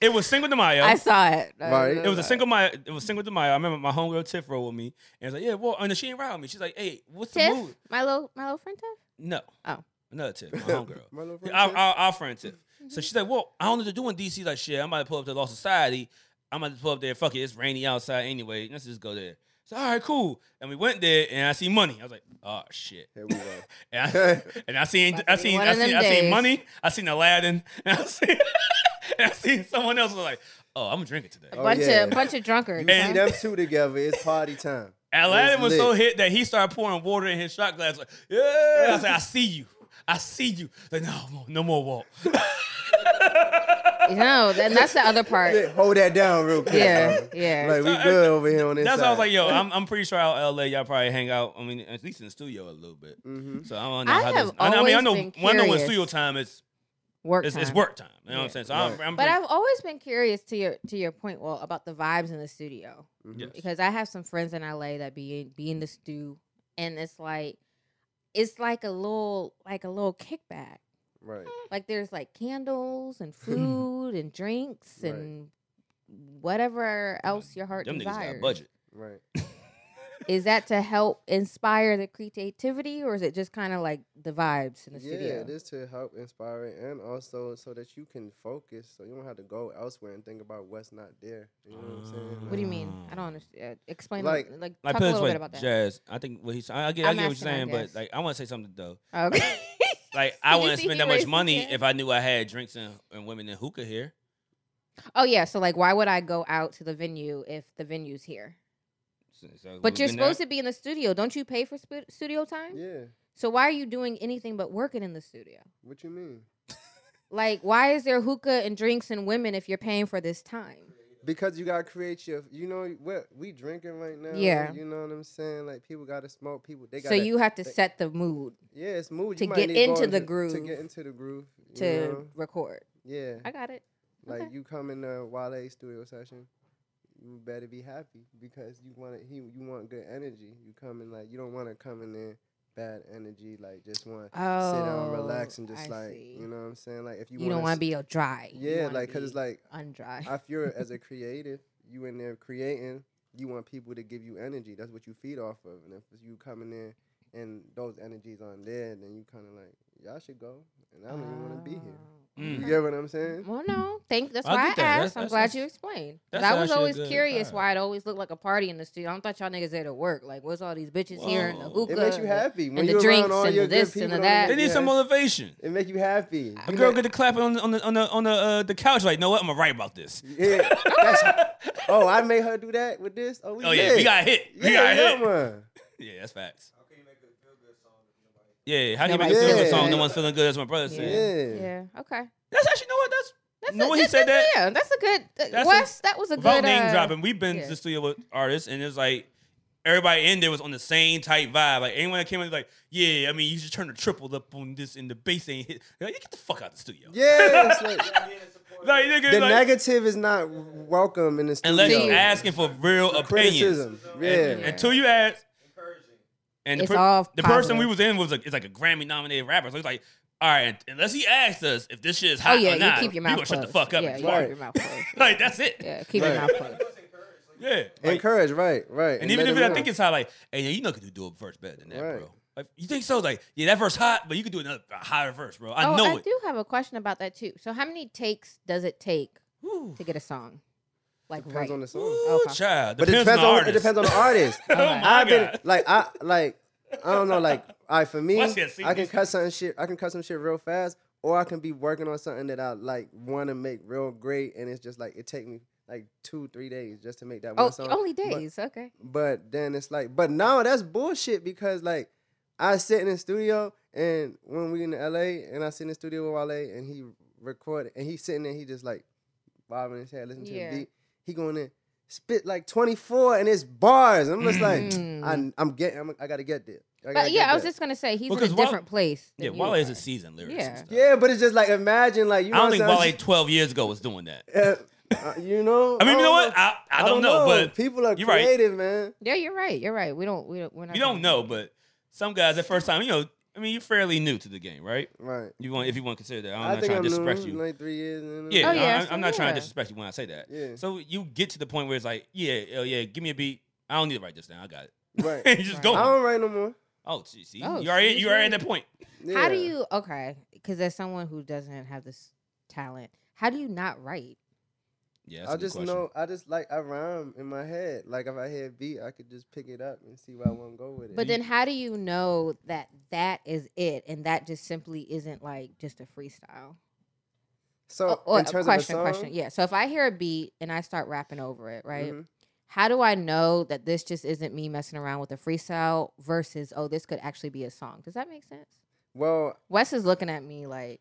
It was single de Mayo.
I saw it.
Right.
It was a single Mayo. It was single de Mayo. I remember my homegirl Tiff rolled with me, and I was like, yeah, well, and she ain't ride with me. She's like, hey, what's the
Tiff,
move?
my little, my little friend Tiff.
No.
Oh.
Another Tiff, my homegirl.
My little
Yeah,
friend
our,
Tiff?
our, our friend Tiff. So
Mm-hmm.
she's like, well, I don't know what to do in DC. Like, shit, I might pull up to Law Society. I might just pull up there. Fuck it, it's rainy outside anyway. Let's just go there. So all right, cool. And we went there, and I see money. I was like, oh shit.
Here we go.
And I, and I seen, I
Must be
seen,
one
I
of them
seen, I
days.
seen money. I seen Aladdin. And I seen, and I seen someone else. I was like, oh, I'm drinking today.
A bunch
yeah.
of, bunch of drunkards.
You
huh?
see them two together, it's party time.
Aladdin
It's
was so
lit.
hit that he started pouring water in his shot glass. Like, yeah, I said, I see you. I see you. Like, no, no more Walt.
You know, and that's the other part.
Shit, Hold that down real quick.
Yeah,
dog.
yeah.
Like we good over here on this.
That's
side.
why I was like, yo, I'm, I'm pretty sure out LA, y'all probably hang out. I mean, at least in the studio a little bit.
hmm
So I don't know
I
how
have
this. I, know, I mean, I know.
always been
well, I know when
curious.
studio time is,
Work
it's, it's
time.
work time. You know what I'm
Yeah.
saying? So I'm,
Right.
I'm
But
pretty,
I've always been curious to your to your point, well, about the vibes in the studio
mm-hmm.
yes.
because I have some friends in LA that be in, be in the stew, and it's like it's like a little like a little kickback.
Right.
Like there's like candles and food and drinks
Hmm. Right.
and whatever else your heart
them niggas
desires.
got budget.
Right.
Is that to help inspire the creativity, or is it just kind of like the vibes in the
Yeah,
studio?
this to help inspire it and also so that you can focus, so you don't have to go elsewhere and think about what's not there. You know what I'm saying?
what do you mean?
Oh.
I don't understand. Explain like
Mm. Like-
like,
Like,
talk a
put it this
little
way,
bit about that.
Jazz. I think what he's. I, I get. I
I'm
get what
asking,
you're
I
saying,
guess.
but like, I want to say something though.
Oh, Okay.
Like,
Did
I
you
wouldn't
see
spend
he
that much
raised his
money
hand?
if I knew I had drinks and, and women in hookah here.
Oh yeah, so like why would I go out to the venue if the venue's here?
So- so
But
we've
you're
been there.
supposed to be in the studio. Don't you pay for sp- studio time?
Yeah.
So why are you doing anything but working in the studio?
What you mean?
Like why is there hookah and drinks and women if you're paying for this time?
Because you gotta create your, you know what we drinking right now.
Yeah.
You know what I'm saying? Like people gotta smoke. People they
So
gotta.
you have to
they-
set the mood
yeah, it's mood.
to
you might
get
need go
into the
to
groove,
get into the groove. you
to
know?
record.
yeah,
I got it.
like
okay.
you come in the Wale studio session, you better be happy because you want to. He you want good energy. You come in like you don't want to come in there bad energy. Like just want
Oh,
sit down, relax, and just
I
like
see.
you know what I'm saying. Like if you,
You don't want to
want
be all dry. You
yeah,
wanna
like because it's
be
like
undry.
if you're as a creative, you in there creating, you want people to give you energy. That's what you feed off of. And if you come in there and those energies aren't there, then you kind of like, y'all should go. And I don't even want to be here.
Oh,
Mm.
okay.
You get what I'm saying?
Uh, Well, no, thank. That's
I
why I
get that.
asked.
That's-
I'm
that's-
glad
that's-
you explained. 'Cause
that's
I was
actually a
always
good
curious
vibe.
why it always looked like a party in the studio. I don't thought y'all niggas there to work. Like, what's all these bitches here and the
Whoa.
hookah?
It makes you
and-
happy when
and the
you
drinks
around all
and
your
the
good
this and
people.
the
on
that.
They need some
yeah,
motivation.
It make you happy.
A
You
girl
like-
get to clapping on the on the on the on the, uh, the couch. Like, no, what? I'm gonna write about this.
Yeah. That's, oh, I made her do that with this. Oh, we
Oh yeah, we
lit.
got hit.
yeah,
We got
that
hit.
one.
Yeah, that's facts.
How can you make a feel good song if nobody?
Yeah, how do you make a
Nobody
feel good
Yeah.
song? No one's feeling good. That's my brother
Yeah.
said.
Yeah.
Yeah. Okay.
That's actually you know what that's.
That's
No,
a,
when he
that's-
said
that's-
that-
Yeah, that's a good. uh,
That's a-
Wes, that was a
Without
good.
name
uh,
dropping, we've been
yeah.
to the studio with artists, and it's like everybody in there was on the same type vibe. Like anyone that came in, was like, yeah, I mean, you should turn the triple up on this, and the bass ain't hit. They're Like, get the fuck out the studio.
Yeah, it's like,
Y'all being a supporter.
Like, nigga,
the
like,
negative is not welcome in the studio.
unless
See.
you're asking for real opinions,
criticism. Yeah.
And- until you ask,
encouraging.
and the,
It's all
the person
positive.
we was in was like, it's like a Grammy nominated rapper. So it's like, all right, unless he asks us if this shit is
Oh
hot
yeah,
or not,
you keep your mouth
we gonna
closed.
shut the fuck up.
Yeah,
and
you
party.
keep your mouth closed.
like that's it.
Yeah, keep your
Right.
mouth closed.
Just encourage. Like,
Yeah. Like,
Encourage, right, right.
and even
let
if
them
I
know.
think it's hot, like, hey, you know, you could do it first better than that,
Right.
bro. Like, you think so? Like, yeah, that verse hot, but you could do another a higher verse, bro. I
oh,
know
I
it.
do have a question about that too. So, how many takes does it take
Whew.
to get a song? Like,
depends
right?
on the song.
Ooh,
Okay.
child.
but it
Depends,
depends on,
on the Oh
it depends on the artist.
Alright.
my
I've been
God.
like I like I don't know like all right for me
Once you see
I can
this-
cut some shit I can cut some shit real fast or I can be working on something that I like want to make real great and it's just like it take me like two three days just to make that one
Oh,
song.
only
But-
days. okay.
But then it's like, but no, that's bullshit because like I sit in the studio and when we in LA and I sit in the studio with Wale and he recorded and he's sitting there, he just like bobbing his head, listening
Yeah.
to the beat. He going in, spit like 24 and it's bars. I'm just like,
Mm.
I'm, I'm getting, I'm, I gotta get there. I gotta
But yeah,
get
I was
there.
just gonna say he's
Because
in a
Wale-
different place.
Yeah,
than you
Wale is a
are.
season lyrics.
Yeah.
And stuff.
Yeah, but it's just like imagine like you.
I don't
know
think
what I'm
Wale 12 years ago was doing that.
saying? Uh, uh, you know.
I mean, you know what?
don't
I, I, don't, know, but
people are
you're right.
creative, man.
Yeah, you're right. You're right. We don't. We don't. We're not
you don't
gonna-
know. But some guys, at first time, you know, I mean, you're fairly new to the game, right?
Right.
You want if you want to consider that. I'm
I
not
think
trying
I'm
to disrespect
new,
you.
Like three years. you know?
Yeah,
Oh,
I-
yeah,
I,
so
am not trying
yeah.
to disrespect you when I say that.
Yeah.
So you get to the point where it's like, yeah, oh yeah, give me a beat. I don't need to write this down. I got it.
Right.
you just
Right.
go.
I don't write no more.
oh, see, see,
Oh,
you already
see,
you already at
right.
that point.
How do
Yeah.
you? Okay, because as someone who doesn't have this talent, how do you not write?
Yeah, that's a
I
good
just
question.
know. I just like I rhyme in my head. Like if I hear a beat, I could just pick it up and see where I want to go with it.
But then, how do you know that that is it, and that just simply isn't like just a freestyle?
so
Oh, oh,
in terms
question,
of a song,
question. Yeah. So if I hear a beat and I start rapping over it, right?
mhm.
How do I know that this just isn't me messing around with a freestyle versus oh, this could actually be a song? Does that make sense?
Well,
Wes is looking at me like,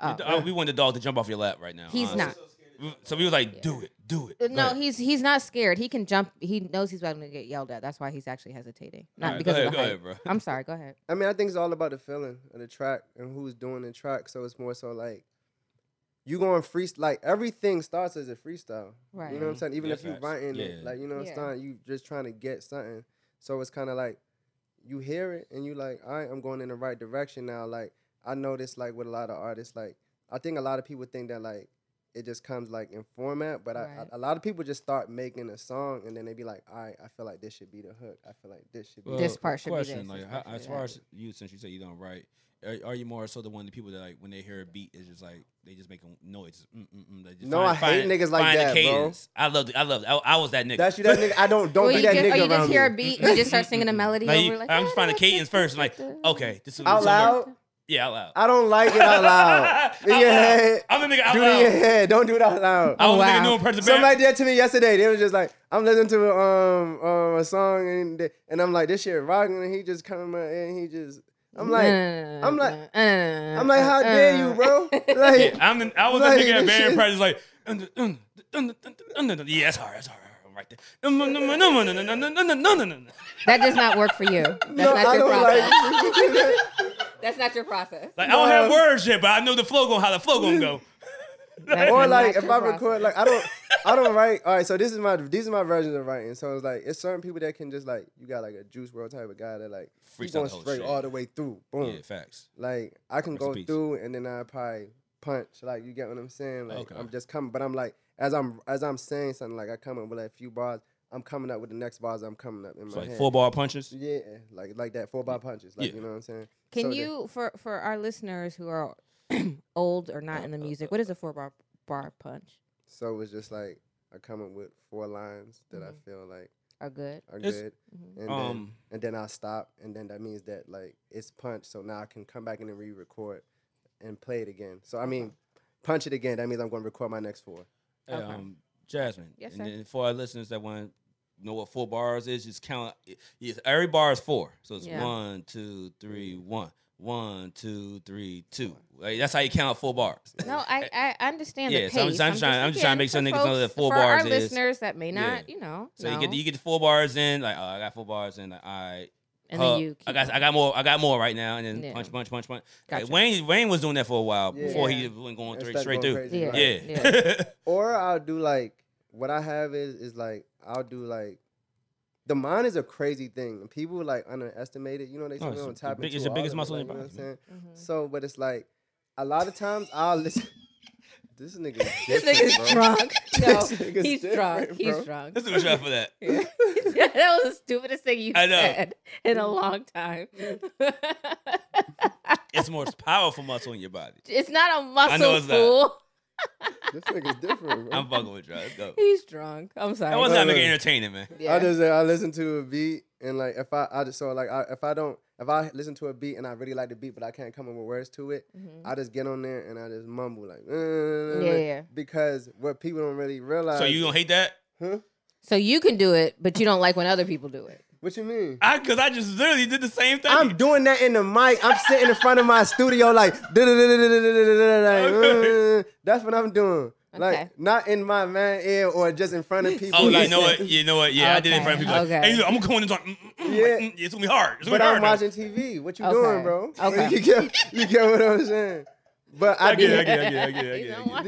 Oh.
Uh, we want the dog to jump off your lap right now.
He's
honestly.
not.
So we was like, do it, do it.
Uh,
Go
No,
ahead.
he's he's not scared. He can jump. He knows he's about to get yelled at. That's why he's actually hesitating. Not
All right,
because
go
of
ahead,
the
go
height.
ahead, bro.
I'm sorry. Go ahead.
I mean, I think it's all about the feeling of the track and who's doing the track. So it's more so like you going free like everything starts as a freestyle.
Right.
You know what I'm saying? Even
Yeah,
if you
facts.
writing it,
Yeah.
like you know what
Yeah.
I'm saying, you just trying to get something. So it's kind of like you hear it and you like, all right, I'm going in the right direction now. Like I notice like with a lot of artists, like I think a lot of people think that like it just comes like in format, but I I,
Right.
a lot of people just start making a song and then they be like, all right, I feel like this should be the hook. I feel like this should be
Well,
the
This part should be
question,
this,
Like,
this
how,
part should
as
be
far
that.
as you, since you say you don't write, are, are you more so the one of the people that like when they hear a beat is just like they just making noise? Mm, mm, mm, they just
No, I hate niggas like
find the
that, bro.
cadence. I love, I love, I, I was that nigga.
That's you, that nigga. I don't don't
Well,
be
you
that
just,
nigga
or you
around
just
me.
hear a beat and you just start singing a melody
Like,
over. Like,
I'm just finding
"Ah,
the cadence
da, da,
first. I'm like,
da, da."
okay, this is
Out
this is gonna work.
loud?
Yeah, out loud.
I don't like it out loud. In your
Out loud.
head.
I'm the nigga out
Do it in your
loud.
head. Don't do it out loud.
I was the nigga
wow.
doing person.
Somebody did that to me yesterday. They was just like, I'm listening to um, um a song and they- and I'm like, this shit rocking, and he just coming and he just, I'm
uh,
like, I'm like- I'm like, how dare you, bro?
uh."
Like,
Yeah, I'm the, I was
Like,
the nigga at
this
band
shit-
practice like, "Dun, dun, dun, dun, dun, dun, dun." yeah, that's hard, that's hard, I'm right there. Dun, dun, dun, dun, dun, dun, dun, dun, dun, dun, dun, dun.
That does not work for you. That's
no,
not
I
your
don't
process.
like.
That's not your process.
Like I don't have
No.
words yet, but I know the flow going how the flow gonna go.
That's
or
not
like
your
if I
process.
record, like I don't, I don't write. All right, so this is my these are my versions of writing. So it's like it's certain people that can just like you got like a Juice World type of guy that like he's
Freestyle
going
the whole
straight
shit.
all the way through. Boom.
Yeah, facts.
Like I can
Rest in
go
peace.
through and then I probably punch. Like you get what I'm saying? Like
Okay.
I'm just coming, but I'm like as I'm as I'm saying something like I come up with like a few bars. I'm coming up with the next bars. I'm coming up in
It's
my
like
head.
four ball punches.
Yeah, like like that four bar punches. Like
Yeah.
you know what I'm saying? So
Can
the-
you for for our listeners who are old or not in the music? What is a four bar bar punch?
so it's just like I come up with four lines that
Mhm.
I feel like
Are good.
are
It's-
good,
Mhm.
and then
Um,
and then I stop, and then that means that like it's punched. So now I can come back in and re-record and play it again. So I mean, punch it again. That means I'm going to record my next four.
hey,
Okay.
um, Jasmine.
Yes,
and
sir.
then for our listeners that want to know what four bars is, just count. it- Yes, every bar is four, so it's
Yeah.
one, two, three, one, one, two, three, two. Like, that's how you count four bars.
No, I I- I understand
Yeah,
the
so I'm
pace.
just- I'm trying- I'm just trying
again,
to make sure
for
niggas know that
folks-
four
for our
bars is-
listeners that may not, you know.
So you get
know,
the, you get the four bars in, like oh, I got four bars in, like all right.
and then
huh,
you.
I
keep
got I got more I got more right now, and then
Yeah.
punch punch punch punch. Like,
Gotcha.
Wayne Wayne was doing that for a while before he
Yeah.
went going
And
straight
start
straight
going
through.
crazy,
Yeah.
right?
Yeah,
Or I'll do like what I have is is like I'll do like the mind is a crazy thing. and People like underestimate it. You know they say
No,
we
Oh, it's
don't
the
tap
big-
into
it's the
all
biggest
of it,
muscle in
like,
your
you know
body.
what I'm saying?
Mhm.
So, but it's like a lot of times I'll listen. this nigga,
This
is
nigga's
different, bro.
drunk. No,
This nigga's
he's drunk.
different,
He's
bro.
drunk.
this was for that.
Yeah. that was the stupidest thing you
I know.
said in a long time.
It's more powerful muscle in your body.
it's not a muscle
it's not.
fool.
This nigga's different, bro.
I'm fucking with you. Let's go.
He's drunk. I'm sorry.
I was not
no,
making
no.
entertaining, man.
Yeah.
I just uh, I listen to a beat and like if I I just so like I, if I don't if I listen to a beat and I really like the beat but I can't come up with words to it,
Mhm.
I just get on there and I just mumble like
Yeah, yeah.
because what people don't really realize.
So you don't hate that?
Huh?
So you can do it, but you don't like when other people do it.
What you mean?
I because I just literally did the same thing.
I'm doing that in the mic. I'm sitting in front of my studio like
Okay.
that's what I'm doing. Like
Okay.
not in my man ear or just in front of people.
Oh,
like,
you know what? You know what? Yeah, I did it in front of people. Like,
Okay,
hey, look, I'm gonna go in and talk. Mm, mm, mm,
Yeah.
like, mm, it's gonna be hard. It's gonna
But
be hard.
I'm watching TV. What you
Okay.
doing, bro?
Okay.
you get you get what I'm saying. But I,
I get
do-
it. I get it. I get it. I get it. I
You
get it, I
don't
get it.
watch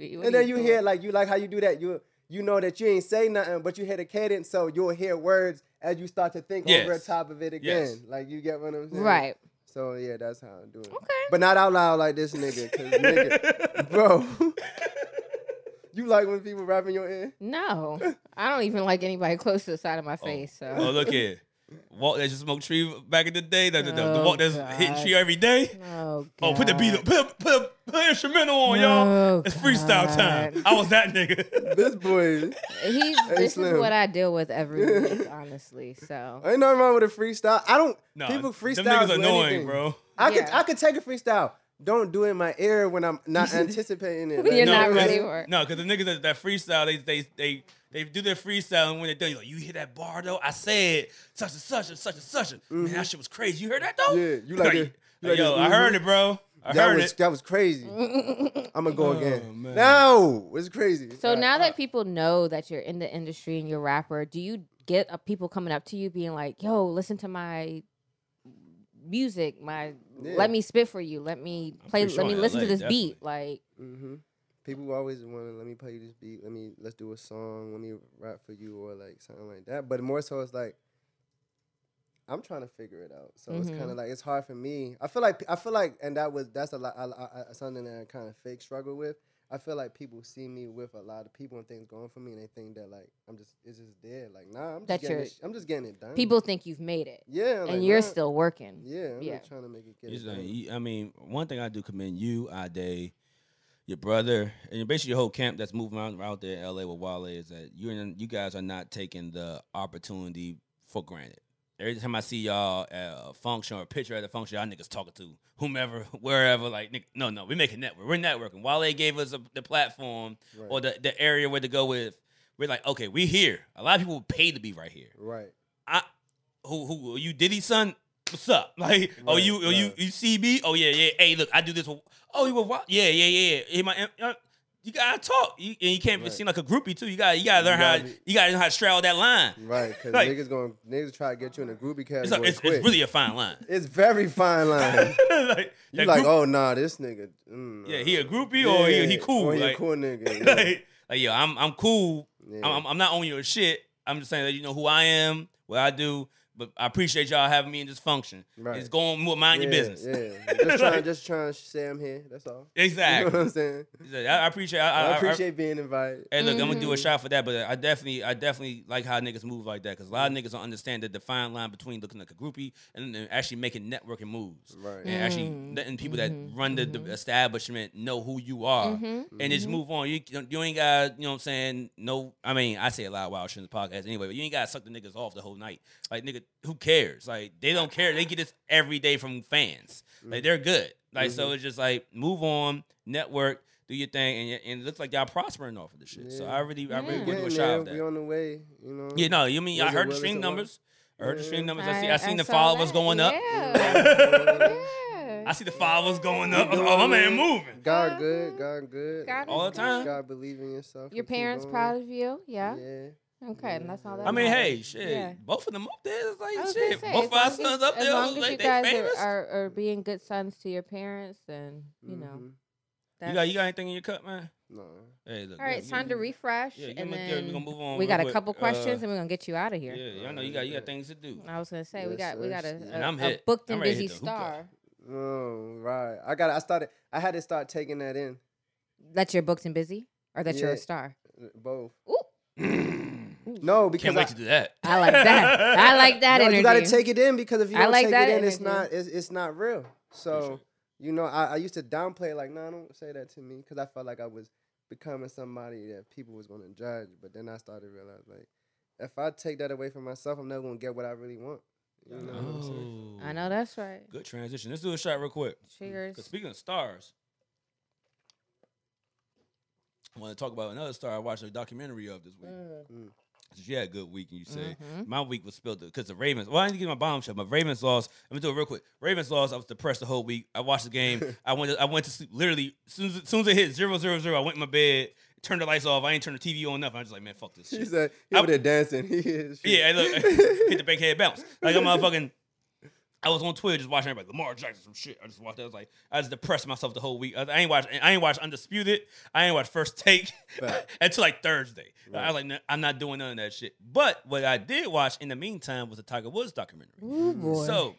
Yeah.
TV. What
and
are
then you
doing?
hear like you like how you do that. You you know that you ain't say nothing, but you hear the cadence, so you'll hear words as you start to think
Yes.
over the top of it again.
Yes.
Like you get what I'm saying,
Right.
So yeah, that's how I do it.
Okay.
But not out loud like this nigga, cause nigga, bro. you like when people rap in your ear?
No. I don't even like anybody close to the side of my face. So
Oh, look here. Walk that just smoked tree back in the day. The, the, the, the
Oh,
walk that's hitting
God.
tree every day.
Oh,
Oh, put the beat
God.
up. Put, a- put, a- put an instrumental on,
Oh,
y'all. It's freestyle time.
God.
I was that nigga.
This boy
He's, this is
Slim.
what I deal with every week, honestly. So
ain't nothing wrong with a freestyle. I don't.
no,
people freestyle.
Them niggas
do
annoying,
anything.
bro.
I could
Yeah.
I could take a freestyle. Don't do it in my ear when I'm not anticipating it.
You're
you
not
know what I'm
ready
saying?
for it.
No, because the niggas that, that freestyle, they they they they do their freestyle, and when they done, you like, you hear that bar though? I said such and such and such and such. and Man, that shit was crazy. You heard that though?
Yeah, Mm-hmm. you like that- you like
yo,
this,
I heard
mhm.
it, bro. I
that
heard
was
it.
that was crazy. I'm gonna go
Oh,
again.
man.
No, it's crazy.
So
Alright.
now that people know that you're in the industry and you're a rapper, do you get uh, people coming up to you being like, "Yo, listen to my music, my
Yeah.
let me spit for you, let me
I'm
play,
pretty sure
let me
in
listen to
LA,
this beat." Like,
hmm People always want to let me play you this beat. Let me let's do a song. Let me rap for you or like something like that. But more so, it's like I'm trying to figure it out. So it's
Mhm.
kind of like it's hard for me. I feel like I feel like, and that was that's a lot I, I, I- something that I kind of fake struggle with. I feel like people see me with a lot of people and things going for me, and they think that like I'm just it's just dead. Like nah, I'm just
That
getting
you're-
it, I'm just getting it done.
people think you've made it,
yeah, like,
and you're
nah,
still working.
yeah, I'm
yeah.
just trying to make it get
You
it
just
done.
like, you- I mean, one thing I do commend you, Ade, your brother, and basically your whole camp that's moving out, out there in LA with Wale is that you and you guys are not taking the opportunity for granted. Every time I see y'all at a function or a picture at a function, y'all niggas talking to whomever, wherever. Like, nigga, no, no, we making network. We're networking. Wale gave us a, the platform
Right.
or the, the area where to go with. We're like, okay, we here. A lot of people pay to be right here.
right.
I who who are you Diddy son? What's up? Like, oh
Right,
you oh you
right.
you see me? Oh yeah yeah. Hey look, I do this. With, oh you were wa- yeah yeah yeah. Hey, my, uh, you gotta talk. You, and you can't
Right.
seem like a groupie too. You gotta you gotta
You
learn how
gotta be-
you gotta know how to straddle that line.
Right, because
Like-
niggas going niggas try to get you in a groupie category.
It's like, it's,
quick.
it's really a fine line.
It's very fine line.
like,
You
that
like,
group-
oh nah, this nigga. mm,
yeah, he a groupie
nah."
or he,
Yeah,
he cool.
Or he
like,
a cool nigga. yeah.
like, like, yo, I'm I'm cool.
Yeah.
I'm- I'm, I'm not on your shit. I'm just saying that you know who I am, what I do. But I appreciate y'all having me in this function.
Right.
It's going mind your
Yeah,
business.
Yeah, just trying,
Like-
just trying to say I'm here. That's all. You know
Exactly.
what I'm saying?
I I appreciate. I,
I,
I, I
appreciate being invited.
Hey, look, I'm gonna do a
Mhm.
shot for that, but I definitely, I definitely like how niggas move like that because a lot of niggas don't understand the fine line between looking like a groupie and then actually making networking moves
Right.
and actually
Mm.
letting people
Mhm.
that run the,
Mhm.
the establishment know who you are
Mhm.
and just
Mm-hmm.
Mhm.
move on. You you ain't got, you know what I'm saying? No, I mean, I say a lot of wild shit in the podcast anyway, but you ain't got to suck the niggas off the whole night. Like, nigga, who cares? Like, they don't care. They get this every day from fans. Like, they're good. Like, so
Mm-hmm.
it's just like, move on, network, do your thing, and, and it looks like y'all prospering off of this shit. So
Yeah.
I really, I
Yeah.
really want to do
Mm-hmm. Getting
a shout
there,
out
we
that.
on the way. You know.
Yeah, no, you mean, I
Was it
heard the
Willis
stream
and Wal-
numbers. I heard the stream
Yeah.
numbers. I see,
I-
I
I
seen the
saw
followers
that.
going up.
Yeah.
I see the followers going up.
You
Oh, my
doing
man
good.
moving.
God good. God good.
God
All
is
the time.
good.
God believe in yourself.
Your
and keep
parents
going.
proud of you, yeah.
Yeah.
Okay, and that's all that.
I mean,
matters.
hey, shit.
Yeah.
Both of them up there. It's
I
like
was gonna
shit.
say, as
Both of our
long as-
sons up
as
there.
long as you
Like they
guys are-
famous.
Are, are being good sons to your parents, and you know.
Mhm.
That's...
you got you got anything in your cup, man?
No.
Hey, look.
All right,
yeah,
it's
yeah,
time to
Mm-hmm.
yeah.
refresh,
Yeah, you
and
look good.
then
we gonna move on.
we
real
got a
quick.
couple questions,
Uh,
and we're gonna get you out of here.
yeah, y'all know you got you got things to do.
I was gonna say we
Yes,
got we
sir.
got a,
And
a,
I'm
a
hit.
booked
I'm
and
ready to
busy
hit the hookah.
star.
Oh, right. I got. I started. I had to start taking that in.
That you're booked and busy, or that you're a
Yeah.
star.
uh, Both.
Ooh,
No, because
Can't wait
I,
to do that.
I like that. I like that
no,
energy.
you got to take it in because if you
I
don't
like
take
that
it in, it's
energy.
not. It's, it's not real.
Appreciate
So you know, I, I used to downplay it, like, no, nah, don't say that to me because I felt like I was becoming somebody that people was gonna judge. But then I started to realize like, if I take that away from myself, I'm never gonna get what I really want. You know what I'm saying?
Oh,
I know that's right.
Good transition. Let's do a shot real quick. 'Cause
Triggers.
speaking of stars, I want to talk about another star I watched a documentary of this week.
Mm.
She had a good week, and you say
Mhm.
my week was spilled because the Ravens. Well, I didn't get my bombshell. My Ravens lost. Let me do it real quick. Ravens lost. I was depressed the whole week. I watched the game. I went. To, I went to sleep. Literally, soon as, soon as it hit zero zero zero, I went in my bed, turned the lights off. I ain't turned the TV on nothing. I was just like, man, fuck this
He
shit.
said he
I-
over there dancing. He is.
Yeah, and look, hit the big head bounce. Like I'm fucking. I was on Twitter just watching everybody Lamar Jackson some shit. I just watched. I was like, I just depressed myself the whole week. I, I ain't watch. I ain't watch Undisputed. I ain't watch First Take
Fact.
until like Thursday. I
Right.
was like, "Nah, I'm not doing none of that shit. But what I did watch in the meantime was a Tiger Woods documentary.
Ooh boy.
So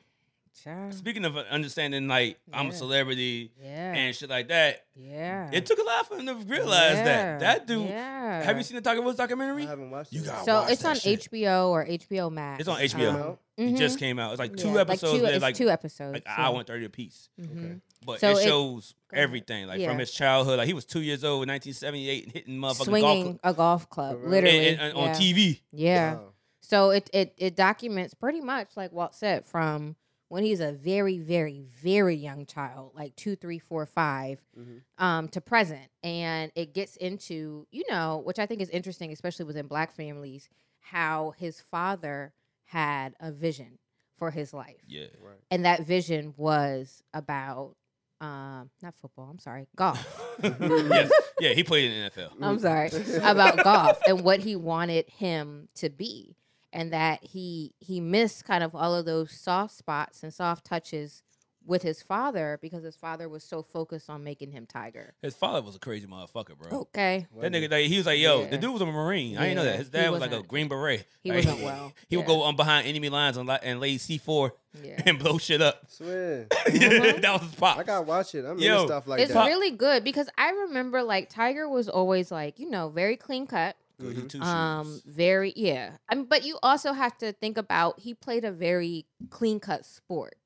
Child.
speaking of uh, understanding, like I'm a
Yeah.
celebrity
yeah,
and shit like that,
yeah.
it took a lot for him to realize
Yeah,
that. That dude.
Yeah.
Have you seen the Tiger Woods
I
documentary?
haven't watched.
You
it.
gotta I
So
watched
it's
that
on
shit.
HBO or HBO Max.
It's on HBO.
You
Um,
know?
It just
mhm.
came out. It's like
Yeah,
two episodes.
Like two,
they're
it's
like
two episodes.
like an
yeah.
hour and thirty apiece.
Mhm.
But
So
it
it-
shows
Go ahead.
everything, like from
Yeah.
his childhood. Like he was two years old in 1978 and hitting motherfucking golf
Swinging a
club-
golf club,
Correct.
and-
literally
and- and on
yeah.
TV.
Yeah.
Wow.
So it, it it documents pretty much like Walt said from when he's a very very very young child, like two, three, four, five,
Mhm.
um, to present, and it gets into you know which I think is interesting, especially within Black families, how his father had a vision for his life,
Yeah,
Right.
and that vision was about um, not football. I'm sorry, golf.
yes. Yeah, he played in the NFL.
I'm sorry about golf and what he wanted him to be, and that he he missed kind of all of those soft spots and soft touches with his father because his father was so focused on making him Tiger.
His father was a crazy motherfucker, bro.
Okay,
That nigga, like, he was like, yo,
Oh, Yeah.
the dude was a Marine. I didn't know that. His
Yeah, he
dad was like a
wasn't-
Green Beret.
he
Like,
wasn't well.
He would
Yeah.
go on behind enemy lines and, li- and lay C4
Yeah.
and blow shit up.
Swear.
Mm-hmm.
that was his pop.
I gotta watch it. I'm
Yo,
into stuff like
it's
that.
really good because I remember like Tiger was always like you know very clean cut.
Mhm.
Um, very yeah. I mean, but you also have to think about he played a very clean cut sport.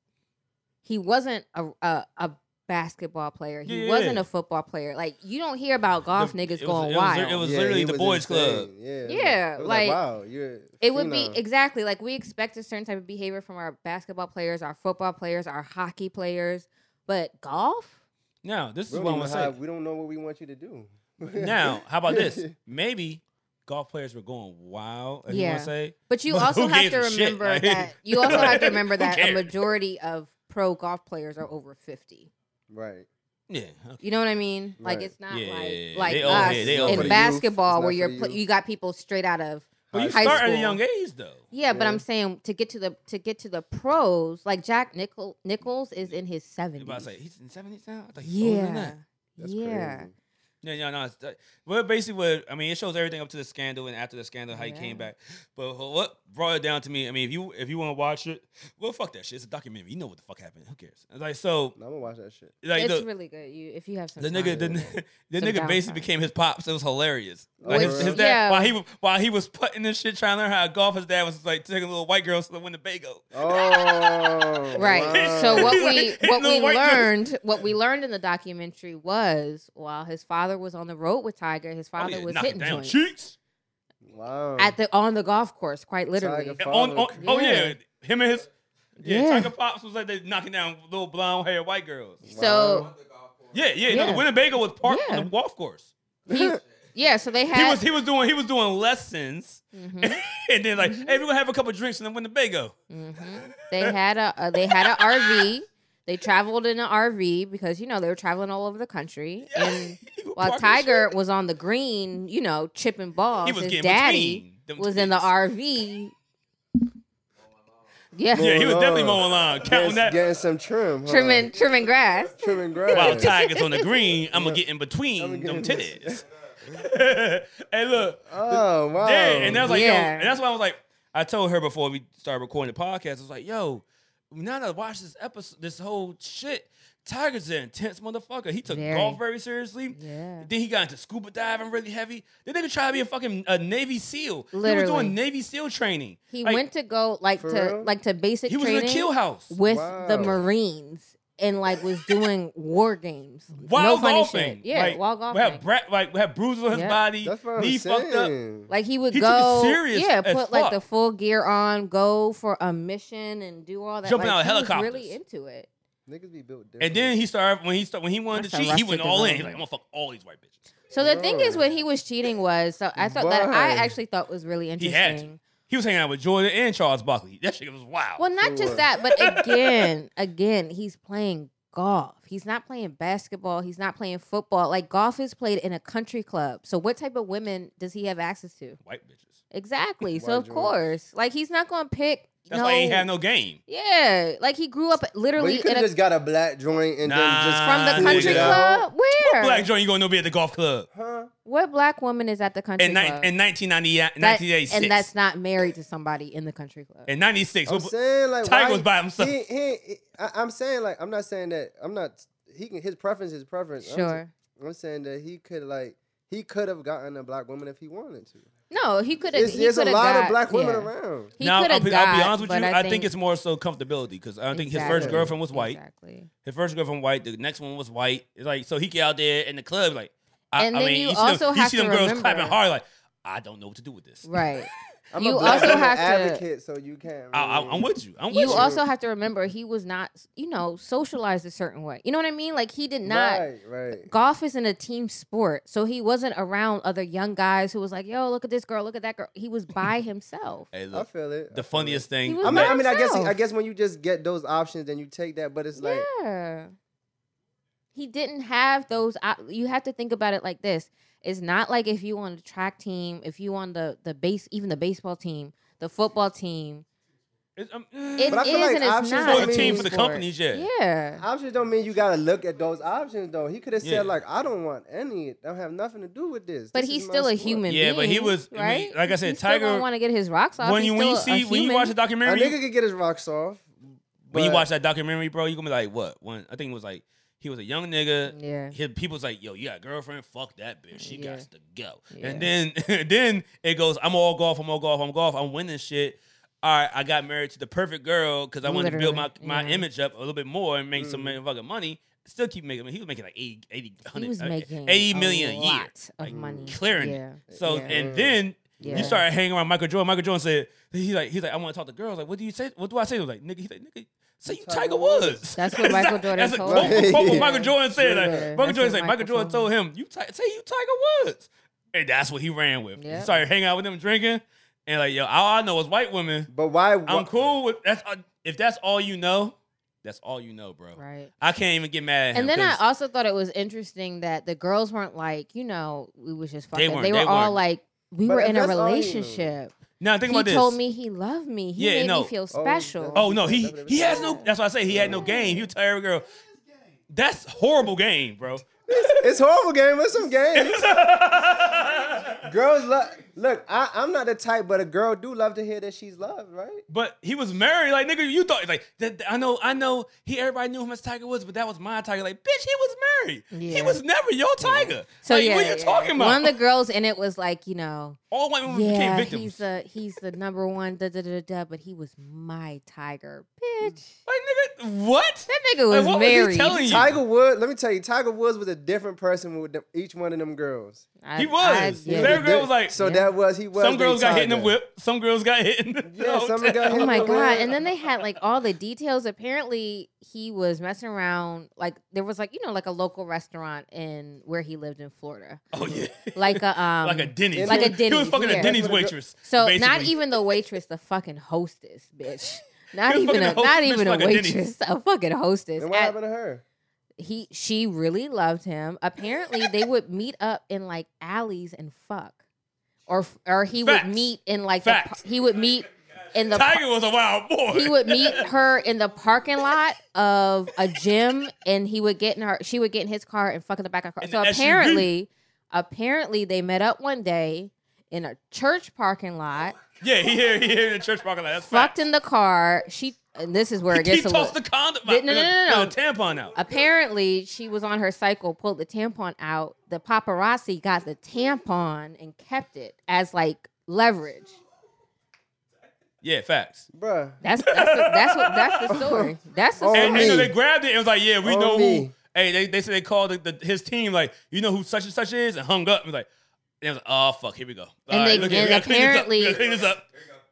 He wasn't a a, a basketball player. He
Yeah.
wasn't a football player. Like you don't hear about golf
The-
niggas
it was-
going
it was-
wild.
it was-
Yeah,
literally
he
the
was
boys'
insane.
club.
Yeah. it was-
Yeah,
it was like,
like,
wow, you're. a
it would be
phenom.
exactly like we expect a certain type of behavior from our basketball players, our football players, our hockey players, but golf.
Now, this
We
is
don't
what I'm
even
going to say.
have- we don't know what we want you to do.
Now, how about this? Maybe golf players were going wild. As You
Yeah.
want to say?
But you
But
also
who
have
gives
to
a shit?
remember
Like-
that you also have to remember
Who
that a
cares?
majority of pro golf players are over fifty.
right.
Yeah. okay.
You know what I mean? Like
Right.
it's not
Yeah,
like
yeah, yeah.
like
They all-
us
yeah, they all for the
in
youth.
basketball
It's
where
not
you're
for the
pl-
youth.
you got people straight out of
Well, you
High
start at a
school.
young age, though.
yeah, but
Yeah.
I'm saying to get to the to get to the pros, like Jack Nichol- Nichols is in his
You
seventies.
about to say, he's in 70s now? I thought he's older than
yeah,
that.
That's
yeah,
crazy.
No, no, no. It's, uh, well, basically, what I mean, it shows everything up to the scandal and after the scandal, how he
Yeah.
came back. But wh- what brought it down to me? I mean, if you if you want to watch it, well, fuck that shit. It's a documentary. You know what the fuck happened. Who cares? It's Like so,
No, I'm gonna watch that shit.
like
it's
the,
really good. You if you have some
the nigga, the,
time.
n- the
Some
nigga
downtime.
basically became his pops. It was hilarious. Like his,
Which-
his dad,
yeah.
while he was- while he was putting this shit, trying to learn how to golf, his dad was like taking little white girls to the Winnebago.
Oh,
Right. So
wow.
what
He's
we
like, "Hey,
what
little
we
white girls."
learned what we learned in the documentary was while his father was on the road with Tiger, his
Oh,
father
yeah,
was
knock it
hitting
down,
joints
cheeks.
Wow.
at the on the golf course, quite literally.
Tiger
And on, on,
Father.
Oh yeah,
Yeah.
him and his yeah,
Yeah.
Tiger Pops was like they knocking down little blonde hair white girls.
So
Wow.
Yeah, yeah, No,
Yeah.
the Winnebago was part
Yeah.
of the golf course.
he, yeah, so they had
He was he was doing he was doing lessons,
Mhm.
and then like, hey, we're gonna have a couple drinks in the Winnebago.
Mhm. They had a uh, they had a RV. They traveled in an RV because you know they were traveling all over the country. And
He was
while
parking
Tiger was on the green, you know, chipping
shit.
balls,
he was
his
getting
daddy
between them
was in the
tweets.
RV. Yeah,
Yeah, he was
Going
definitely
on.
going line counting
Getting,
that.
getting some trim. Huh?
trimming trimming grass.
Trimming grass.
While Tiger's on the green, I'm gonna get in
I'ma
between
get
them
in
titties. hey, look,
Oh wow.
Yeah, and that's like, yo,
Yeah.
and that's why I was like, I told her before we started recording the podcast, I was like, yo, now that I watch this episode, this whole shit, Tiger's an intense motherfucker. He took
Very.
golf very seriously.
Yeah.
Then he got into scuba diving really heavy. Then they could try to be a fucking a Navy SEAL. He was
Literally.
doing Navy SEAL training.
He
Like,
went to go like to
For real?
like to basic
He was in
training
a kill house.
with the
Wow.
Marines and like was doing war games.
While
no funny
golfing.
shit. Yeah,
like,
while
We had,
golfing.
bra- like, we had bruises on his
Yeah.
body.
That's what I'm
knee fucked up.
saying.
Like he would
He took it
go,
serious
yeah,
as
put like
fuck.
the full gear on, go for a mission and do all that.
Jumping
like,
out of
he was
helicopters.
Really into it.
Niggas be built different.
And then he started when he started when he wanted
That's
to cheat, he went
arrested
all in. He's like, I'm
development.
gonna fuck all these white bitches.
So the thing is,
Word.
when he was cheating was so I thought that I
Word.
actually thought was really
He
interesting.
had to. He was hanging out with Jordan and Charles Barkley. That shit was wild.
Well, not just
Sure.
that, but again, again, he's playing golf. He's not playing basketball. He's not playing football. Like golf is played in a country club. So what type of women does he have access to?
White bitches.
Exactly.
Why
So of
Jordan?
course, like he's not going to pick.
That's
no,
why he ain't had no game.
Yeah, like he grew up
But
literally
you could
in a,
have just got a black joint and
Nah,
then just
from the
Ah,
country
nigga.
club. Where?
Black Jordan, you gonna know be at the golf club
Huh?
What black woman is at the country
in, ni-
club?
in 1990,
That-
1986.
and that's not married to somebody in the country club.
in 96.
I'm
We'll-
saying like
Tiger
why-
was by himself.
He, he, I, I'm saying like I'm not saying that I'm not. He can his preference is preference. I'm s-
sure.
I'm, saying that he could like he could have gotten a black woman if he wanted to.
No, he could have.
It's, it's a lot of black women around.
He
now,
coulda
I'll be, I'll be
got,
honest with you.
but
I think, it's more so comfortability because I think his first
Exactly.
girlfriend was white.
Exactly.
His first girlfriend white. The next one was white. It's like so he get out there in the club like. I,
And
I
then
mean,
you
see
also
them,
have
see
to
them girls
remember-
clapping hard like I don't know what to do with this.
Right.
I'm
You
a black
also
woman
have to-
advocate, so you can't.
I, I,
really-
I'm with you. I'm with you.
you also have to remember he was not, you know, socialized a certain way. You know what I mean? Like he did not.
right, right.
Golf isn't a team sport, so he wasn't around other young guys who was like, "Yo, look at this girl, look at that girl." He was by himself.
Hey,
I
look,
feel it. I feel
the
it.
funniest thing.
He was
I mean,
by
I mean, I guess,
himself.
I guess when you just get those options, then you take that. But it's like,
yeah. he didn't have those. op- You have to think about it like this: it's not like if you on the track team, if you on the the base, even the baseball team, the football team.
It's, um,
It
But I feel
is
like
and it's
options
not.
for
don't
the
mean-
team, for the
Sport.
companies, yeah.
Yeah.
Options don't mean you gotta look at those options though. He could have
Yeah.
said like, I don't want any. Don't have nothing to do with this.
But
This
he's
is my
still a
sport."
human
Yeah,
being.
but he was- I mean,
right.
like I said, Tiger-
want to get his rocks off.
When you
He's
when you
still a
see when you
human.
watch the
A
documentary,
nigga could get his rocks off.
when you
but-
watch that documentary, bro, you gonna be like, what? When I think it was like he was a young nigga.
yeah,
His people's like, yo, you got a girlfriend? Fuck that bitch. She
Yeah.
got to go.
Yeah.
And then then it goes, I'm all golf, I'm all golf, I'm golf, I'm winning shit. All right, I got married to the perfect girl because I wanted to build
Literally,
my, my
yeah.
image up a little bit more and make some
Mm.
fucking money. Still keep making. I mean, he was making like 80, 80
he
100,
was
uh,
making
80
a
million a year.
lot of
like,
money,
clearing it.
Yeah.
So
yeah.
and then
yeah.
you started hanging around Michael Jordan. Michael Jordan said he like he's like I want to talk to girls. Like what do you say? What do I say? I was like nigga, he's like nigga, say you Tiger
Tiger
Woods.
That's what Michael Jordan
That's a
told
quote,
him.
quote what
Yeah.
Michael Jordan said. Like,
Yeah.
That's
Michael Jordan
what
said Michael
Michael
Jordan told
told
him you Ti- say you Tiger Woods, and that's what he ran with. He
Yep.
started hanging out with them drinking, and like yo, all I know is white women.
But why?
I'm cool with that's uh, if that's all you know, that's all you know, bro.
Right.
I can't even get mad at him.
And then I
'cause-
also thought it was interesting that the girls weren't like, you know, we was just fucking. They,
weren't,
were
they
all
weren't.
like, we
But
were
if
in a
that's all you-
relationship.
now think
he
about this.
told me he loved me. He
Yeah,
made
no.
me feel
Oh,
special.
no.
Oh no, he he has no. That's why I say he had no game. He would tell every girl, "That's horrible game, bro."
It's horrible game. It's some game. Girls love. Look, I, I'm not the type, but a girl do love to hear that she's loved, right?
But he was married, like nigga. You thought like that, I know, I know. He everybody knew him as Tiger Woods, but that was my Tiger. Like, bitch, he was married. He
Yeah.
was never your Tiger.
So
So like,
yeah,
what are you
yeah.
talking about?
One of the girls in it was like, you know,
All white women became
yeah,
victims.
he's the he's the number one da da da da, da, but he was my tiger, bitch.
like nigga, what?
That nigga was
Mm. Like, what
married.
was he telling you?
Tiger Woods. Let me tell you, Tiger Woods was a different person with them, each one of them girls.
I-
He
I-
was.
yeah.
Every girl was like,
So
Yeah.
that was he was.
some
the
girls got hit in the
Tiger.
whip. Some girls got hit in the.
Yeah, some
hotel.
got hit
Oh my
Yeah.
god! And then they had like all the details. Apparently, he was messing around. Like there was like you know like a local restaurant in where he lived in Florida,
Oh yeah.
like a um,
like a Denny's.
like a
He was
Denny's,
fucking a
yeah.
Denny's waitress.
So not
basically.
even the waitress, the fucking hostess, bitch. Not
You're
even
fucking
a,
a hostess,
not even a
like a Denny's.
waitress, a fucking hostess.
And what
At-
happened to her?
he she really loved him. Apparently, they would meet up in like alleys and fuck, or or he
Facts.
would meet in like
Facts.
The, par- he would meet in the par-
Tiger was a wild boy.
he would meet her in the parking lot of a gym and he would get in her she would get in his car and fuck in the back of her car.
In
So
the SUV.
apparently apparently they met up one day in a church parking lot,
Yeah, he here, he here in the church parking lot. That's
fucked
fact.
in the car. She and this is where it
He
gets a
tossed
little
the condom.
No, no, no, no, no. Uh,
the tampon out.
Apparently, she was on her cycle, pulled the tampon out. The paparazzi got the tampon and kept it as like leverage.
Yeah, facts.
Bruh.
That's that's the, that's what that's the story. That's the
Oh,
story.
And, and so
me.
they grabbed it and was like, "Yeah, we
Oh,
know who."
me.
Hey, they, they said they called the, the, his team like, "You know who such and such is," and hung up. It was like, and it was like, "Oh fuck, here we go." All
And they-
look,
and
we gotta clean this up. We
apparently-
gotta clean this up.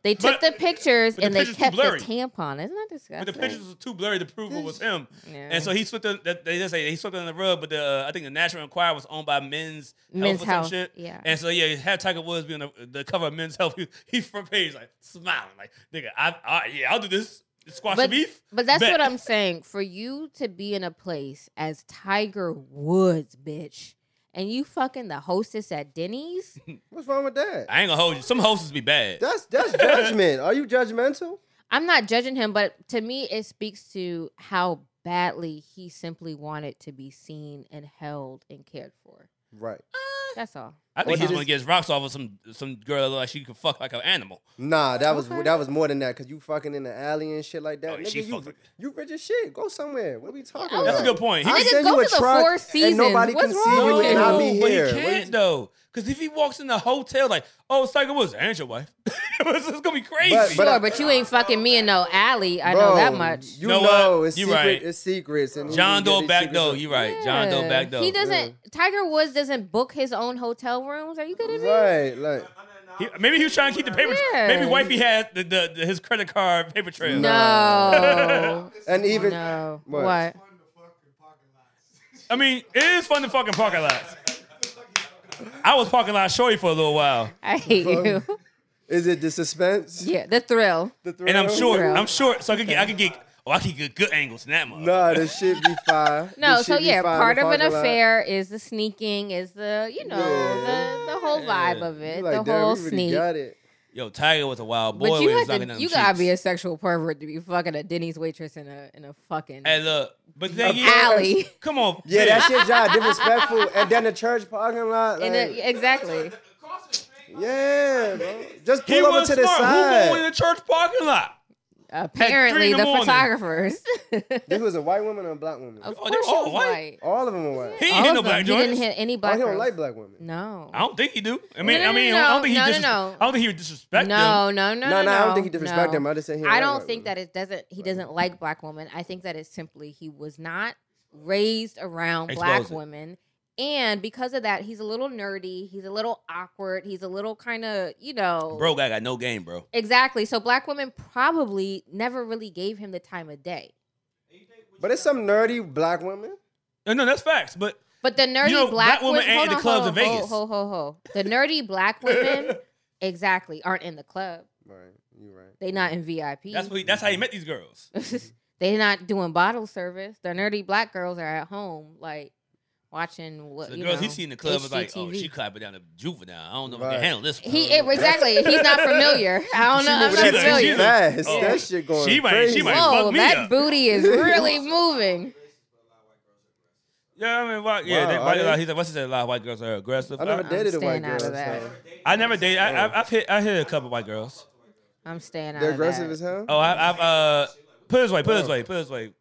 They took
But-
the pictures
but the
and they
picture's too
kept the
blurry.
tampon. Isn't that disgusting?
But the pictures was too blurry to prove it was him,
Yeah.
and so he slipped. In, that- they just say he slipped it on the rug, but the uh, I think the National Enquirer was owned by Men's,
Men's
Health or
Health,
some shit.
yeah.
and so yeah, had Tiger Woods be on the, the cover of Men's Health. He, he front page like smiling, like nigga, I, I yeah, I'll do this. Squash the
but,
beef.
but that's
Bet.
what I'm saying. For you to be in a place as Tiger Woods, bitch, and you fucking the hostess at Denny's.
What's wrong with that?
I ain't gonna hold you. Some hosts be bad.
That's that's judgment. Are you judgmental?
I'm not judging him, but to me, it speaks to how badly he simply wanted to be seen and held and cared for.
Right.
That's all.
I
Or
think he's
did
gonna
it-
get his rocks off with some some girl that look like she can fuck like an animal.
Nah, that was
Okay.
that was more than that. Cause you fucking in the alley and shit like that.
Oh,
Nigga,
she
you,
fucked it.
you rich as shit. Go somewhere. What are we talking
I was-
about?
That's a good point. He-
I
Nigga,
send
go
you a
to the
truck
Four
and
Seasons.
nobody
What's
can
wrong
see you
with
and I'll be
but
here.
he
What
can't
is-
though, because if he walks in the hotel like, oh, it's Tiger Woods, and your wife, it's, it's gonna be crazy.
But
sure,
I-
but you ain't fucking me in no alley. I know
Bro,
that much.
You
Know
know,
what?
it's
You
secret,
right.
It's secrets. And
John Doe back
though.
though, you right. John Doe
Yeah.
back though.
He doesn't. Tiger Woods doesn't book his own hotel rooms. Are you kidding me?
Right, like
He- maybe he was trying to keep the paper.
Yeah.
Maybe wifey had the, the, the his credit card paper trail.
No.
and even
Oh, no. What?
What?
I mean, it is fun to fucking parking lots. I was parking lot shorty for a little while,
I hate you.
is it the suspense?
yeah, the thrill.
The
and I'm
thrill?
short.
Girl.
I'm short, so I could get I could get Oh, I can get good angles in that motherfucker.
Nah, this shit be fine.
No,
This
so
shit be
yeah,
fine in
part
the
of an
parking lot.
affair is the sneaking, is the you know
Yeah.
the the whole vibe
Yeah.
of
You
it,
like,
the
damn, we
whole
really
sneak.
Got it.
Yo, Tiger was a wild
but
boy.
you
when he was
have
knocking
to,
down
you
them
gotta be a
cheeks.
sexual pervert to be fucking a Denny's waitress in a in a fucking
Hey, look, but then
Of
you
alley.
come on,
Yeah,
bitch.
that shit, y'all disrespectful. And then the church parking lot.
in
like,
a, exactly.
Across the street.
yeah, bro. Just pull
He
over
was
to
smart.
the
Who going in
side.
the church parking lot?
Apparently,
in
the
the morning.
photographers.
This was a white woman and a black woman.
of
Oh, they
course,
were
she
all
was
white.
white.
All of them were white.
He
All
ain't hit no
of them.
black
He didn't
joints.
hit any
Oh,
black
he don't
girls.
like black women.
no.
I don't think he do. I mean,
No, no,
I mean,
no,
I don't think he.
no, no,
disres-
no.
I don't think he would disrespect them.
No, no, no,
No,
no,
no, I don't think he disrespect
no.
them. I just said he.
I don't think that it doesn't. He doesn't like black women. I think that it's simply he was not raised around black
Expose it.
women, and because of that, he's a little nerdy. He's a little awkward. He's a little kind of you know
Bro, guy got no game, bro.
Exactly. So black women probably never really gave him the time of day.
But it's some nerdy black women.
No, no, that's facts. But
But the nerdy
know,
black,
black women
wo-
ain't
hold
in the
on,
clubs
hold
in
on,
Vegas.
Ho, ho, ho, ho. The nerdy black women exactly aren't in the club.
Right, you right.
They not in VIP.
that's what he, that's how he met these girls.
they not doing bottle service. The nerdy black girls are at home, like watching what
So the
you
girls
know,
he seen in the club was like, oh,
HGTV.
she clapping down the juvenile. I don't know if I
Right.
can handle this. One.
He it, exactly. He's not familiar. I don't know. I'm
But
She
not
like-
that
she
familiar.
shit
like-
fast.
Oh.
That shit going
She might- she
crazy.
might
Whoa,
fuck me
that
up.
booty is really moving.
yeah, I mean, why, yeah.
Wow,
they,
are
why,
they-
like, he's like, what's he said? A lot of white girls are aggressive.
I never
I'm
dated a white
staying
girl.
out of
So.
that.
I never dated. I, I, I've hit. I hit a couple white girls.
I'm staying out.
They're
of
aggressive
that.
as hell.
Oh, I, I've uh, put it this way, put it this way, put it this way.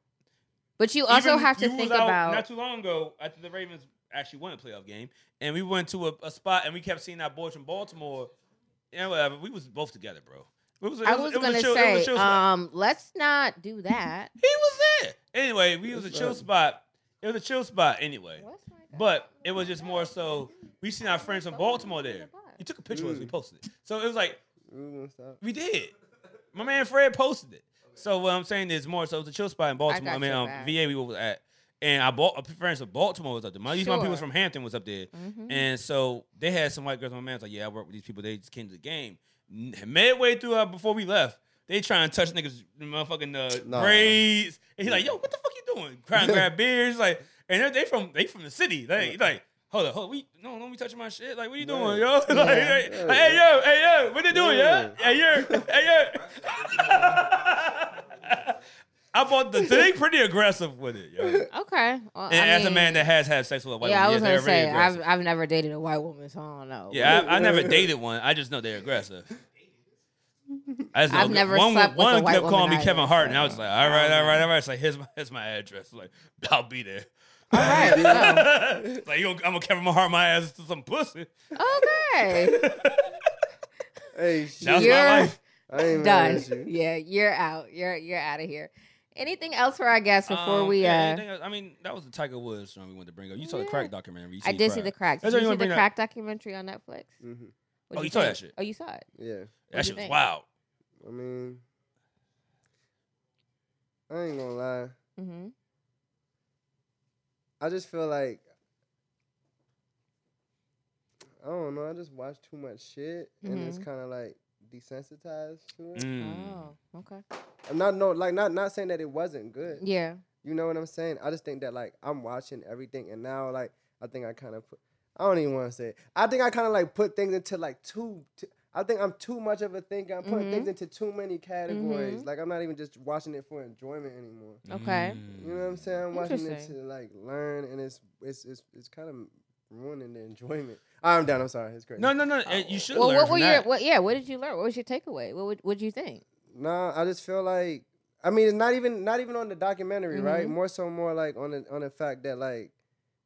But you also
Even
have to
we was
think
out
about
not too long ago after the Ravens actually won a playoff game, and we went to a, a spot and we kept seeing our boys from Baltimore. And whatever, we was both together, bro. It was, it
I
was-
was,
it was
gonna
a chill- it was
say,
a chill spot.
um, let's not do that.
he was there. Anyway, we was a chill
Right.
spot. It was a chill spot anyway. But it was just more so we seen our friends from Baltimore there. You took a picture of us, we posted it. So it was like
We gonna stop.
we did. My man Fred posted it. So what I'm saying is more so it was a chill spot in Baltimore.
got
I, mean,
your
um,
back.
VA we was at, and I bought a friends from Baltimore was up there. My these my people
Sure.
from Hampton was up there,
Mm.
Mhm.
and so they had some white girls. My man's like, yeah, I work with these people. They just came to the game. N- Midway through uh, before we left, they trying to touch niggas motherfucking uh,
Nah.
braids. And he's like, yo, what the fuck you doing? Crying, grab beers, like, and they, they from they from the city. Like, he's like. Hold up, hold up. We, no, don't be touching my shit. Like, what are you doing, yo?
Yeah.
Like, hey,
Yeah.
hey, yo, hey, yo, what they doing,
Yeah.
yo? Hey, yo, hey, yo. I bought the thing pretty aggressive with it, yo. And
Okay. Well, I
as a
mean,
man that has had sex with a white
yeah, I was gonna
woman, yeah, they're
say
really aggressive.
I've I've never dated a white woman, so I don't know.
yeah, I, I never dated one. I just know they're aggressive. I just
I've
know-
never
one,
slept with
one
a white
kept calling
woman
me Kevin
either,
Hart, and I was
so
like, all right, all right, all right. It's like here's my here's my address. Like I'll be there.
All right.
like you, gonna- I'm gonna Kevin Hart my ass to some pussy.
oh, okay.
Hey, shit.
That was
You're-
my life.
I ain't mad
Done.
at you.
Yeah, you're out. You're you're out of here. Anything else for our guests before
Um,
we?
yeah,
uh,
anything else? I mean, that was the Tiger Woods song we wanted to bring up. You saw the
Yeah.
crack documentary. You
I did see the cracks.
That's
Did
what
you see
you wanna
the
bring up.
crack documentary on Netflix? What'd
Mhm.
Oh, you saw
think?
that shit.
Oh, you saw it.
Yeah,
What'd
That
you
shit was
think?
wild.
I mean, I ain't gonna lie.
Mm-hmm.
I just feel like I don't know. I just watch too much shit, and it's
Mhm.
kind of like desensitized to
Mm.
it.
Hmm.
Oh, okay.
I'm not no like not not saying that it wasn't good.
Yeah.
You know what I'm saying? I just think that like I'm watching everything, and now like I think I kind of put. I don't even want to say. It. I think I kind of like put things into like too. too- I think I'm too much of a thinker. I'm putting
Mhm.
things into too many categories. Like I'm not even just watching it for enjoyment anymore.
Okay.
Mm.
You know what I'm saying? I'm watching it to
Interesting.
like learn, and it's it's it's it's kind of ruining the enjoyment. Ah, I'm done. I'm sorry. It's crazy.
No, no, no. eh, You should
Oh. Well,
learn
what
from
were your
that.
what? Yeah, what did you learn? What was your takeaway? What would what you think?
Nah, I just feel like I mean it's not even not even on the documentary, right?
Mhm.
More so more like on the on the fact that like,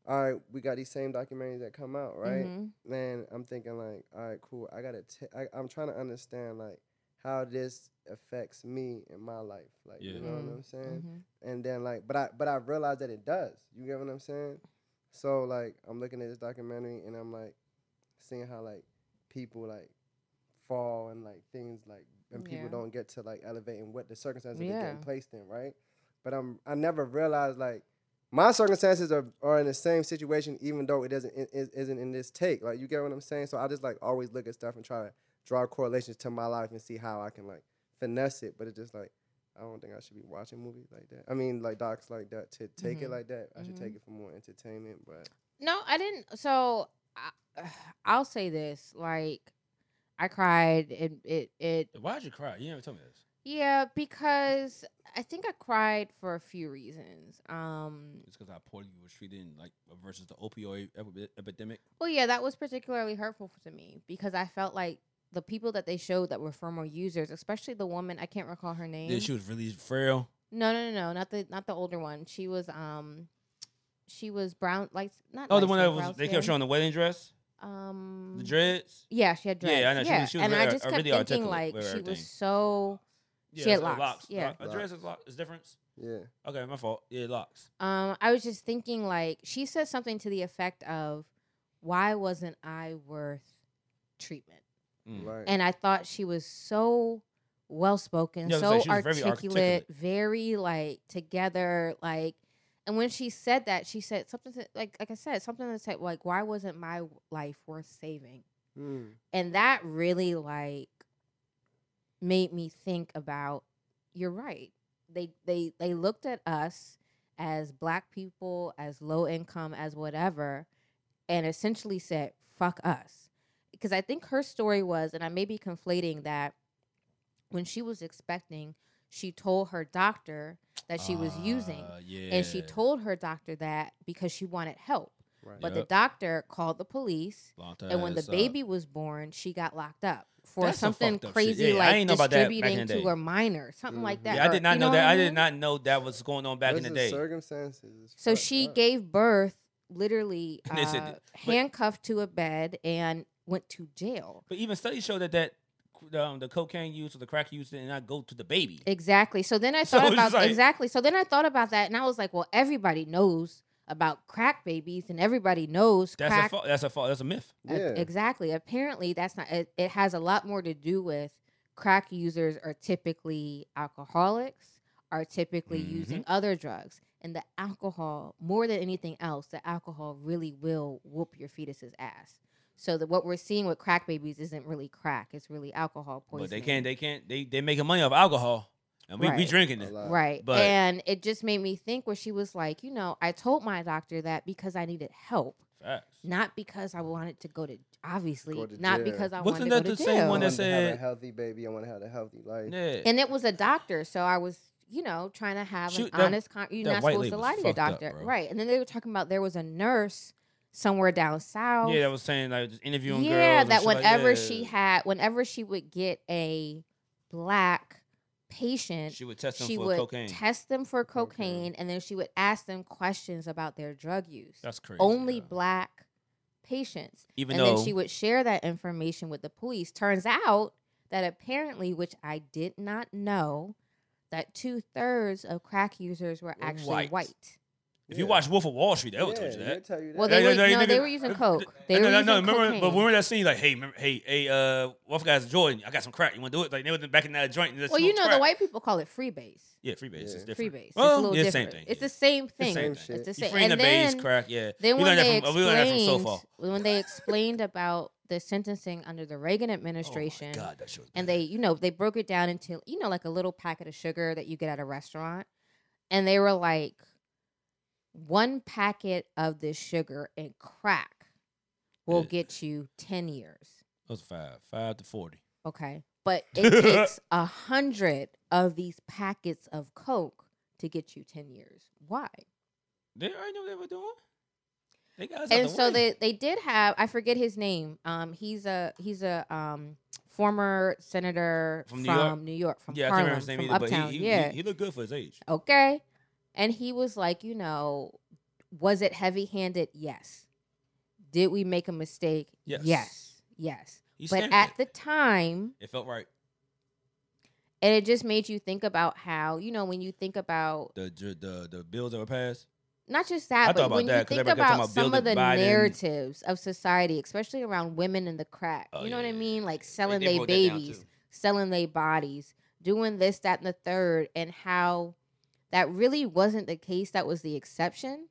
all right, we got these same documentaries that come out, right?
Mhm.
Then I'm thinking like, all right, cool. I gotta. T- I, I'm trying to understand like how this affects me in my life. Like,
Yeah.
you know
Mhm.
what I'm saying?
Mhm.
and then like but i but i realized that it does you get what i'm saying so like i'm looking at this documentary and i'm like seeing how like people like fall and like things like and people
Yeah.
don't get to like elevate and what the circumstances they're
Yeah.
getting placed in right but i'm i never realized like my circumstances are, are in the same situation even though it doesn't it, it isn't in this take like you get what i'm saying so i just like always look at stuff and try to draw correlations to my life and see how i can like finesse it but it's just like I I don't think I should be watching movies like that. I mean, like docs like that. To take
Mhm.
it like that, I should
Mhm.
take it for more entertainment. But
No, I didn't. So I, I'll say this: like, I cried. It, it, it.
Why'd you cry? You never told me this.
Yeah, because I think I cried for a few reasons. Um,
It's because how poorly you were treated, in, like versus the opioid epi- epidemic.
well, yeah, that was particularly hurtful to me because I felt like the people that they showed that were former users, especially the woman I can't recall her name.
Yeah, she was really frail.
No, no, no, no, not the not the older one. She was um, she was brown, like not.
Oh, the
light skin,
one that was
brown
they
skin.
kept showing the wedding dress,
um
the dreads.
Yeah, she had
Yeah, I
dreads.
know, she was- she was
and
very
I
ar-
just kept
really
thinking
articulate
like
with
she
everything.
was so. She had
it's, uh,
locks, yeah.
Lock- A dress is lock. Is difference.
yeah,
Okay, my fault. Yeah, locks.
Um, I was just thinking like she said something to the effect of, "Why wasn't I worth treatment?"
Mm.
right.
And I thought she was so well spoken,
Yeah, I was
so
gonna say, she was very
articulate,
articulate.
very like together, like. And when she said that, she said something to, like like I said something that said like, "Why wasn't my life worth saving?"
Mm.
and that really like made me think about you're right they they they looked at us as black people as low income as whatever and essentially said fuck us because i think her story was and i may be conflating that when she was expecting she told her doctor that she was using
Ah, Yeah.
and she told her doctor that because she wanted help
Right.
but the
Yep.
doctor called the police
Locked
and when the
ass up.
baby was born, she got locked up for
uh, That's some
something
fucked up shit.
crazy
Yeah, I
like
ain't know about that back in
distributing
the
to
day. Mm,
a minor, something like
Mhm.
that.
yeah, I
or-
did not
you
know,
what
that. I
mean?
did not know that was going on back in
Those
the
are
day.
Circumstances. is
So
fucked
she
up.
gave birth literally
They said
uh,
that- but-
handcuffed to a bed and went to jail.
But even studies show that that um, the cocaine use or the crack use did not go to the baby.
Exactly. So then I
So
thought
it's
about
like-
exactly. So then I thought about that, and I was like, well, everybody knows about crack babies, and everybody knows
That's
crack
a fault. That's a fault. That's a myth.
Uh,
Yeah.
Exactly. Apparently, that's not. It, it has a lot more to do with crack users are typically alcoholics, are typically using other drugs, and the alcohol more than anything else. The alcohol really will whoop your fetus's ass. So that what we're seeing with crack babies isn't really crack; it's really alcohol poisoning.
But they can't. They can't. They they making money off alcohol, and we we
Right.
drinking
A
it.
lot.
Right.
But-
and it just made me think where she was like, you know, I told my doctor that because I needed help,
Facts.
not because I wanted to go to obviously,
Go to
not
jail.
because I wanted to
Wasn't that
go
the
to
same
jail.
one
I
that
wanted to have a
said-
healthy baby. I want to have a healthy life.
Yeah.
and it was a doctor, so I was, you know, trying to have
Shoot,
an
that-
honest. Con- you're
that
not
white
supposed
lady
to
was
lie to your
fucked up,
doctor,
bro.
right? And then they were talking about there was a nurse somewhere down south.
yeah, that was saying like just interviewing girls.
Yeah,
and
that
shit like
whenever she
that.
had, whenever she would get a black patient,
she would test them
she
for
would
cocaine.
test them for
Cocaine.
cocaine, and then she would ask them questions about their drug use.
That's crazy.
Only
yeah.
black patients
Even
and
though
then she would share that information with the police. Turns out that apparently, which I did not know, that two thirds of crack users were
Were
actually
white.
white.
if you watch Wolf of Wall Street, they would tell you
Yeah,
that.
they'll tell you
Well,
that.
they
Yeah,
were
yeah, yeah,
no, they
nigga.
were using coke. They
no,
were
no,
using
no. Remember,
cocaine.
but remember that scene, like, hey, remember, hey, hey, uh, what if guys Jordan? I got some crack. You want to do it? Like, they was back in that joint. And just
well, you
smoked
know
crack.
the white people call it freebase.
Yeah, freebase is
Yeah.
different.
Freebase.
Well,
it's a little
yeah, same
different.
thing,
It's
yeah.
the same thing.
same
shit.
It's the
You
same.
free in the
And then,
base crack, yeah.
Then
we
when
learned
they
that from we learned that from
explained,
SoFar.
when they explained about the sentencing under the Reagan
Oh
administration,
my God, that shit was
and
bad.
they you know they broke it down into you know like a little packet of sugar that you get at a restaurant and they were like one packet of this sugar and crack will
Yeah.
get you 10 years
That was five, five to forty.
okay but it takes a hundred of these packets of coke to get you 10 years why
They already knew what they were doing. They got us out
and
the
so
way.
they they did have i forget his name um he's a he's a um former senator
From
from
New York?
New York, from
yeah, I
Harlem,
can't remember his name
from
either,
Uptown.
but he, he,
yeah,
he, he looked good for his age.
okay and he was like you know was it heavy handed yes did we make a mistake
Yes.
yes yes
He
but
stamped
at
it.
the time
it felt right.
and it just made you think about how you know when you think about
The ju- the the bills that were passed.
not just that
I thought
but
about
when
that
you
'cause
think
everybody kept
about,
talking about
some of the
building Biden.
narratives of society especially around women and the crack
Oh,
you know
yeah,
what i
yeah,
mean
yeah,
like
yeah. They-
selling
they
their
broke that down,
babies
too.
selling their bodies doing this that and the third and how that really wasn't the case that was the exception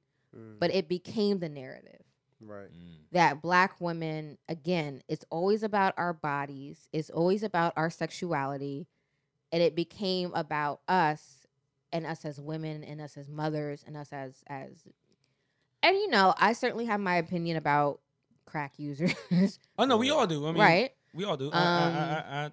Mm,
but it became the narrative
right.
Mm.
that black women again it's always about our bodies it's always about our sexuality and it became about us and us as women and us as mothers and us as as and you know i certainly have my opinion about crack users
Oh no, we all do. I mean,
right
We all do. I, I-
Um,
I, I,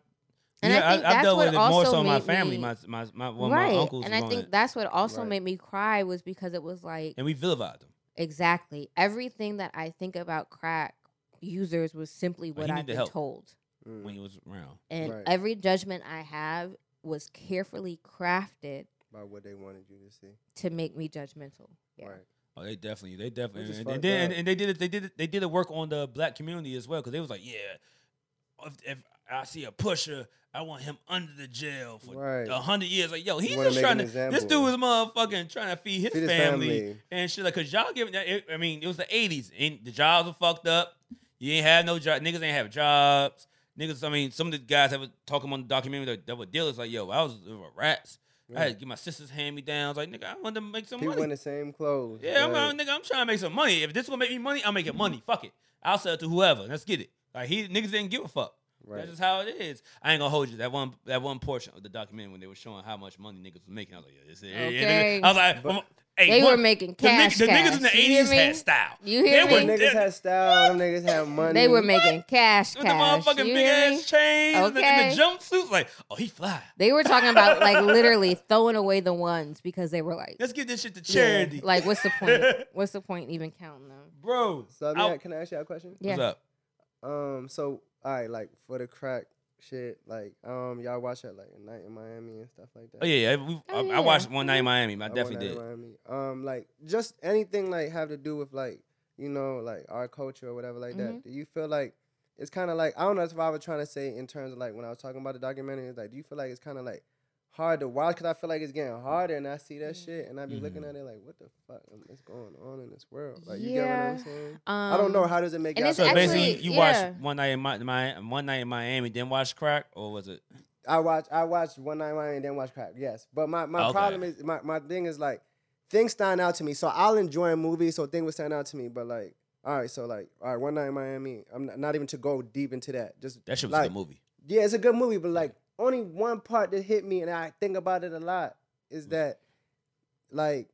and I
yeah,
think
I, have
that's
dealt
what
with it more
also
so in my
made
family,
me-
my my my, one
right
my uncles,
and
was
i
on
think
it.
that's what also
Right.
made me cry was because it was like
and we vilified them.
exactly everything that i think about crack users was simply
Well,
what
he
i've
need the
been
help.
told
Mm.
when he was around.
and
Right.
every judgment i have was carefully crafted
by what they wanted you to see.
to make me judgmental yeah.
Right.
Oh, they definitely, they definitely,
is
and,
fucked
and, then, and,
up.
and they did it. They did it. They did it work on the black community as well because they was like, yeah, if, if I see a pusher, I want him under the jail for
Right.
a hundred years. Like, yo, he's
wanna
just
make
trying
an
to. This
example.
dude is motherfucking trying to feed his,
Feed his
family,
family.
and shit. Like, cause y'all giving that. It, I mean, it was the '80s, and the jobs were fucked up. You ain't have no job. Niggas ain't have jobs. Niggas. I mean, some of the guys that were talking on the documentary that, that were dealers. Like, yo, I was there were rats. I had to get my sister's hand me downs. Like, nigga, I wanted to make some
People
money.
in the same clothes.
Yeah, I'm,
like,
I'm, nigga, I'm trying to make some money. If this gonna make me money, I'm making money. Fuck it. I'll sell it to whoever. Let's get it. Like he niggas didn't give a fuck.
right.
That's just how it is. I ain't gonna hold you. That one that one portion of the documentary when they were showing how much money niggas was making, I was like, yeah, this is
Okay.
I was like,
But-
I'm- hey,
they were
one-
making
the, nigg-
cash
the
cash.
niggas in the
You hear
'80s
me?
had style.
You hear
They were-
me?
Them niggas had style. Them niggas had money.
They were making cash
With
cash.
the motherfucking
you
big
hear me?
ass chains and the, and the
Okay.
jumpsuits, like, oh, he fly.
They were talking about like literally throwing away the ones because they were like
Let's give this shit to
yeah,
charity.
Like, what's the point? what's the point in even counting them?
bro.
So
I-
I mean, can I ask you a question?
Oh. Yeah.
What's up?
Um, so all right, like for the crack shit, like um, y'all watch that like a night in Miami and stuff like that.
Oh yeah, yeah. We,
Oh,
I,
yeah.
I watched One Night in Miami. I
Or
definitely
One
did.
Night in Miami. Um, like just anything like have to do with like you know like our culture or whatever like that.
Mm-hmm.
Do you feel like it's kind of like I don't know if I was trying to say in terms of like when I was talking about the documentary, it's like do you feel like it's kind of like hard to watch because I feel like it's getting harder and I see that
Mm-hmm.
shit and I be looking
Mhm.
at it like what the fuck is going on in this world? Like you get what I'm
Yeah.
saying?
Um,
I don't know how does it make
and
y'all
it's
So
feel?
basically,
actually-
you
yeah.
watched one night in Mi- Miami, one night in Miami, then watch Crack, or was it?
I watch I watched One Night Miami and then watch Crack. Yes, but my, my
Okay.
problem is my, my thing is like things stand out to me. So I'll enjoy a movie, so things will stand out to me. But like, all right, so like, all right, One Night in Miami. I'm not, not even to go deep into that. Just
That shit was a
like,
good movie.
yeah, it's a good movie, but like only one part that hit me, and I think about it a lot,
Mm.
is that like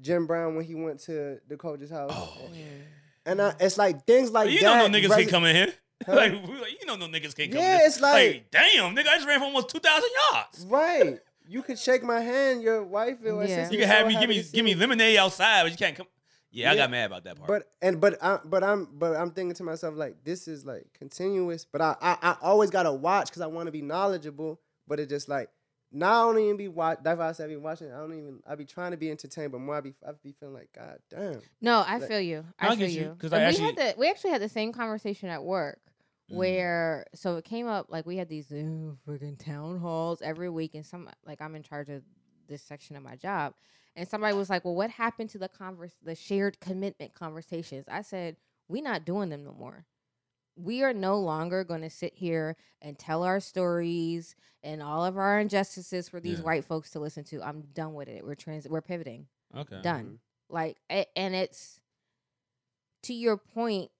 Jim Brown when he went to the coach's house,
Oh,
and I, it's like things like
you
that.
don't know niggas
res-
can't come in here.
Huh?
Like, we like, you don't know niggas can't come.
Yeah,
in here.
it's like-
damn, nigga, I just ran for almost two thousand yards.
Right. You could shake my hand, your wife and
Yeah.
yeah.
You can have me give me give me lemonade outside, but you can't come. Yeah, I
Yeah.
got mad about that part.
But and but I but I'm but I'm thinking to myself like this is like continuous. But I I, I always gotta watch because I want to be knowledgeable. But it just like now I don't even be watch. That's why I said I be watching. I don't even. I be trying to be entertained, but more I be I be feeling like God damn.
No, I
Like-
feel you. I,
I
feel
get you,
you.
'cause
And we
I actually-
had the, we actually had the same conversation at work
Mm.
where so it came up like we had these uh, freaking town halls every week, and some like I'm in charge of this section of my job, and somebody was like, "Well, what happened to the converse the shared commitment conversations?" I said, "We're not doing them no more." We are no longer going to sit here and tell our stories and all of our injustices for these
Yeah.
white folks to listen to. I'm done with it. We're trans. We're pivoting
okay,
done. Like, a- and it's to your point.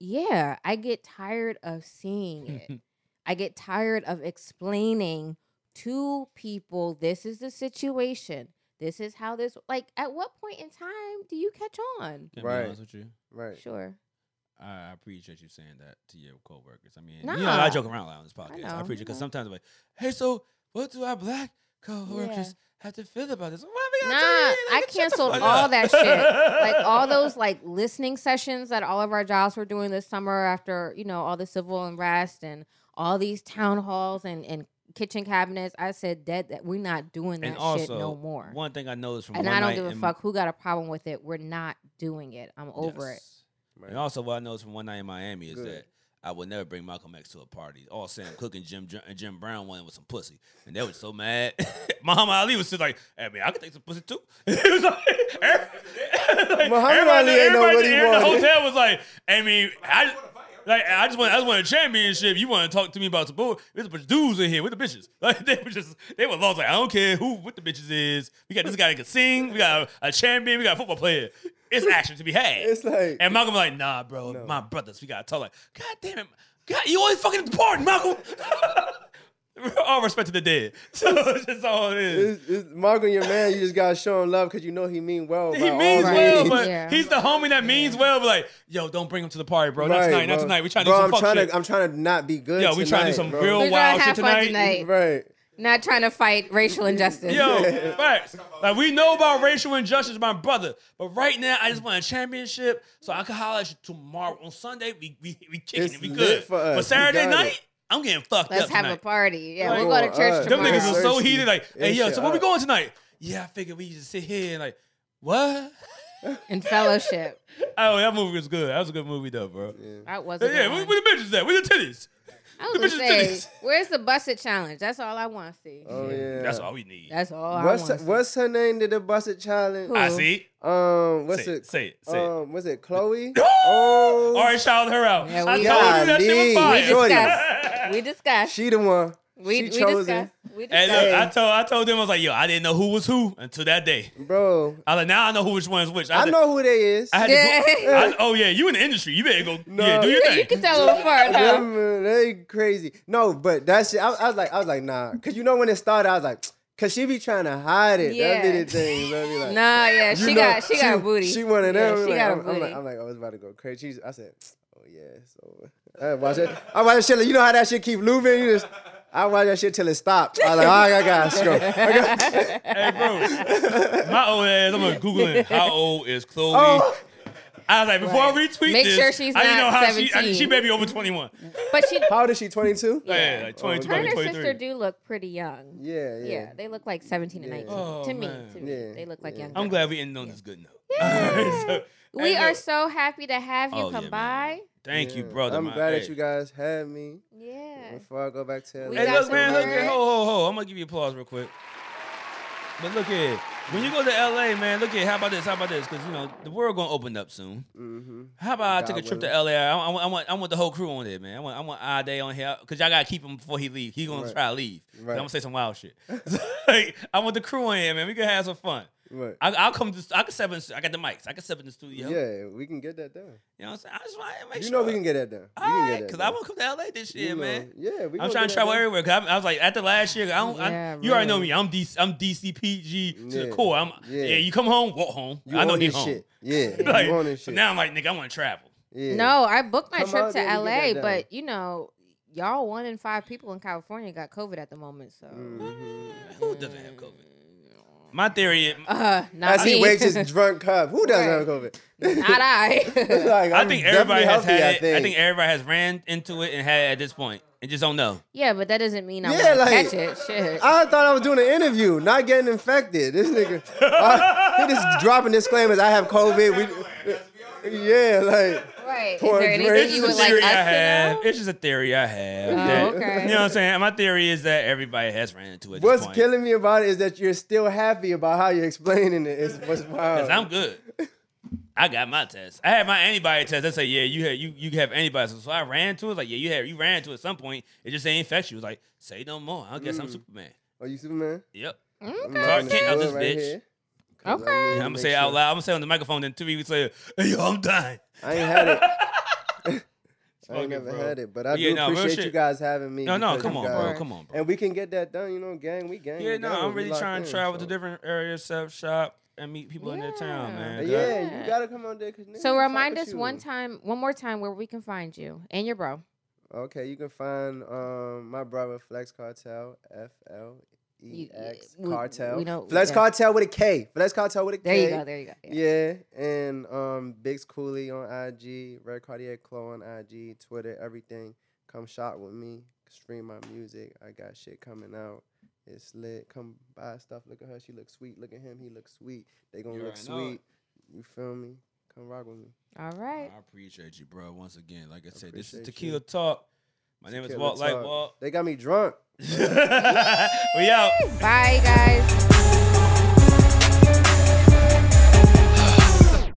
Yeah, I get tired of seeing it. I get tired of explaining to people this is the situation. This is how this. Like, at what point in time do you catch on?
Can I be
Right.
honest with you?
Right.
Sure.
I I appreciate you saying that to your coworkers. I mean,
Nah.
you know, I joke around a lot on this podcast. I,
know, Mm-hmm.
appreciate because
I know.
sometimes I'm like, hey, so what do our black coworkers have to feel about this? Why we gotta
Nah,
tell you? Like,
I
shut the
canceled
fuck
all
up.
that shit. Like all those like listening sessions that all of our jobs were doing this summer after you know all the civil unrest and all these town halls and and kitchen cabinets. I said dead that we're not doing that
and also,
shit no more.
One thing I know is from
and
one
I don't
night
give a
in-
fuck who got a problem with it. We're not doing it. I'm over it.
Yes. And also, what I know is from one night in Miami is
Good.
that I would never bring Malcolm X to a party. All Sam Cooke and Jim and Jim Brown wanted was some pussy, and they were so mad. Muhammad Ali was just like, "Hey man, I could take some pussy too." it was like, everybody,
Muhammad
everybody,
Ali ain't know what he
in the
wanted.
hotel was like, "I mean, I."
wanna fight. I'm-
Like I just want, I just want a championship. You want to talk to me about some bull? There's a bunch of dudes in here with the bitches. Like they were just, they were lost. Like I don't care who, what the bitches is. We got this guy that can sing. We got a, a champion. We got a football player. It's action to be had.
It's like
And Malcolm like, nah, bro,
No.
my brothers, we gotta talk. Like, God damn it, God, you always fucking pardon, Malcolm. Bro, all respect to the dead. So that's all it is.
It's, it's Marco, your man. You just gotta show him love because you know he mean well.
He
by all
means
Right.
well,
means.
but
Yeah.
he's the homie that means well. But like, yo, don't bring him to the party, bro. Not
Right,
tonight. Not
bro.
tonight. We trying to
Bro,
do some
I'm
fuck
trying
shit.
To, I'm trying to not be good.
Yo, we trying to do
tonight,
some
bro.
real
We're
wild
trying to
shit
have fun
tonight.
tonight.
Right.
Not trying to fight racial injustice.
Yo, facts. Like we know about racial injustice, my brother. But right now, I just want a championship, so I can holler at you tomorrow on Sunday. We we we kicking
It's
it. We
lit
good.
for us.
But
We
Saturday
got
night,
it.
I'm getting fucked
Let's
up
have
tonight.
a party. Yeah, we'll
Like,
go to church
alright.
Them
tomorrow.
niggas are so
Thirsty.
heated. Like, hey,
It's
yo,
your
so where we
up.
going tonight? Yeah, I figured we just sit here and like, what?
in fellowship.
Oh, that movie was good. That was a good movie though, bro. Yeah,
That was a good
where,
one.
where the bitches at? Where the titties?
I was
the
gonna
bitches
say,
titties.
where's the busted challenge? That's all I want to see.
Oh yeah.
That's all we need.
That's all I
What's
want.
what's her name? Did the busted challenge?
Who?
I see.
Um, what's
Say it,
it?
say it, say it.
um, was it Chloe? Oh,
All right, shout her out.
Yeah,
I told
we-
you that shit was
Golly.
fire.
We
Shorty.
discussed. We discussed.
She the one.
We, we
she chosen,
discussed. We
Hey,
discussed.
look, I told I told them I was like, yo, I didn't know who was who until that day.
bro.
I was like, now I know who which one's which. I,
I
had-
know who they is.
I had to go,
Yeah.
I- oh yeah, you in the industry, you better go.
No.
Yeah, do your
you,
thing.
you can tell them apart. Huh?
Them, uh, they crazy. No, but that shit. I, I was like, I was like, nah, cause you know when it started, I was like, cause she be trying to hide it.
Yeah.
That little thing. bro. I be like,
Nah, yeah,
you
she
know,
got she got a booty.
She one of
Yeah,
them.
she
like,
got a
I'm, I'm
booty.
like, I'm like, I was about to go crazy. She's- I said, oh yeah. So I watch it. I watch that shit. Like, you know how that shit keep looping. You just, I watch that shit till it stopped. I was like, all right, I gotta scroll. I got-
Hey, bro, my old ass. I'm gonna googling how old is Chloe.
oh,
I was like, before I
Right.
retweet
Make
this,
sure she's
I didn't know
not
how she. I,
17.
she may be over 21.
but she,
how old is she? Twenty two.
Yeah, like 22,
her and her
23.
sister do look pretty young. Yeah,
Yeah, yeah.
they look like seventeen and
Yeah.
nineteen
Oh,
to me.
man.
To me,
Yeah,
they look like
yeah.
young.
I'm glad we ended on this good note. So,
We
hey,
are
look,
so happy to have you
Oh,
come
yeah,
by.
man. Thank you,
Yeah.
brother.
I'm
man.
glad
Hey.
that you guys had me.
Yeah.
Before I go back to
We
LA.
Hey,
got
look,
some
man, look
word.
here. Ho, ho, ho. I'm gonna give you applause real quick. But look here. When you go to LA, man, look here. How about this? How about this? Because you know the world gonna open up soon.
Mm-hmm.
How about I
God
take a trip to
willing.
LA? I, I, want- I want, I want the whole crew on there, man. I want, I want our day on here because y'all gotta keep him before he leave. He gonna
Right.
try to leave. 'Cause
Right.
I'm gonna say some wild shit. Like, I want the crew on here, man. We can have some fun.
Right.
I, I'll come. To, I can step in. I got the mics. I can step in the studio.
Yeah, we can get that done.
You know what I'm saying? I just want to make
You
sure.
know we can get that done. We can get that
because I
done.
want to come to LA this
You
year,
know,
man.
Yeah, we
I'm
gonna
trying
get
to
that
travel
done.
everywhere. 'cause I, I was like, after last year, I don't. I-
Yeah,
you already know
really.
me. I'm DC. I'm DCPG to the
Yeah,
core. I'm. Yeah.
yeah.
You come home, walk home.
You
I know
own
you
this
home.
shit. Yeah,
Like,
you own this
so
shit.
now I'm like, nigga, I want to travel.
yeah.
No, I booked my
Come
trip
out
to
there, we get
LA,
that
but you know, y'all one in five people in California got COVID at the moment, so
Mm. Mm-hmm.
Who doesn't have COVID? My theory. is-
uh, not
As
me.
he wakes his drunk cup, who doesn't
Right.
have COVID?
not I.
Like,
I
I'm
think everybody
definitely
has
healthy,
had it. I think everybody has ran into it and had it at this point, and just don't know.
yeah, but that doesn't mean I
Yeah,
want
like-
to catch it. Shit.
I thought I was doing an interview, not getting infected. This nigga, I, he just dropping disclaimers. I have COVID. We, yeah, like
right. Is
Poor
there
Drake.
anything you
just
would
a
like
theory
us
I
to
have.
know?
It's just a theory I have.
Oh,
that-
okay.
You know what I'm saying? My theory is that everybody has ran into it. At this
what's
point.
killing me about it is that you're still happy about how you're explaining it. It's what's wild.
Cause I'm good. I got my test. I had my antibody test. They say, yeah, you had you you have antibodies. So I ran to it. Like, yeah, you had you ran to it at some point. It just ain't infect you. It was like, say no more. I
Mm.
guess I'm Superman.
Are you Superman?
Yep.
Okay.
Sorry,
Dark
can't help this bitch.
Okay.
I'm gonna say it out loud. I'm gonna say it on the microphone. Then two weeks later, hey, yo, I'm dying.
I ain't had it. I
Fuck it,
ain't never
bro.
had it, but I
Yeah,
do
no, real
appreciate
shit.
you guys having me.
No, no,
because
come
you
on,
guys-
bro. Come on, bro.
And we can get that done, you know, gang. We gang.
Yeah, no,
together,
I'm
we
really
locked
trying to
in,
travel
so.
to different areas, self shop, and meet people in their town,
Yeah.
man.
But
'Cause I-
Yeah,
Yeah.
you gotta come out there. 'cause niggas
So
fuck
remind
with
us
you.
one time, one more time, where we can find you and your bro.
Okay, you can find um my brother Flex Cartel F L E
You-
X
we-
Cartel.
we know-
Flex
yeah.
Cartel with a K. Flex Cartel with a K.
There you go. There you go. Yeah.
Yeah, and um, Biggs Cooley on IG, Red Cardiac Chloe on IG, Twitter, everything. Come shop with me, stream my music. I got shit coming out. It's lit. Come buy stuff. Look at her. She looks sweet. Look at him. He looks sweet. They gonna
You
look
already know it.
sweet. You feel me? Come rock with me.
All right.
I appreciate you, bro. Once again, like I said, this is
Appreciate
Tequila
you.
Talk. My name is
Killer
Walt Light
Talk.
Walt.
They got me drunk.
we out.
Bye, guys.